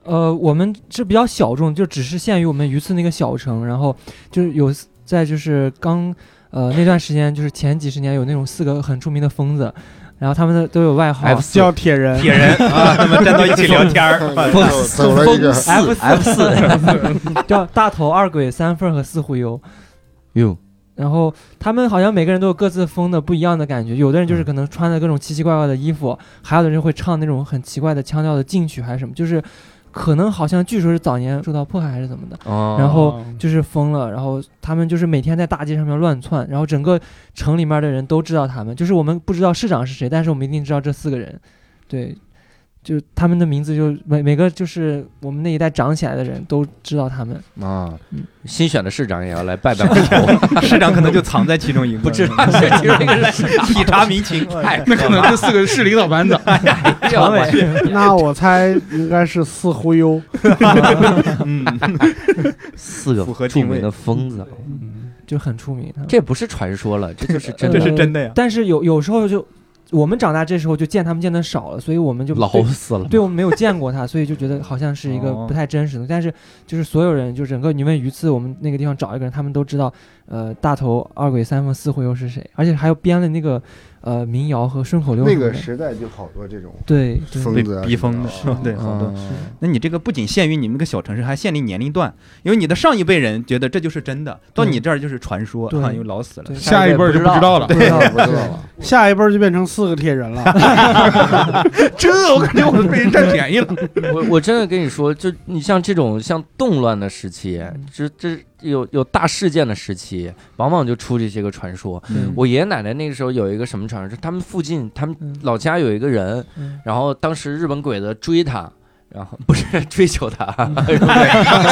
S8: 呃，我们是比较小众，就只是限于我们榆次那个小城，然后就是有在就是刚呃那段时间，就是前几十年有那种四个很著名的疯子，然后他们的都有外号
S1: F
S3: 哦叫铁人。
S6: 铁 人啊，他们站到一起聊 天儿，
S4: 走走了一个
S1: 四 F 四，
S8: 叫大头、二鬼、三凤和四忽悠。
S1: 哟，
S8: 然后他们好像每个人都有各自风的不一样的感觉，有的人就是可能穿的各种奇奇怪怪的衣服，还有的人会唱那种很奇怪的腔调的进曲还是什么，就是可能好像据说是早年受到迫害还是怎么的，然
S1: 然
S3: 哦
S8: 后就是疯了，然后他们就是每天在大街上面乱窜，然后整个城里面的人都知道他们，就是我们不知道市长是谁，但是我们一定知道这四个人，对，就他们的名字就每每个就是我们那一代长起来的人都知道他们，
S1: 啊
S8: 嗯，
S1: 新选的市长也要来拜 拜码头，
S6: 市长可能就藏在其中一个，
S1: 不知 道是其实这个是市长，
S6: 体察民 情，
S1: 太
S5: 哎那可能这四个是领导班子，
S1: 常委
S3: 那我猜应该是四忽悠。
S6: 嗯，
S1: 四个
S6: 符合
S1: 著
S6: 定位嗯
S1: 名的疯子，
S8: 就很出名。
S1: 这不是传说了，这就是真
S8: 这
S1: 的。
S8: 是真
S6: 的呀。
S8: 但是有有时候就我们长大这时候就见他们见的少了，所以我们就
S1: 老
S8: 对
S1: 死 了，
S8: 对我们没有见过他，所以就觉得好像是一个
S6: 哦
S8: 不太真实的。但是就是所有人，就整个你问鱼刺，我们那个地方找一个人，他们都知道，呃，大头、二鬼、三凤、四虎又是谁，而且还有编了那个呃民谣和顺口溜什
S4: 那
S8: 么的。
S4: 个时代就好多这种
S8: 对对
S4: 疯子啊
S6: 被逼疯的
S4: 什么
S6: 嗯对
S4: 啊
S6: 好多
S1: 嗯
S6: 那你这个不仅限于你们那个小城市，还限定年龄段，因为你的上一辈人觉得这就是真的，到
S8: 对
S6: 你这儿就是传说，
S8: 对
S6: 啊，因为老死了
S8: 对。
S5: 下一辈儿就不知道了。
S8: 不知道
S4: 不知道了，
S3: 下一辈儿就变成四个铁人了。
S5: 这我感觉我被人占便宜了。
S1: 我我真的跟你说，就你像这种像动乱的时期，
S6: 嗯
S1: 这这有有大事件的时期，往往就出这些个传说。
S6: 嗯
S1: 我爷爷奶奶那个时候有一个什么传说，就他们附近他们
S8: 嗯
S1: 老家有一个人，
S8: 嗯
S1: 然后当时日本鬼子追他。然后 不是追求 他，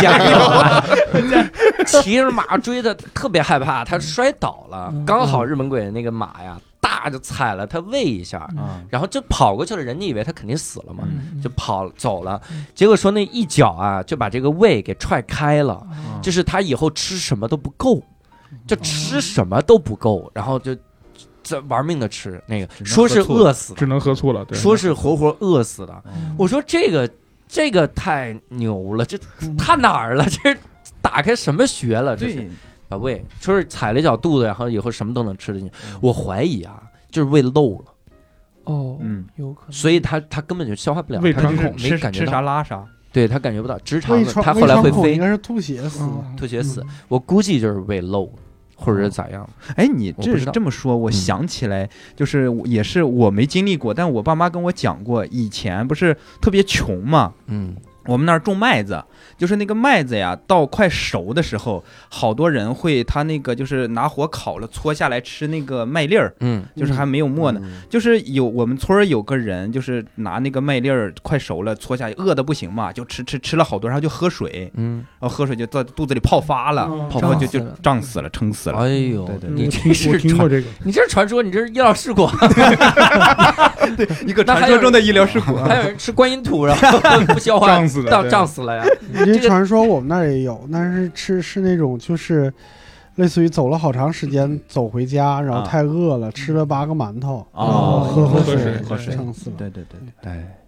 S1: 加油！ 骑着马追他，特别害怕，他摔倒了
S8: 嗯。
S1: 刚好日本鬼子那个马呀，大就踩了他胃一下，
S6: 啊，
S1: 然后就跑过去了。人家以为他肯定死了嘛，
S8: 嗯
S1: 就跑了走了。结果说那一脚啊，就把这个胃给踹开了，
S6: 啊
S1: 就是他以后吃什么都不够，就吃什么都不够，然后就这玩命的吃那个，
S6: 能
S1: 说是
S6: 喝醋
S1: 饿死的，
S5: 只能喝醋了，对，
S1: 说是活活饿死的。我说这个这个太牛了，这他哪儿了？ 这是打开什么穴了？这是。
S6: 对，
S1: 把胃说是踩了一脚肚子，然后以后什么都能吃得进去。我怀疑啊，就是胃漏了，
S8: 哦，
S6: 嗯，
S8: 有可能。
S1: 所以他他根本就消化不了，
S5: 胃
S1: 他就
S5: 穿
S1: 是
S5: 孔
S1: 没
S6: 吃
S1: 感觉
S6: 吃
S1: 到，
S6: 啥拉啥，
S1: 对他感觉不到直肠
S3: 胃
S1: 子，
S3: 穿
S1: 他
S3: 胃
S1: 后来会
S3: 穿孔应
S1: 飞
S3: 该是嗯吐血死的。
S8: 哦
S1: 吐血死。哦我估计就是胃漏了，或者是咋样。
S6: 哎，你
S1: 我不
S6: 这
S1: 知道
S6: 这么说，我
S1: 嗯
S6: 想起来，就是我也是我没经历过，但我爸妈跟我讲过，以前不是特别穷嘛，
S1: 嗯，
S6: 我们那儿种麦子，就是那个麦子呀，到快熟的时候，好多人会他那个就是拿火烤了，搓下来吃那个麦粒儿，
S1: 嗯
S6: 就是还没有
S4: 磨
S6: 磨呢。就是有我们村儿有个人，就是拿那个麦粒儿快熟了搓下去，饿的不行嘛，就吃吃吃了好多，然后就喝水，
S1: 嗯，
S6: 然后喝水就在肚子里泡发了，
S1: 泡
S6: 然
S1: 沫
S6: 后就
S8: 胀死
S6: 就
S8: 了
S6: 胀死了，撑死了。
S1: 哎呦
S6: 对，对
S1: 你
S3: 嗯
S2: 我
S1: 这
S2: 听我
S1: 是
S2: 听
S1: 传
S2: 过，这个，
S1: 你这是传说，你这是医疗事故，
S6: 一个
S1: 那还
S6: 传说
S1: 有
S6: 中的医疗 事故啊。
S1: 还有人吃观音土然后 不消化，
S5: 胀死的
S1: 胀
S5: 对
S1: 胀死了呀。
S3: 你这
S1: 这个
S3: 传说我们那儿也有，但是吃是那种就是，类似于走了好长时间走回家，然后太饿了，吃了八个馒头，然后
S6: 哦
S3: 喝
S5: 喝
S3: 水
S5: 水
S6: 喝水
S3: 撑死了。
S6: 对对对对，哎，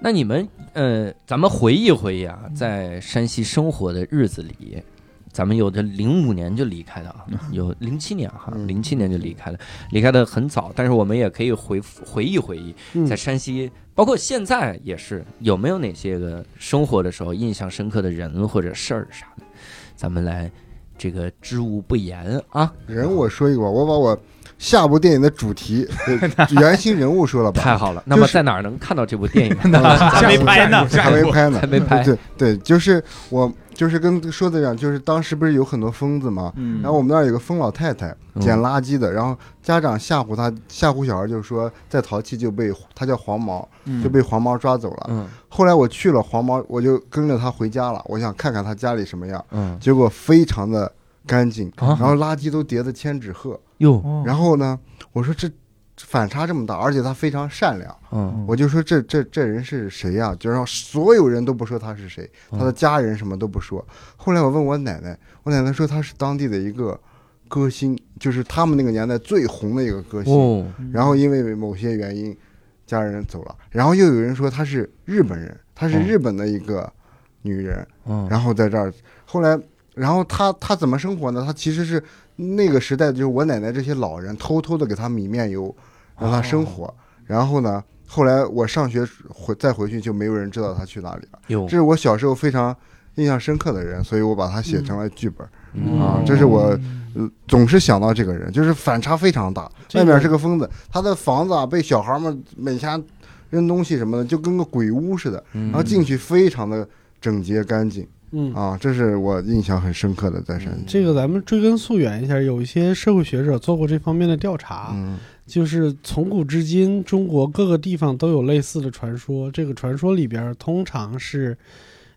S1: 那你们，呃，咱们回忆回忆啊，在山西生活的日子里，咱们有的零五年就离开的啊，有零七年哈，
S4: 嗯
S1: 零七年就离开了，离开的很早，但是我们也可以回回忆回忆，
S3: 嗯
S1: 在山西，包括现在也是，有没有哪些个生活的时候印象深刻的人或者事儿啥的，咱们来这个知无不言啊，
S4: 人我说一个吧，我把我下部电影的 主题、呃原型人物说了吧，嗯
S1: 太好了，那么在哪儿能看到这部电影？
S6: 还 没
S5: 哎
S6: 拍呢，
S4: 还没拍呢
S1: 还，没拍，
S4: 对对，就是我就是跟说的一样，就是当时不是有很多疯子嘛，
S6: 嗯
S4: 然后我们那儿有个疯老太太
S1: 嗯
S4: 捡垃圾的，然后家长吓唬她，吓唬小孩就是说再淘气就被她叫黄毛就
S6: 嗯
S4: 被黄毛抓走了。
S1: 嗯
S4: 后来我去了黄毛，我就跟着她回家了，我想看看她家里什么样，
S1: 嗯，
S4: 结果非常的干净，
S1: 啊
S4: 然后垃圾都叠的千纸鹤。
S1: 哟，
S8: 哦
S4: 然后呢，我说这反差这么大，而且他非常善良，
S1: 嗯
S4: 我就说这这这人是谁呀、就让所有人都不说他是谁，
S1: 嗯
S4: 他的家人什么都不说。后来我问我奶奶，我奶奶说他是当地的一个歌星，就是他们那个年代最红的一个歌星。
S1: 哦，
S4: 然后因为某些原因，家人走了。然后又有人说他是日本人，她是
S1: 嗯
S4: 日本的一个女人。
S1: 嗯
S4: 然后在这儿，后来，然后他他怎么生活呢？他其实是那个时代，就是我奶奶这些老人偷偷的给他米面油，让他
S8: 哦
S4: 生活。然后呢，后来我上学回再回去就没有人知道他去哪里了。
S1: 哟
S8: 哦
S4: 这，是我小时候非常印象深刻的人，所以我把它写成了剧本、
S1: 嗯
S4: 啊。
S3: 哦
S4: 这是我、呃总是想到这个人，就是反差非常大。
S8: 哦这
S4: 外
S8: 个
S4: 面是个疯子，他的房子啊被小孩们每天扔东西什么的，就跟个鬼屋似的。
S1: 然
S8: 嗯
S4: 然后进去非常的整洁干净。
S3: 嗯，
S4: 啊，这是我印象很深刻的在山西。
S3: 这个咱们追根溯源一下，有一些社会学者做过这方面的调查，
S4: 嗯
S3: 就是从古至今，中国各个地方都有类似的传说。这个传说里边儿通常是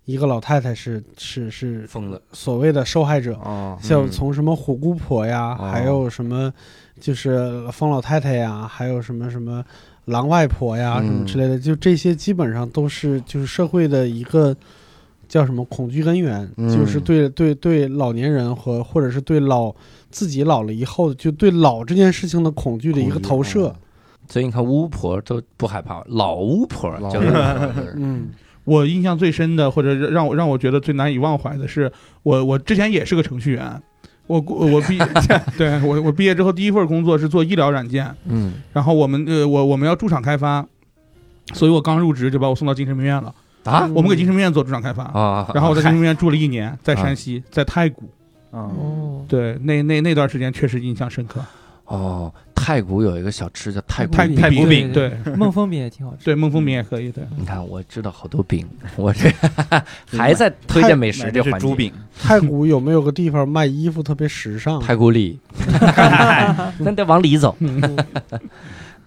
S3: 一个老太太是是是
S1: 疯了，
S3: 所谓的受害者，
S4: 啊，
S3: 像从什么虎姑婆呀，
S1: 嗯哦
S3: 还有什么就是疯老太太呀，还有什么什么狼外婆呀，
S1: 嗯
S3: 什么之类的，就这些基本上都是就是社会的一个叫什么恐惧根源，
S4: 嗯
S3: 就是对对对老年人和或者是对老自己老了以后，就对老这件事情的恐惧的一个投
S4: 哦
S3: 射。
S1: 所以你看巫婆都不害怕，老巫婆
S4: 老
S1: 就
S4: 人
S1: 是
S4: 了对
S3: 嗯
S5: 我印象最深的，或者让我让我觉得最难以忘怀的是，我我之前也是个程序员，我我 毕对我我毕业之后第一份工作是做医疗软件，
S1: 嗯，
S5: 然后我们呃我我们要驻场开发，所以我刚入职就把我送到精神病院了，
S1: 啊
S5: 我们给精神病院做驻场开发，
S1: 啊，
S5: 然后我在精
S1: 嗨
S5: 神病院住了一年，在山西，在太谷，
S1: 嗯
S8: 哦，
S5: 对那那那段时间确实印象深刻，
S1: 哦，太谷有一个小吃叫太谷
S5: 太
S1: 饼，
S5: 太
S8: 谷
S5: 谷
S8: 饼
S5: 饼对
S8: 梦风饼也挺好吃。
S5: 对孟风饼也可以对。
S1: 你看我知道好多饼，我这还在推荐美食这
S6: 是
S1: 环
S6: 猪
S1: 节。
S6: 饼，
S3: 太古有没有个地方卖衣服特别时尚？
S1: 太古里， 那得往里走。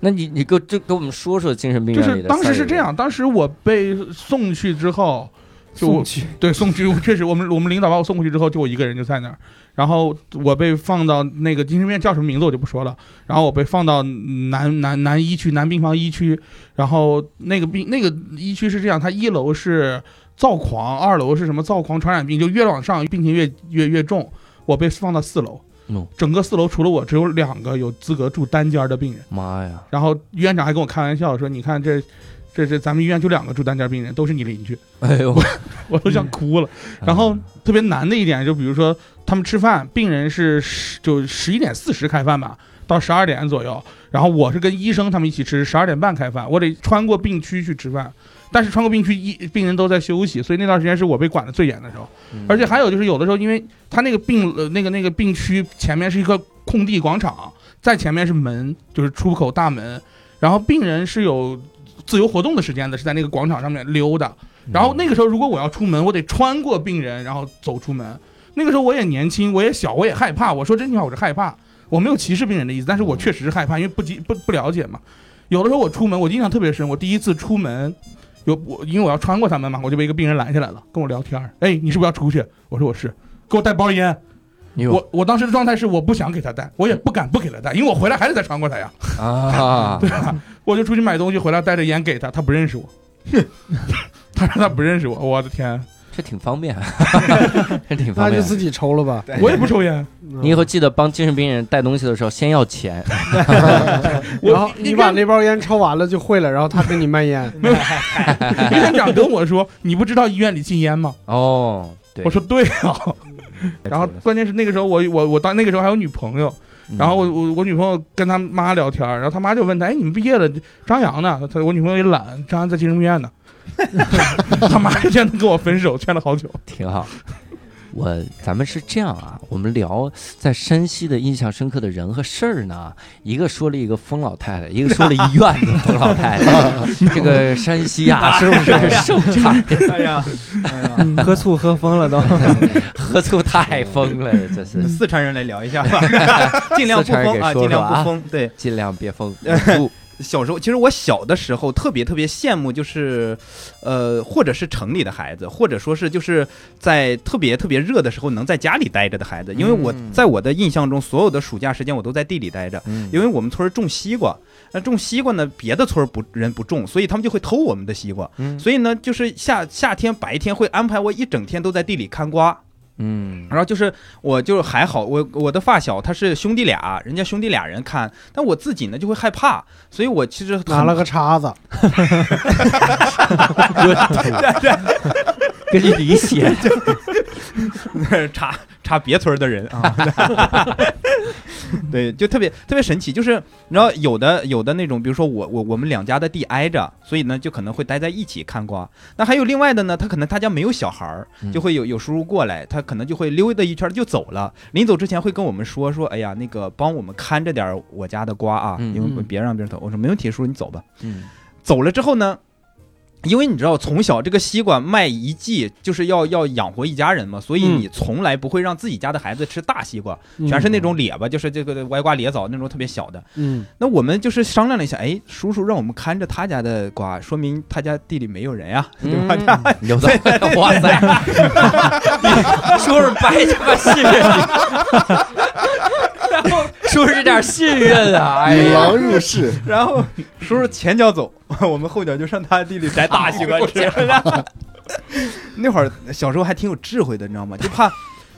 S1: 那你你给我就给我们说说精神病
S5: 就
S1: 院里
S5: 是
S1: 的，
S5: 当时是这，样，当时我被送去之后，就我
S8: 送去
S5: 对送去，确实我们我们领导把我送过去之后，就我一个人就在那儿，然后我被放到那个精神病院叫什么名字我就不说了，然后我被放到南南南一区南病房一区，然后那个病那个一区是这样，它一楼是躁狂，二楼是什么躁狂传染病，就越往上病情越越越重，我被放到四楼
S1: 嗯。
S5: 整个四楼除了我，只有两个有资格住单间儿的病人。
S1: 妈呀，
S5: 然后院长还跟我开玩笑说：“你看这，这这咱们医院就两个住单间病人，都是你邻居，
S1: 哎呦，
S5: 我都想哭了。然后特别难的一点就比如说他们吃饭，病人是十就十一点四十开饭吧，到十二点左右。然后我是跟医生他们一起吃，十二点半开饭，我得穿过病区去吃饭。但是穿过病区，医病人都在休息，所以那段时间是我被管的最严的时候。
S1: 嗯
S5: 而且还有就是有的时候，因为他那个病呃那个那个病区前面是一个空地广场，在前面是门，就是出口大门，然后病人是有自由活动的时间的，是在那个广场上面溜达。然后那个时候如果我要出门，我得穿过病人，然后走出门。那个时候我也年轻，我也小，我也害怕。我说真心话，我是害怕，我没有歧视病人的意思，但是我确实是害怕，因为不及不不了解嘛。有的时候我出门，我印象特别深，我第一次出门。有我，因为我要穿过他们嘛，我就被一个病人拦下来了，跟我聊天儿。哎，你是不是要出去？我说我是，给我带包烟。
S1: 你有
S5: 我我当时的状态是我不想给他带，我也不敢不给他带，因为我回来还得再穿过他呀，
S1: 啊，
S5: 对吧？我就出去买东西，回来带着烟给他，他不认识我， 他说他不认识我，我的天，
S1: 这挺方 便，这挺方
S3: 那就
S1: 便。
S3: 自己抽了吧。
S5: 我也不抽 烟，
S3: 嗯
S1: 你以后记得帮精神病人带东西的时候先要钱，
S5: 我
S3: 然后你把那包烟抽完了就会了，然后他给你卖烟。
S5: 院长跟我说，你不知道医院里禁烟吗？
S1: 哦，对，
S5: 我说对 啊，然后关键是那个时候我我我当那个时候还有女朋友，
S1: 嗯，
S5: 然后我我我女朋友跟她妈聊天儿，然后她妈就问她，哎，你们毕业了，张扬呢？她我女朋友也懒，张扬在精神病院 呢。他妈就劝她跟我分手，劝了好久。
S1: 挺好。我咱们是这样啊，我们聊在山西的印象深刻的人和事儿呢，一个说了一个疯老太太，一个说了医院的疯老太 太。这个山西啊，是不是盛产
S6: 哎呀，
S8: 嗯喝醋喝疯了都。
S1: 喝醋太疯了？这是
S6: 四川人来聊一 下吧，尽量不
S1: 四川人给
S6: 疯啊，
S1: 说说
S6: 尽量
S1: 啊
S6: 不疯。对，
S1: 尽量别 疯。
S6: 小时候，其实我小的时候特别特别羡慕，就是，呃，或者是城里的孩子，或者说是就是在特别特别热的时候能在家里待着的孩子，因为我
S1: 嗯
S6: 在我的印象中，所有的暑假时间我都在地里待着，因
S5: 嗯
S6: 为我们村儿种西瓜，那种西瓜呢，别的村儿不人不种，所以他们就会偷我们的西瓜，
S1: 嗯
S6: 所以呢，就是夏夏天白天会安排我一整天都在地里看瓜，
S1: 嗯
S6: 然后就是，我就还好，我我的发小他是兄弟俩，人家兄弟俩人看，但我自己呢就会害怕，所以我其实很
S3: 拿了个叉子，
S1: 根据你写，
S6: 查查别村儿的人啊， 对，就特别特别神奇，就是然后有的有的那种，比如说我我我们两家的地挨着，所以呢就可能会待在一起看瓜。那还有另外的呢，他可能他家没有小孩儿，
S1: 嗯
S6: 就会有有叔叔过来，他可能就会溜达一圈儿就走了。临走之前会跟我们说说，哎呀，那个帮我们看着点儿我家的瓜啊，
S1: 嗯
S6: 因为别让别人偷。我说没问题，叔叔你走吧。
S1: 嗯
S6: 走了之后呢，因为你知道从小这个西瓜卖一季就是要要养活一家人嘛，所以
S3: 嗯
S6: 你从来不会让自己家的孩子吃大西瓜，
S3: 嗯
S6: 全是那种咧巴，就是这个歪瓜裂枣那种特别小的。
S3: 嗯
S6: 那我们就是商量了一下，哎，叔叔让我们看着他家的瓜，说明他家地里没有人啊呀、对吧？
S1: 嗯，有的，哇塞， 叔叔白他妈信任你， 然后叔叔这点信任啊，哎
S4: 引
S1: 呀，
S4: 狼入室，
S6: 然后叔叔前脚走，我们后脚就上他地里摘大西瓜吃。 那会儿小时候还挺有智慧的，你知道吗？就怕。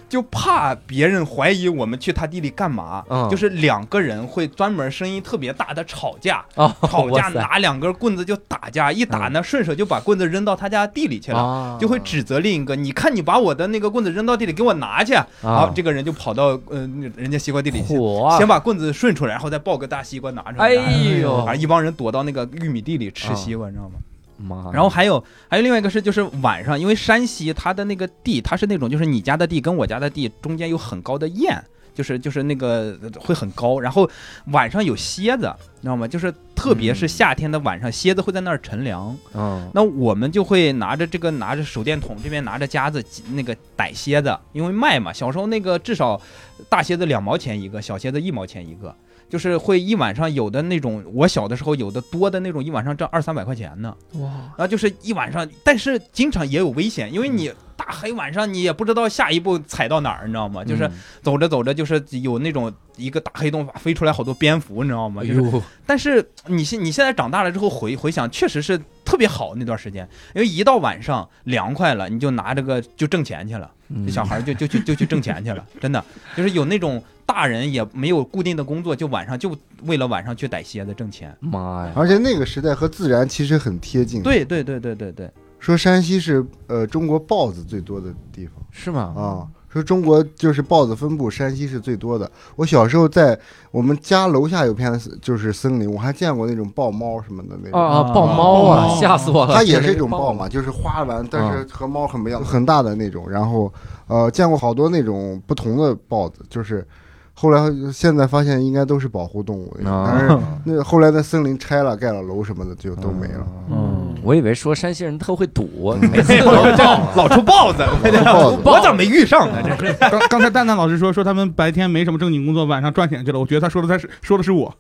S6: 就怕别人怀疑我们去他地里干嘛，
S1: 嗯
S6: 就是两个人会专门声音特别大的吵架，
S1: 哦，
S6: 吵架
S1: 哇塞嗯
S6: 拿两根棍子就打架，一打呢顺手就把棍子扔到他家地里去了，
S1: 啊
S6: 就会指责另一个，你看你把我的那个棍子扔到地里，给我拿去。好，
S1: 啊，
S6: 这个人就跑到嗯、人家西瓜地里去，
S1: 火啊
S6: 先把棍子顺出来，然后再抱个大西瓜拿出来。
S1: 哎呦
S6: 啊，一帮人躲到那个玉米地里吃西瓜，你知道吗？
S1: 妈呀，
S6: 然后还有还有另外一个是，就是晚上，因为山西它的那个地，它是那种就是你家的地跟我家的地中间有很高的堰，就是就是那个呃会很高，然后晚上有蝎子，你知道吗？就是特别是夏天的晚上，蝎子会在那儿乘凉。
S1: 嗯
S6: 那我们就会拿着这个拿着手电筒，这边拿着夹子那个逮蝎子，因为卖嘛，小时候那个至少大蝎子两毛钱一个，小蝎子一毛钱一个。就是会一晚上有的那种，我小的时候有的多的那种，一晚上挣二三百块钱呢。
S8: 哇，
S6: 然后就是一晚上，但是经常也有危险，因为你大黑晚上你也不知道下一步踩到哪儿，你知道吗？就是
S1: 嗯
S6: 走着走着，就是有那种一个大黑洞飞出来好多蝙蝠，你知道吗？
S1: 哎
S6: 就是，
S1: 呦
S6: 但是你现你现在长大了之后回回想，确实是特别好那段时间，因为一到晚上凉快了，你就拿这个就挣钱去了。
S1: 嗯
S6: 这小孩儿就就去就去挣钱去了， 真的就是有那种大人也没有固定的工作，就晚上就为了晚上去逮蝎子挣钱。
S1: 妈呀，
S4: 而且那个时代和自然其实很贴近。，
S6: 对对对对对对，
S4: 说山西是呃中国豹子最多的地方。
S1: 是吗？
S4: 啊，说中国就是豹子分布，山西是最多的。我小时候在我们家楼下有片就是森林，我还见过那种豹猫什么的那种。
S1: 啊，豹猫
S5: 豹
S1: 啊，
S5: 猫
S1: 吓死我
S6: 哦
S1: 了！
S4: 它也是一
S1: 这
S4: 种豹
S1: 豹，
S4: 嘛，就是花纹，但
S6: 嗯
S4: 是和猫很不一样，很大的那种。然后，呃，见过好多那种不同的豹子，就是后来现在发现应该都是保护动物那种，
S6: 哦
S1: 啊
S4: 但 是那后来那森林拆了，盖了楼什么的就都没了。
S1: 嗯，我以为说山西人特会 赌，没
S6: 没有 老出豹子，
S4: 豹子
S6: 我咋没遇上呢？ 这是
S5: 刚刚才蛋蛋老师说说他们白天没什么正经工作，晚上赚钱去了。我觉得他说的他是说的是我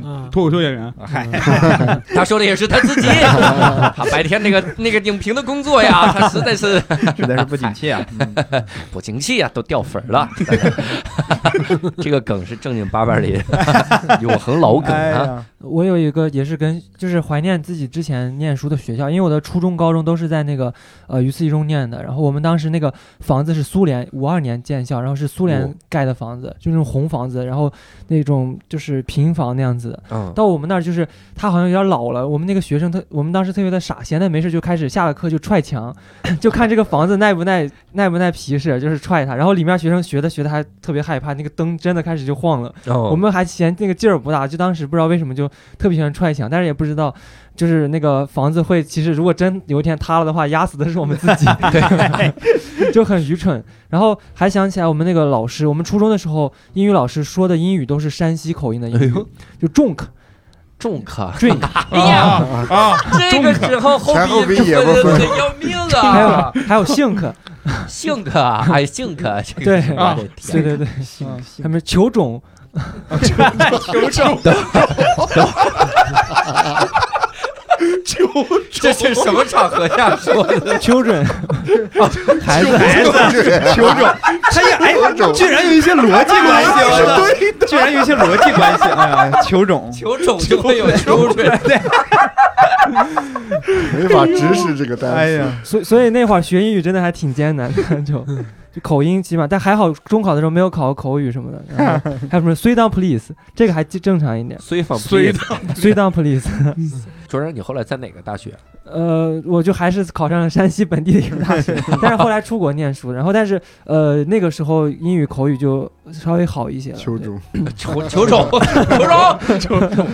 S8: 嗯
S5: 脱口秀演员。
S1: 他说的也是他 自己，他白天那个那个影评的工作呀，他实在是
S6: 实在是不景气啊！
S1: 不景气啊，都掉粉儿了。这个梗是正经八百里永恒老梗
S6: 哎
S1: 啊。
S6: 呀，
S8: 我有一个也是跟就是怀念自己之前念书的学校，因为我的初中、高中都是在那个呃榆次一中念的。然后我们当时那个房子是苏联五二年建校，然后是苏联盖的房子，就那种红房子，然后那种就是平房那样子的。
S1: 嗯，
S8: 到我们那儿就是他好像有点老了，我们那个学生他我们当时特别的傻，闲的没事就开始下了课就踹墙， 就看这个房子耐不耐耐不耐皮实，就是踹它。然后里面学生学的学的还特别害怕，那个灯真的开始就晃了。我
S1: 我
S8: 们还嫌那个劲儿不大，就当时不知道为什么就特别喜欢踹墙，但是也不知道，就是那个房子会，其实如果真有一天塌了的话，压死的是我们自 己， 对，就很愚蠢。然后还想起来我们那个老师，我们初中的时候英语老师说的英语都是山西口音的英语，就 drunk
S1: 哎重可，
S8: drink，
S1: 哎呀，
S5: 啊，
S1: 这个时候后
S4: 前后鼻
S1: 鼻
S4: 也不
S1: 分
S4: 分
S1: 的要命
S8: 还
S1: 啊！
S8: 有还有 think，
S1: 性格啊，哎，性格这个
S8: 对
S1: 是吧
S5: 啊
S1: 这
S8: 对
S1: 天
S8: 对对，还没 球种，
S1: 这是什么场合下说的？
S8: children，孩
S1: 哦
S8: 子，
S6: 啊球种，他也 哎，嗯 居然有一些逻辑关系， 我操！居然有一些逻辑关系，哎 呀，球种，
S1: 球种就会有球种，
S4: 没法直视这个单词。
S6: 哎呀，
S8: 所以所以那会儿学英语真的还挺艰难的， 就
S3: 嗯
S8: 就口音起码，但还好中考的时候没有考口语什么的，然后还有什么 “sit down please” 这个还正正常一点
S1: 随访
S5: 所以
S8: ，“sit down please”。
S1: 卓然，你后来在哪个大学？
S8: 呃，我就还是考上了山西本地的一个大学，但是后来出国念书，然后但是呃那个时候英语口语就稍微好一些了。
S4: 秋中，
S1: 球球种，球种，球种，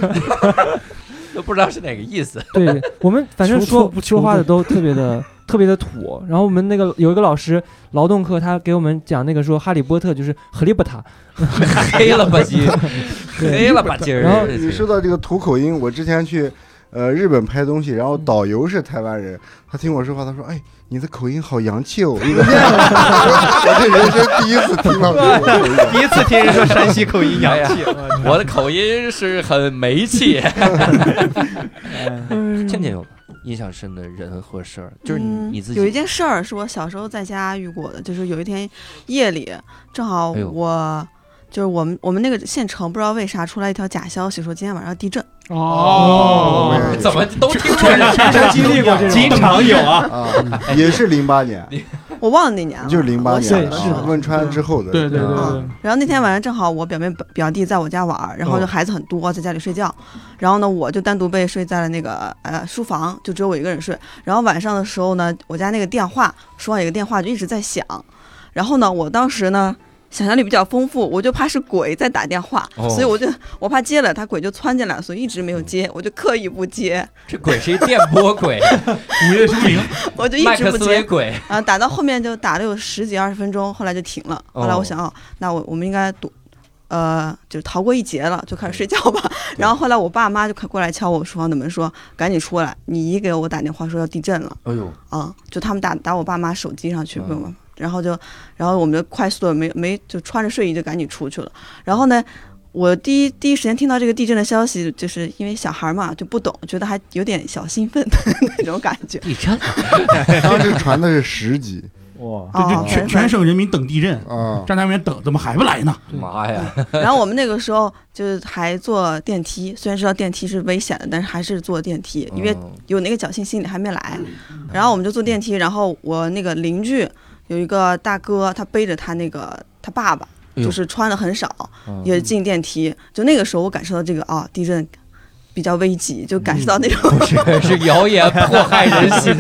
S1: 都不知道是哪个意思。
S8: 对对，我们反正
S3: 求助
S8: 说
S3: 不求
S8: 说话
S3: 助
S8: 的都特 别的特别的土。然后我们那个有一个老师劳动课，他给我们讲那个说《哈利波特》就是“合利波塔
S1: 黑了吧唧，
S8: 对
S1: 黑了吧唧儿。
S8: 然后
S4: 你说到这个土口音，我之前去呃日本拍东西，然后导游是台湾人，他听我说话，他说：“哎，你的口音好洋气哦！”我这人生第一次听到这种口音。
S6: 第一次听人说山西口 音洋
S1: 哎
S6: 气，
S1: 我的口音是很煤气。倩倩有印象深的人和事儿，就是你
S7: 嗯
S1: 你自己
S7: 有一件事儿是我小时候在家遇过的，就是有一天夜里，正好
S1: 哎呦
S7: 我、就是我们我们那个县城不知道为啥出来一条假消息，说今天晚上要地震，
S5: 哦
S4: 我也
S1: 怎么都听过
S6: 全全程经历过这种，经常有啊。
S4: 啊，也是零八年，
S7: 我忘了那年了，
S4: 就是零八
S7: 我
S4: 年
S7: 小
S4: 啊
S7: 的时候。
S4: 汶川之后的，
S5: 对对对
S4: 啊
S5: 对，
S7: 然后那天晚上正好我表妹表弟在我家玩儿，然后就孩子很多，在家里睡觉，然后呢我就单独被睡在了那个呃书房，就只有我一个人睡。然后晚上的时候呢，我家那个电话说有一个电话就一直在响，然后呢我当时呢。想象力比较丰富，我就怕是鬼在打电话，
S1: 哦
S7: 所以我就我怕接了他鬼就窜进来，所以一直没有接，我就刻意不接，
S1: 这鬼是一电波鬼，
S5: 午夜凶铃，
S7: 我就一
S1: 麦
S7: 直
S1: 克
S7: 不
S1: 斯
S7: 接
S1: 韦。鬼，
S7: 然后打到后面就打了有十几二十分钟，后来就停了。
S1: 哦
S7: 后来我想，哦，那我我们应该躲，呃，就是逃过一劫了，就开
S1: 嗯
S7: 始睡觉吧。 然后后来我爸妈就快过来敲我书房的门，说赶紧出来，你姨给我打电话说要地震了
S1: 哎呦，
S7: 啊、就他们打打我爸妈手机上去，问我
S1: 嗯
S7: 然后就，然后我们就快速的没没就穿着睡衣就赶紧出去了。然后呢，我第一第一时间听到这个地震的消息，就是因为小孩嘛就不懂，觉得还有点小兴奋的 那种感觉。
S1: 地震
S4: 当时传的是十级
S9: 哇，
S5: 这
S7: 啊
S5: 这全全省人民等地震，
S4: 啊，
S5: 站台员等怎么还不来呢？
S1: 妈呀！
S7: 然后我们那个时候就是还坐电梯，虽然知道电梯是危险的，但是还是坐电梯，因为
S1: 嗯
S7: 有那个侥幸心理还没来。然后我们就坐电梯，然后我那个邻居有一个大哥，他背着他那个他爸爸，
S1: 哎呦
S7: 就是穿的很少，
S1: 嗯
S7: 也进电梯。就那个时候我感受到这个啊地震。比较危急，就感受到那种、
S1: 是是谣言迫害人心，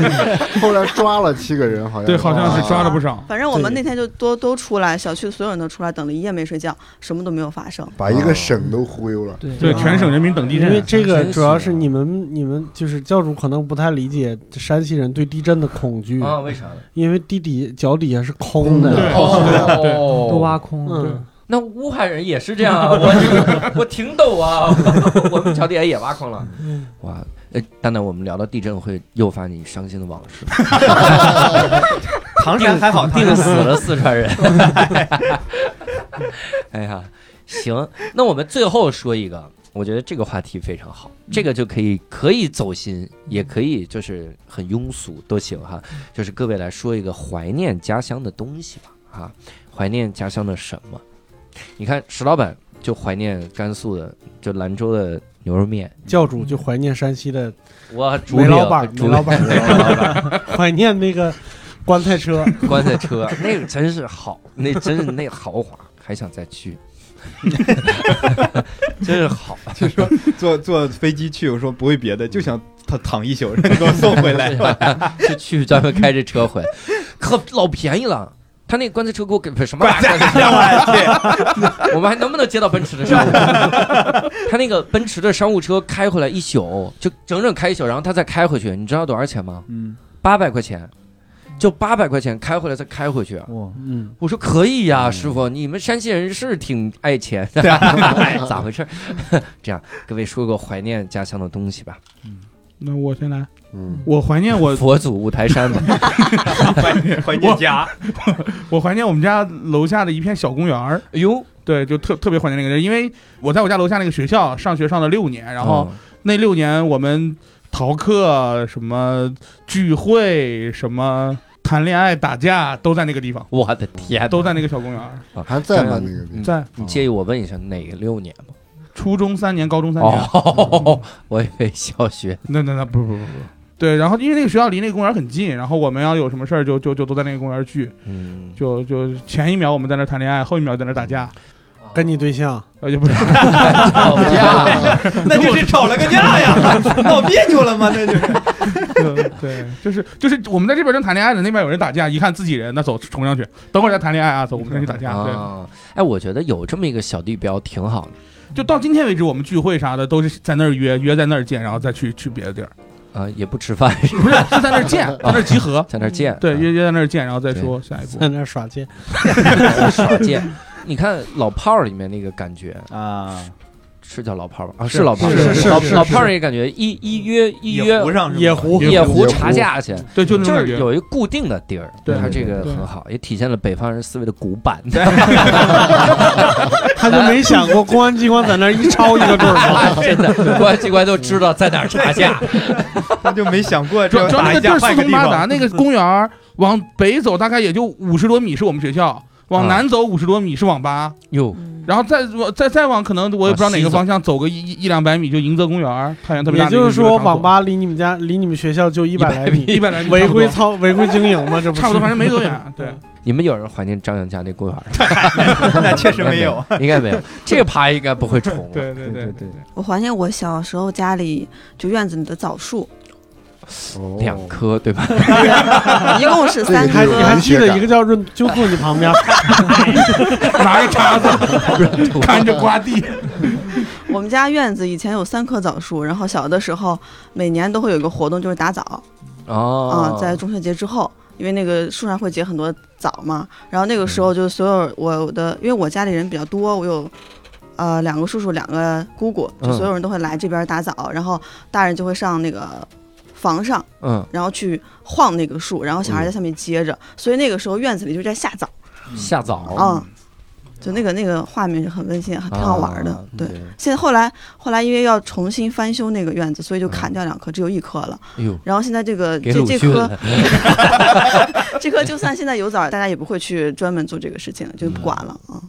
S4: 后来抓了七个人，好像
S5: 对，好像是抓了不
S4: 啊
S5: 少。
S7: 反正我们
S3: 对
S7: 那天就都都出来，小区所有人都出来，等了一夜没睡觉，什么都没有发生。
S4: 把一个省都忽悠了。
S8: 对
S5: 对，全省人民等地
S3: 因为
S5: 震。
S3: 这个
S1: 真
S3: 主要
S1: 是
S3: 是你们你们就是教主可能不太理解山西人对地震的恐惧，
S7: 嗯
S1: 啊？为啥呢？
S3: 因为地底脚底下是空
S4: 空
S3: 的
S4: 的。
S1: 哦，
S5: 嗯对
S8: 都挖空了。
S3: 嗯，
S1: 那乌海人也是这样啊，我这个 我挺陡啊， 我我们脚底下也挖空了。
S7: 嗯
S1: 哇，哎，蛋蛋，我们聊到地震会诱发你伤心的往事，
S6: 唐山还好，唐
S1: 定
S6: 山
S1: 死了四川 人。哎呀，行，那我们最后说一个，我觉得这个话题非常好，
S6: 嗯
S1: 这个就可以可以走心，也可以就是很庸俗都行哈。
S6: 嗯
S1: 就是各位来说一个怀念家乡的东西吧，啊，怀念家乡的什么？你看石老板就怀念甘肃的，就兰州的牛肉面，
S3: 教主就怀念山西的
S1: 我竹
S3: 煤
S1: 饼
S3: 老 板，
S1: 竹
S3: 煤老板，
S1: 煤老板
S3: 怀念那个棺材
S5: 啊
S3: 车。
S1: 棺材车， 那个真是好，那真是那豪华， 还想再去，真是好。
S6: 就说坐坐飞机去，我说不为别的，就想躺躺一宿，给我送回 来。
S1: 就去专门开着车回来，可老便宜了。他那棺材车给我给不是什么玩意儿？
S6: 哎
S1: 我们还能不能接到奔驰的商务车？ 他那个奔驰的商务车开回来一宿，就整整开一宿，然后他再开回去，你知道多少钱吗？
S6: 嗯，
S1: 八百块钱，就八百块钱开回来再开回去。啊
S6: 哇，
S3: 嗯，
S1: 我说可以呀、师傅，你们山西人是挺爱钱的，哎 咋回事儿？这样，各位说个怀念家乡的东西吧，
S5: 那我先来，
S4: 嗯，
S5: 我怀念我
S1: 佛祖五台山吧，
S6: 嗯怀念怀念家，
S5: 我怀念我们家楼下的一片小公园儿，
S1: 哎呦，
S5: 对，就特特别怀念那个地儿，因为我在我家楼下那个学校上学上了六年，然后
S1: 嗯
S5: 那六年我们逃课、什么聚会、什么谈恋爱、打架都在那个地方，
S1: 我的天哪，
S5: 都在那个小公园儿，
S4: 还在吗？那个地
S1: 嗯
S5: 在
S1: 你介意我问一下哪个六年吗？
S5: 初中三年、高中三年。
S1: 哦， 我以为小学。
S5: 那那那不不不不，对，然后因为那个学校离那个公园很近，然后我们要有什么事儿就就就都在那个公园聚，
S1: 嗯，
S5: 就就前一秒我们在那儿谈恋爱，后一秒在那儿打架，
S3: 跟你对象，
S5: 呃也不是，
S1: 哦
S6: 那这是吵了个架呀， 闹别扭了吗？那就是
S5: 对，就是就是我们在这边正谈恋爱呢，那边有人打架，一看自己人，那走冲上去，等会儿再谈恋爱啊，走，我们先去打架。对，
S1: 啊，哎，我觉得有这么一个小地标挺好的
S5: 就到今天为止，我们聚会啥的都是在那儿约，约在那儿见，然后再去去别的地儿，
S1: 啊，也不吃饭，
S5: 不是是在那儿见，在那儿集合，
S1: 在那儿见。
S5: 对，
S1: 啊
S5: 约约在那儿见，然后再说下一步
S3: 在。那儿耍剑。
S1: 耍剑。 你看老炮儿里面那个感觉，
S6: 啊，
S1: 是叫老炮儿吧？啊，是老炮儿，
S3: 是是是
S1: 老
S3: 是
S1: 老炮儿那个感觉，一一约一约
S6: 湖上是吧
S3: 野狐
S1: 野
S4: 野狐
S1: 查架去，
S5: 对，就那
S1: 就
S5: 种感
S1: 是
S5: 觉。
S1: 有一个固定的地儿，
S5: 对
S1: 它这个
S5: 对
S1: 很好，也体现了北方人思维的古板。
S3: 他就没想过公安机关在那儿一抄一 个准儿吗？
S1: 真的，公安机关都知道在哪儿查架。
S6: 他就没想过
S5: 主
S6: 这
S5: 要主要
S6: 打
S5: 那
S6: 一
S5: 个地
S6: 架
S5: 儿
S6: 换
S5: 四
S6: 个
S5: 通
S6: 地
S5: 八达，
S6: 方。
S5: 那个公园儿往北走大概也就五十多米是我们学校，往南走五十多米是网吧，
S1: 哟，
S7: 嗯
S5: 然后再往再再往可能我也不知道哪个方向走个一一一两百米就迎泽公园儿，太原特别
S3: 也
S5: 大的一
S3: 就
S5: 个
S3: 是
S5: 娱乐场所。
S3: 说，网吧离你们家离你们学校就一百来米，
S5: 一百来米
S3: 违规
S5: 差
S3: 操违规经营吗？这
S5: 不多
S3: 不是
S5: 差不多，反正没多远。对，
S1: 你们有人怀念张远家那公园 儿？
S6: 那确实没有。
S1: 应该没有，这爬应该不会重。
S5: 对对
S1: 对
S5: 对
S1: 对，
S7: 我怀念我小时候家里就院子里的枣树，
S4: 哦
S1: 两棵对吧？
S7: 一共是
S4: 这个
S7: 三
S4: 就
S3: 还
S4: 是
S3: 你
S7: 棵。
S3: 还记得一个叫润就坐你旁边，
S5: 拿个叉子看着刮地，
S7: 我们家院子以前有三棵枣树，然后小的时候每年都会有一个活动，就是打枣啊、
S1: 哦，
S7: 在中秋节之后，因为那个树上会结很多枣嘛。然后那个时
S1: 嗯
S7: 候就所有我的，因为我家里人比较多，我有。呃，两个叔叔，两个姑姑，就
S1: 嗯
S7: 所有人都会来这边打枣，然后大人就会上那个房上，
S1: 嗯，
S7: 然后去晃那个树，然后小孩在下面接着，所以那个时候院子里就在下枣，
S1: 下枣
S7: 嗯，就那个那个画面是很温馨，很挺好玩的。
S1: 啊
S7: 对，现在后来后来因为要重新翻修那个院子，所以就砍掉两棵，只有一棵了。
S1: 哎呦，
S7: 然后现在这个
S1: 嗯给
S7: 这
S1: 鲁
S7: 这
S1: 迅
S7: 棵
S1: 了，
S7: 这棵就算现在有枣，大家也不会去专门做这个事情了，就不管了啊。嗯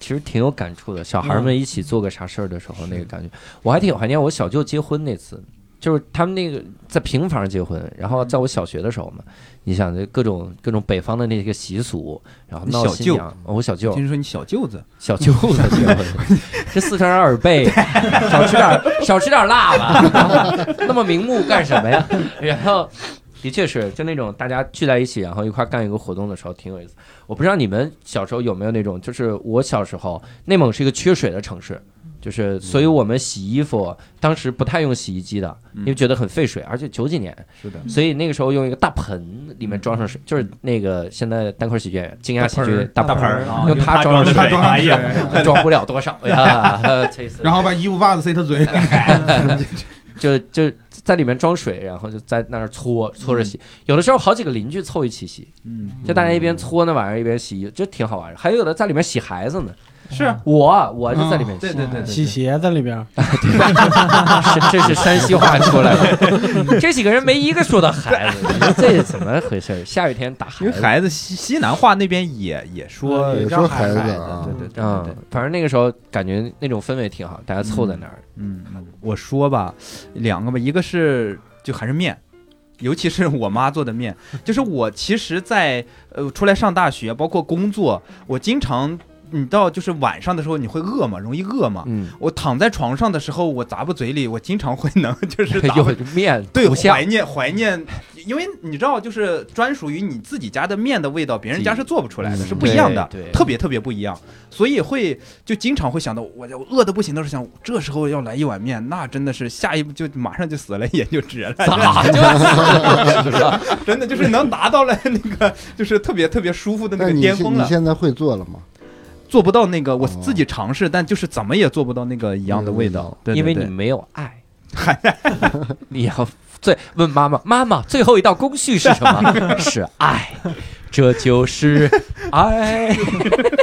S1: 其实挺有感触的。小孩
S6: 嗯
S1: 们一起做个啥事儿的时候，那个感觉，我还挺怀念我小舅结婚那次。就是他们那个在平房结婚，然后在我小学的时候嘛，你想这各种各种北方的那个习俗，然后闹
S6: 小
S1: 新
S6: 舅
S1: 娘，哦我小舅，
S6: 听说你小舅子，
S1: 小舅子结婚， 这四川人耳背，少吃点儿少吃点儿辣吧， 那么明目干什么呀？然后的确是，就那种大家聚在一起，然后一块儿干一个活动的时候，挺有意思。我不知道你们小时候有没有那种，就是我小时候，内蒙是一个缺水的城市。就是，所以我们洗衣服当时不太用洗衣机的，因为觉得很费水，而且九几年，
S6: 是的，
S1: 所以那个时候用一个大盆里面装上水，就是那个现在单口喜剧演员、惊讶喜剧大盆儿，
S6: 啊
S1: 用它装上水，
S5: 装
S6: 哎
S5: 上
S6: 呀，
S5: 水
S1: 装不了多少 呀，呃气死了
S5: 然后把衣服袜子塞他嘴里。
S1: 就就在里面装水，然后就在那儿搓搓着洗。有的时候好几个邻居凑一起洗，
S6: 嗯，
S1: 就大家一边搓那玩意儿一边洗，就挺好玩。还有的在里面洗孩子呢，
S6: 是啊，
S1: 我我就在里面洗，啊
S6: 对对对，
S3: 洗鞋在里边，
S1: 是这是山西话出来的。 这几个人没一个说到孩子，这怎么回事？下雨天打孩
S6: 因为
S1: 子。
S6: 孩子西西南话那边也也说
S4: 也说孩
S6: 孩
S4: 子啊
S6: 对对对对
S1: 嗯
S6: 对，，
S1: 反正那个时候感觉那种氛围挺好，大家凑在那儿，
S6: 嗯，我说吧，两个吧，一个是就还是面。尤其是我妈做的面，就是我其实在，呃出来上大学，包括工作，我经常你到就是晚上的时候你会饿嘛，容易饿嘛。
S1: 嗯，
S6: 我躺在床上的时候，我砸不嘴里，我经常会能 就是打
S1: 有
S6: 会
S1: 面
S6: 对
S1: 图像
S6: 怀念怀念，因为你知道，就是专属于你自己家的面的味道，别人家是做不出来的，
S1: 嗯
S6: 是不一样的
S1: 对对，
S6: 特别特别不一样，所以会就经常会想到，我我饿的不行的时候想，这时候要来一碗面，那真的是下一步就马上就死了， 也就值了，
S1: 咋就
S6: 真的就是能达到了那个就是特别特别舒服的那
S4: 那
S6: 个
S4: 你
S6: 巅
S4: 现
S6: 峰
S4: 你
S6: 了，
S4: 现在会做了吗？
S6: 做不到那个我
S4: 哦
S6: 自己尝试，但就是怎么也做不到那个一样的味道，对对
S1: 嗯因为
S6: 对
S1: 你没有爱。 你要最问妈妈，妈妈最后一道工序是什 么？是爱，这就是爱。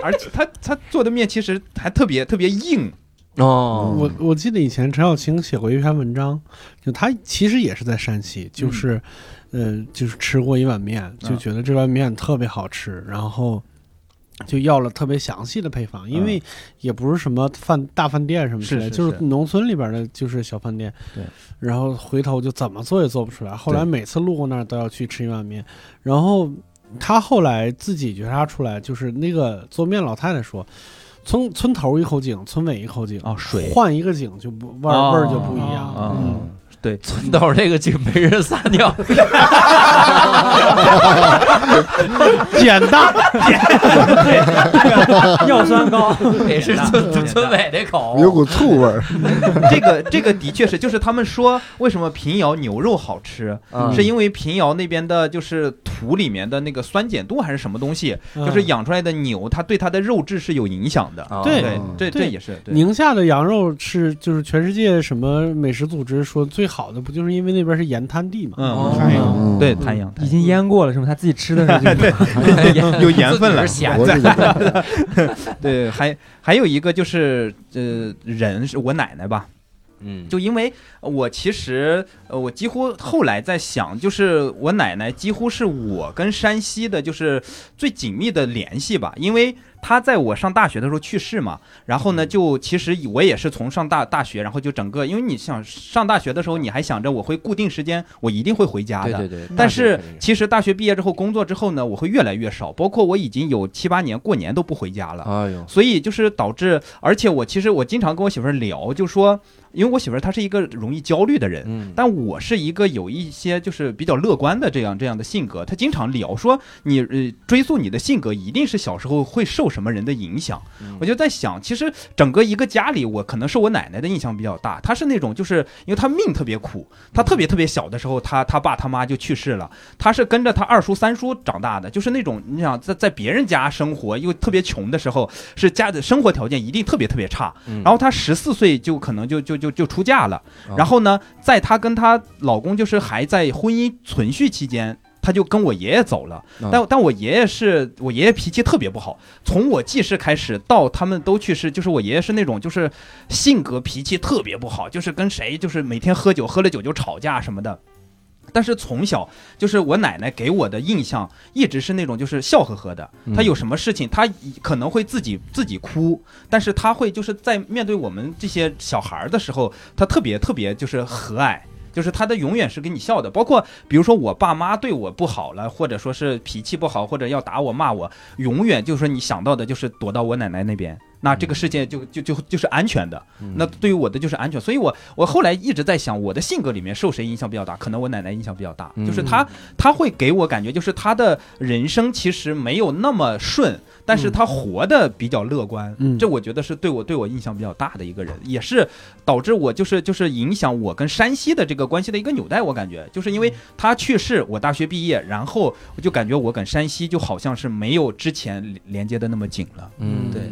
S6: 而且他他做的面其实还特别特别硬，
S5: 嗯
S1: 哦，
S3: 我我记得以前陈小青写过一篇文章，就他其实也是在山西，就是，
S5: 嗯
S3: 呃，就是吃过一碗面，就觉得这碗面特别好吃，然后就要了特别详细的配
S5: 嗯
S3: 方，因为也不是什么饭大饭店什么之类的，
S6: 是是
S3: 就是
S6: 是
S3: 农村里边的，就是小饭店。
S6: 对。
S3: 然后回头就怎么做也做不出来，后来
S1: 对
S3: 每次路过那儿都要去吃一碗面，然后他后来自己觉察出来，就是那个做面老太太说。村村头一口井，村尾一口井
S6: 哦水
S3: 换一个井就不味儿
S6: 哦
S3: 味儿就不一样
S6: 啊
S3: 了。嗯，
S6: 对，
S1: 村头那个井没人撒尿，
S3: 简单，
S8: 尿酸高，
S1: 也是村村委那口。
S4: 有股醋味儿，
S6: 这个这个的确是，就是他们说为什么平遥牛肉好吃，
S1: 嗯
S6: 是因为平遥那边的就是土里面的那个酸碱度还是什么东西，
S3: 嗯
S6: 就是养出来的牛，它对它的肉质是有影响的。
S1: 哦
S3: 对
S6: 对，这这
S3: 对
S6: 也是对
S3: 宁夏的羊肉是就是全世界什么美食组织说最好的，不就是因为那边是盐滩地嘛？
S1: 哦
S6: 嗯，
S5: 哎
S8: 哦
S5: 呦
S4: 嗯
S6: 对，滩羊，
S8: 已经腌过了是吗？他自己吃的时候就
S6: 有盐分了
S1: 嗯自己是咸
S4: 我
S1: 的。
S4: 这个
S6: 对，还还有一个就是呃，人是我奶奶吧，
S1: 嗯，
S6: 就因为我其实呃，我几乎后来在想，就是我奶奶几乎是我跟山西的，就是最紧密的联系吧，因为。她在我上大学的时候去世嘛，然后呢，
S1: 嗯
S6: 就其实我也是从上大大学，然后就整个，因为你想上大学的时候，你还想着我会固定时间，我一定会回家的，
S1: 对对对，
S6: 但是其实大学毕业之后工作之后呢，我会越来越少，包括我已经有七八年过年都不回家了，
S1: 哎呦，
S6: 所以就是导致，而且我其实我经常跟我媳妇儿聊，就说，因为我媳妇儿她是一个容易焦虑的人，
S1: 嗯，
S6: 但我是一个有一些就是比较乐观的这样这样的性格，她经常聊说你呃追溯你的性格一定是小时候会受什么人的影响，
S1: 嗯
S6: 我就在想，其实整个一个家里，我可能受我奶奶的印象比较大。她是那种，就是因为她命特别苦，她特别特别小的时候，她她爸她妈就去世了，她是跟着她二叔三叔长大的，就是那种你想在在别人家生活又特别穷的时候，是家的生活条件一定特别特别差。
S1: 嗯
S6: 然后她十四岁就可能就就就就出嫁了
S1: 哦，
S6: 然后呢，在她跟她老公就是还在婚姻存续期间。她就跟我爷爷走了
S1: 嗯，
S6: 但但我爷爷是我爷爷脾气特别不好，从我记事开始到他们都去世，就是我爷爷是那种就是性格脾气特别不好，就是跟谁就是每天喝酒，喝了酒就吵架什么的。但是从小就是我奶奶给我的印象，一直是那种就是笑呵呵的。
S1: 嗯
S6: 她有什么事情，她可能会自己自己哭，但是她会就是在面对我们这些小孩儿的时候，她特别特别就是和蔼。就是她的永远是给你笑的，包括比如说我爸妈对我不好了，或者说是脾气不好，或者要打我骂我，永远就是说你想到的就是躲到我奶奶那边，那这个世界就就就就是安全的。
S1: 嗯
S6: 那对于我的就是安全，所以我我后来一直在想，我的性格里面受谁影响比较大？可能我奶奶影响比较大，
S1: 嗯
S6: 就是她她会给我感觉，就是她的人生其实没有那么顺，但是她活的比较乐观，
S3: 嗯
S6: 这我觉得是对我对我印象比较大的一个人，也是导致我就是就是影响我跟山西的这个关系的一个纽带。我感觉就是因为她去世，我大学毕业，然后我就感觉我跟山西就好像是没有之前连连接的那么紧了。
S1: 嗯
S6: 对，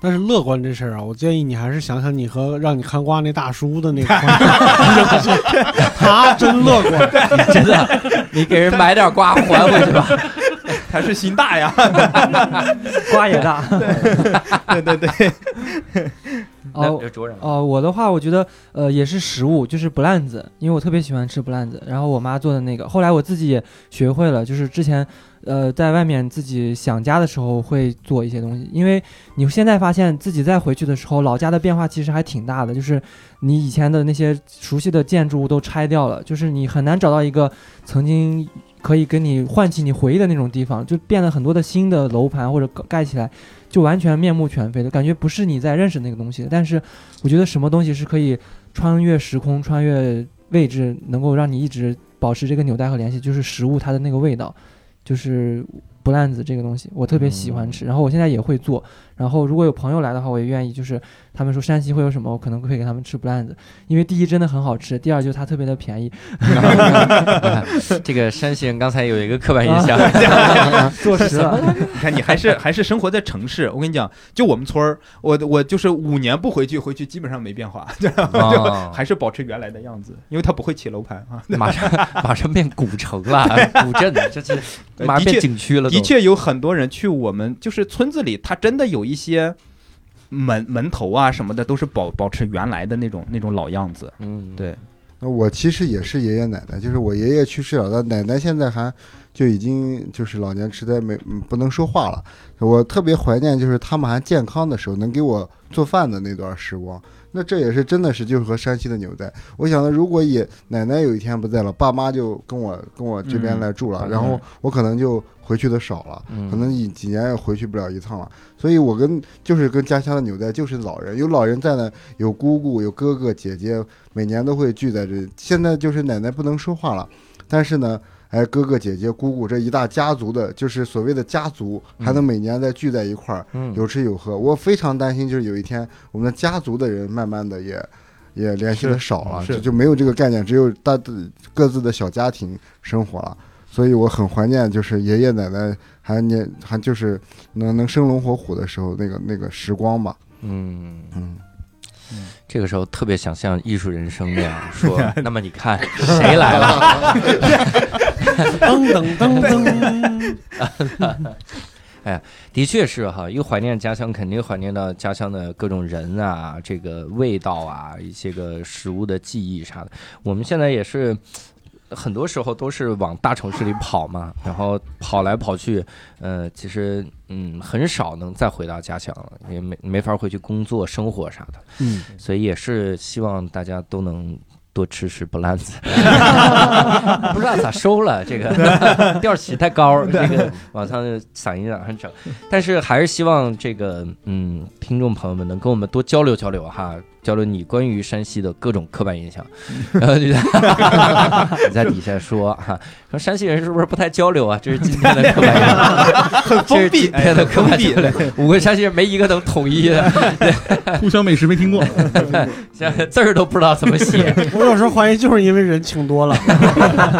S3: 但是乐观这事儿啊，我建议你还是想想你和让你看瓜那大叔的那个关系， 他真乐观。
S1: 真的，你给人买点瓜还回去吧，
S6: 还是心大呀，
S8: 瓜也大。
S6: 对对对，
S8: 哦
S1: 那卓然
S8: 哦，我的话，我觉得呃也是食物，就是不烂子，因为我特别喜欢吃不烂子。然后我妈做的那个，后来我自己也学会了，就是之前呃在外面自己想家的时候会做一些东西，因为你现在发现自己再回去的时候，老家的变化其实还挺大的，就是你以前的那些熟悉的建筑物都拆掉了，就是你很难找到一个曾经。可以跟你唤起你回忆的那种地方，就变了很多的新的楼盘或者盖起来，就完全面目全非的感觉，不是你在认识那个东西。但是我觉得什么东西是可以穿越时空、穿越位置，能够让你一直保持这个纽带和联系，就是食物它的那个味道，就是不烂子这个东西，我特别喜欢吃。然后我现在也会做，然后如果有朋友来的话，我也愿意，就是他们说山西会有什么，我可能会给他们吃不烂子，因为第一真的很好吃，第二就是它特别的便宜，
S1: 这个山西人刚才有一个刻板印 象，
S8: 坐实了。
S6: 你看，你还是还是生活在城市。我跟你讲，就我们村儿，我我就是五年不回去，回去基本上没变化，就
S1: 哦
S6: 还是保持原来的样子，因为他不会起楼盘啊。
S1: 马上马上变古城 了，古镇这是
S6: 呃
S1: 马上
S6: 的
S1: 变
S6: 确
S1: 景区了都，
S6: 的确有很多人去我们就是村子里，他真的有一些门门头啊什么的，都是保保持原来的那种那种老样子。
S1: 嗯，
S6: 对，
S4: 那我其实也是爷爷奶奶，就是我爷爷去世了，但奶奶现在还就已经就是老年痴呆没嗯不能说话了。我特别怀念就是他们还健康的时候能给我做饭的那段时光。那这也是真的是就是和山西的纽带。我想的，如果也奶奶有一天不在了，爸妈就跟我跟我这边来住了，
S6: 嗯
S4: 然后我可能就回去的少了，
S1: 嗯
S4: 可能几几年也回去不了一趟了。所以我跟就是跟家乡的纽带就是老人，有老人在呢，有姑姑，有哥哥姐姐，每年都会聚在这。现在就是奶奶不能说话了，但是呢，哎，哥哥姐姐、姑姑这一大家族的，就是所谓的家族，还能每年再聚在一块儿，
S1: 嗯
S4: 有吃有喝。我非常担心，就是有一天我们的家族的人慢慢的也。也联系的少了，
S6: 是
S4: 就就没有这个概念，只有大各自的小家庭生活了。所以我很怀念，就是爷爷奶奶还年还就是能能生龙活虎的时候，那个那个时光吧。
S1: 嗯。
S4: 嗯，
S1: 这个时候特别想像艺术人生那样 说，那么你看谁来了？
S3: 噔噔噔噔，
S1: 的确是哈，又怀念家乡，肯定怀念到家乡的各种人啊，这个味道啊，一些个食物的记忆啥的。我们现在也是。很多时候都是往大城市里跑嘛，然后跑来跑去，呃，其实嗯，很少能再回到家乡了，也没没法回去工作、生活啥的，
S3: 嗯，
S1: 所以也是希望大家都能多吃吃不烂子，不知道咋收了这个调儿起太高，这个往上嗓音往上整，但是还是希望这个嗯，听众朋友们能跟我们多交流交流哈。交流你关于山西的各种刻板印象，然后就 你在底下说哈，说山西人是不是不太交流啊？这是今天的刻板印象。
S6: 很
S1: 这
S6: 封
S1: 是
S6: 闭
S1: 今，天的刻板印象，五个山西人没一个能统一的，
S9: 互相美食没听过，
S1: 现在字儿都不知道怎么写，
S3: 我有时候怀疑就是因为人请多 了，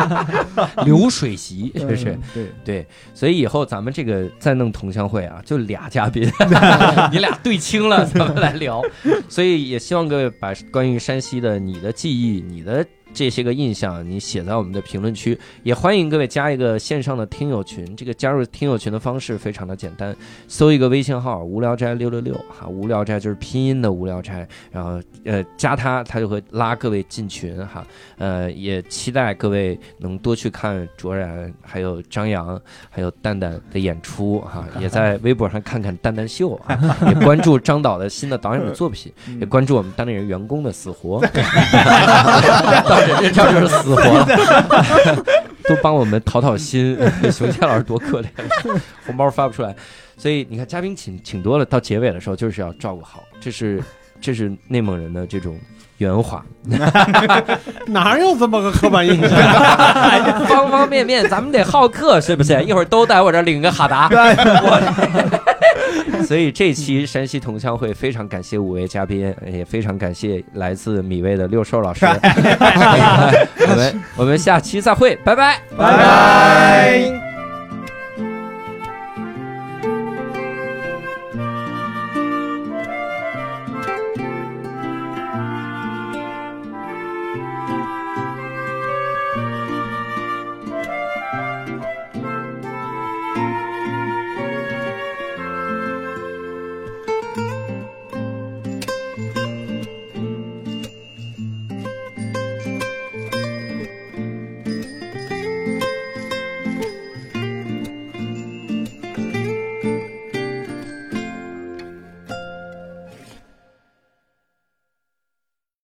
S1: 流水席是不是
S9: 嗯？对，
S1: 对，所以以后咱们这个再弄同乡会啊，就俩嘉 宾，你俩对清了，咱们来聊。所以也希望各位把关于山西的你的记忆、你的这些个印象，你写在我们的评论区。也欢迎各位加一个线上的听友群，这个加入听友群的方式非常的简单，搜一个微信号“无聊斋六六六”哈，“无聊斋”就是拼音的“无聊斋”，然后呃加他，他就会拉各位进群哈。呃，也期待各位能多去看卓然，还有张扬，还有蛋蛋的演出哈、也在微博上看看蛋蛋秀啊，也关注张导的新的导演的作品，
S6: 嗯
S1: 也关注我们单立人员工的死活，到人这叫就是死活，都帮我们讨讨心。 熊倩老师多可怜，红包发不出来，所以你看嘉宾请请多了，到结尾的时候就是要照顾好，这是这是内蒙人的这种圆滑。
S3: 哪有这么个刻板印象？
S1: 方方面面，咱们得好客，是不是？一会儿都在我这儿领个哈达。我 所以这期山西同乡会非常感谢五位嘉宾，也非常感谢来自米味的六兽老 师。我们我们下期再会，拜拜。
S6: 拜拜。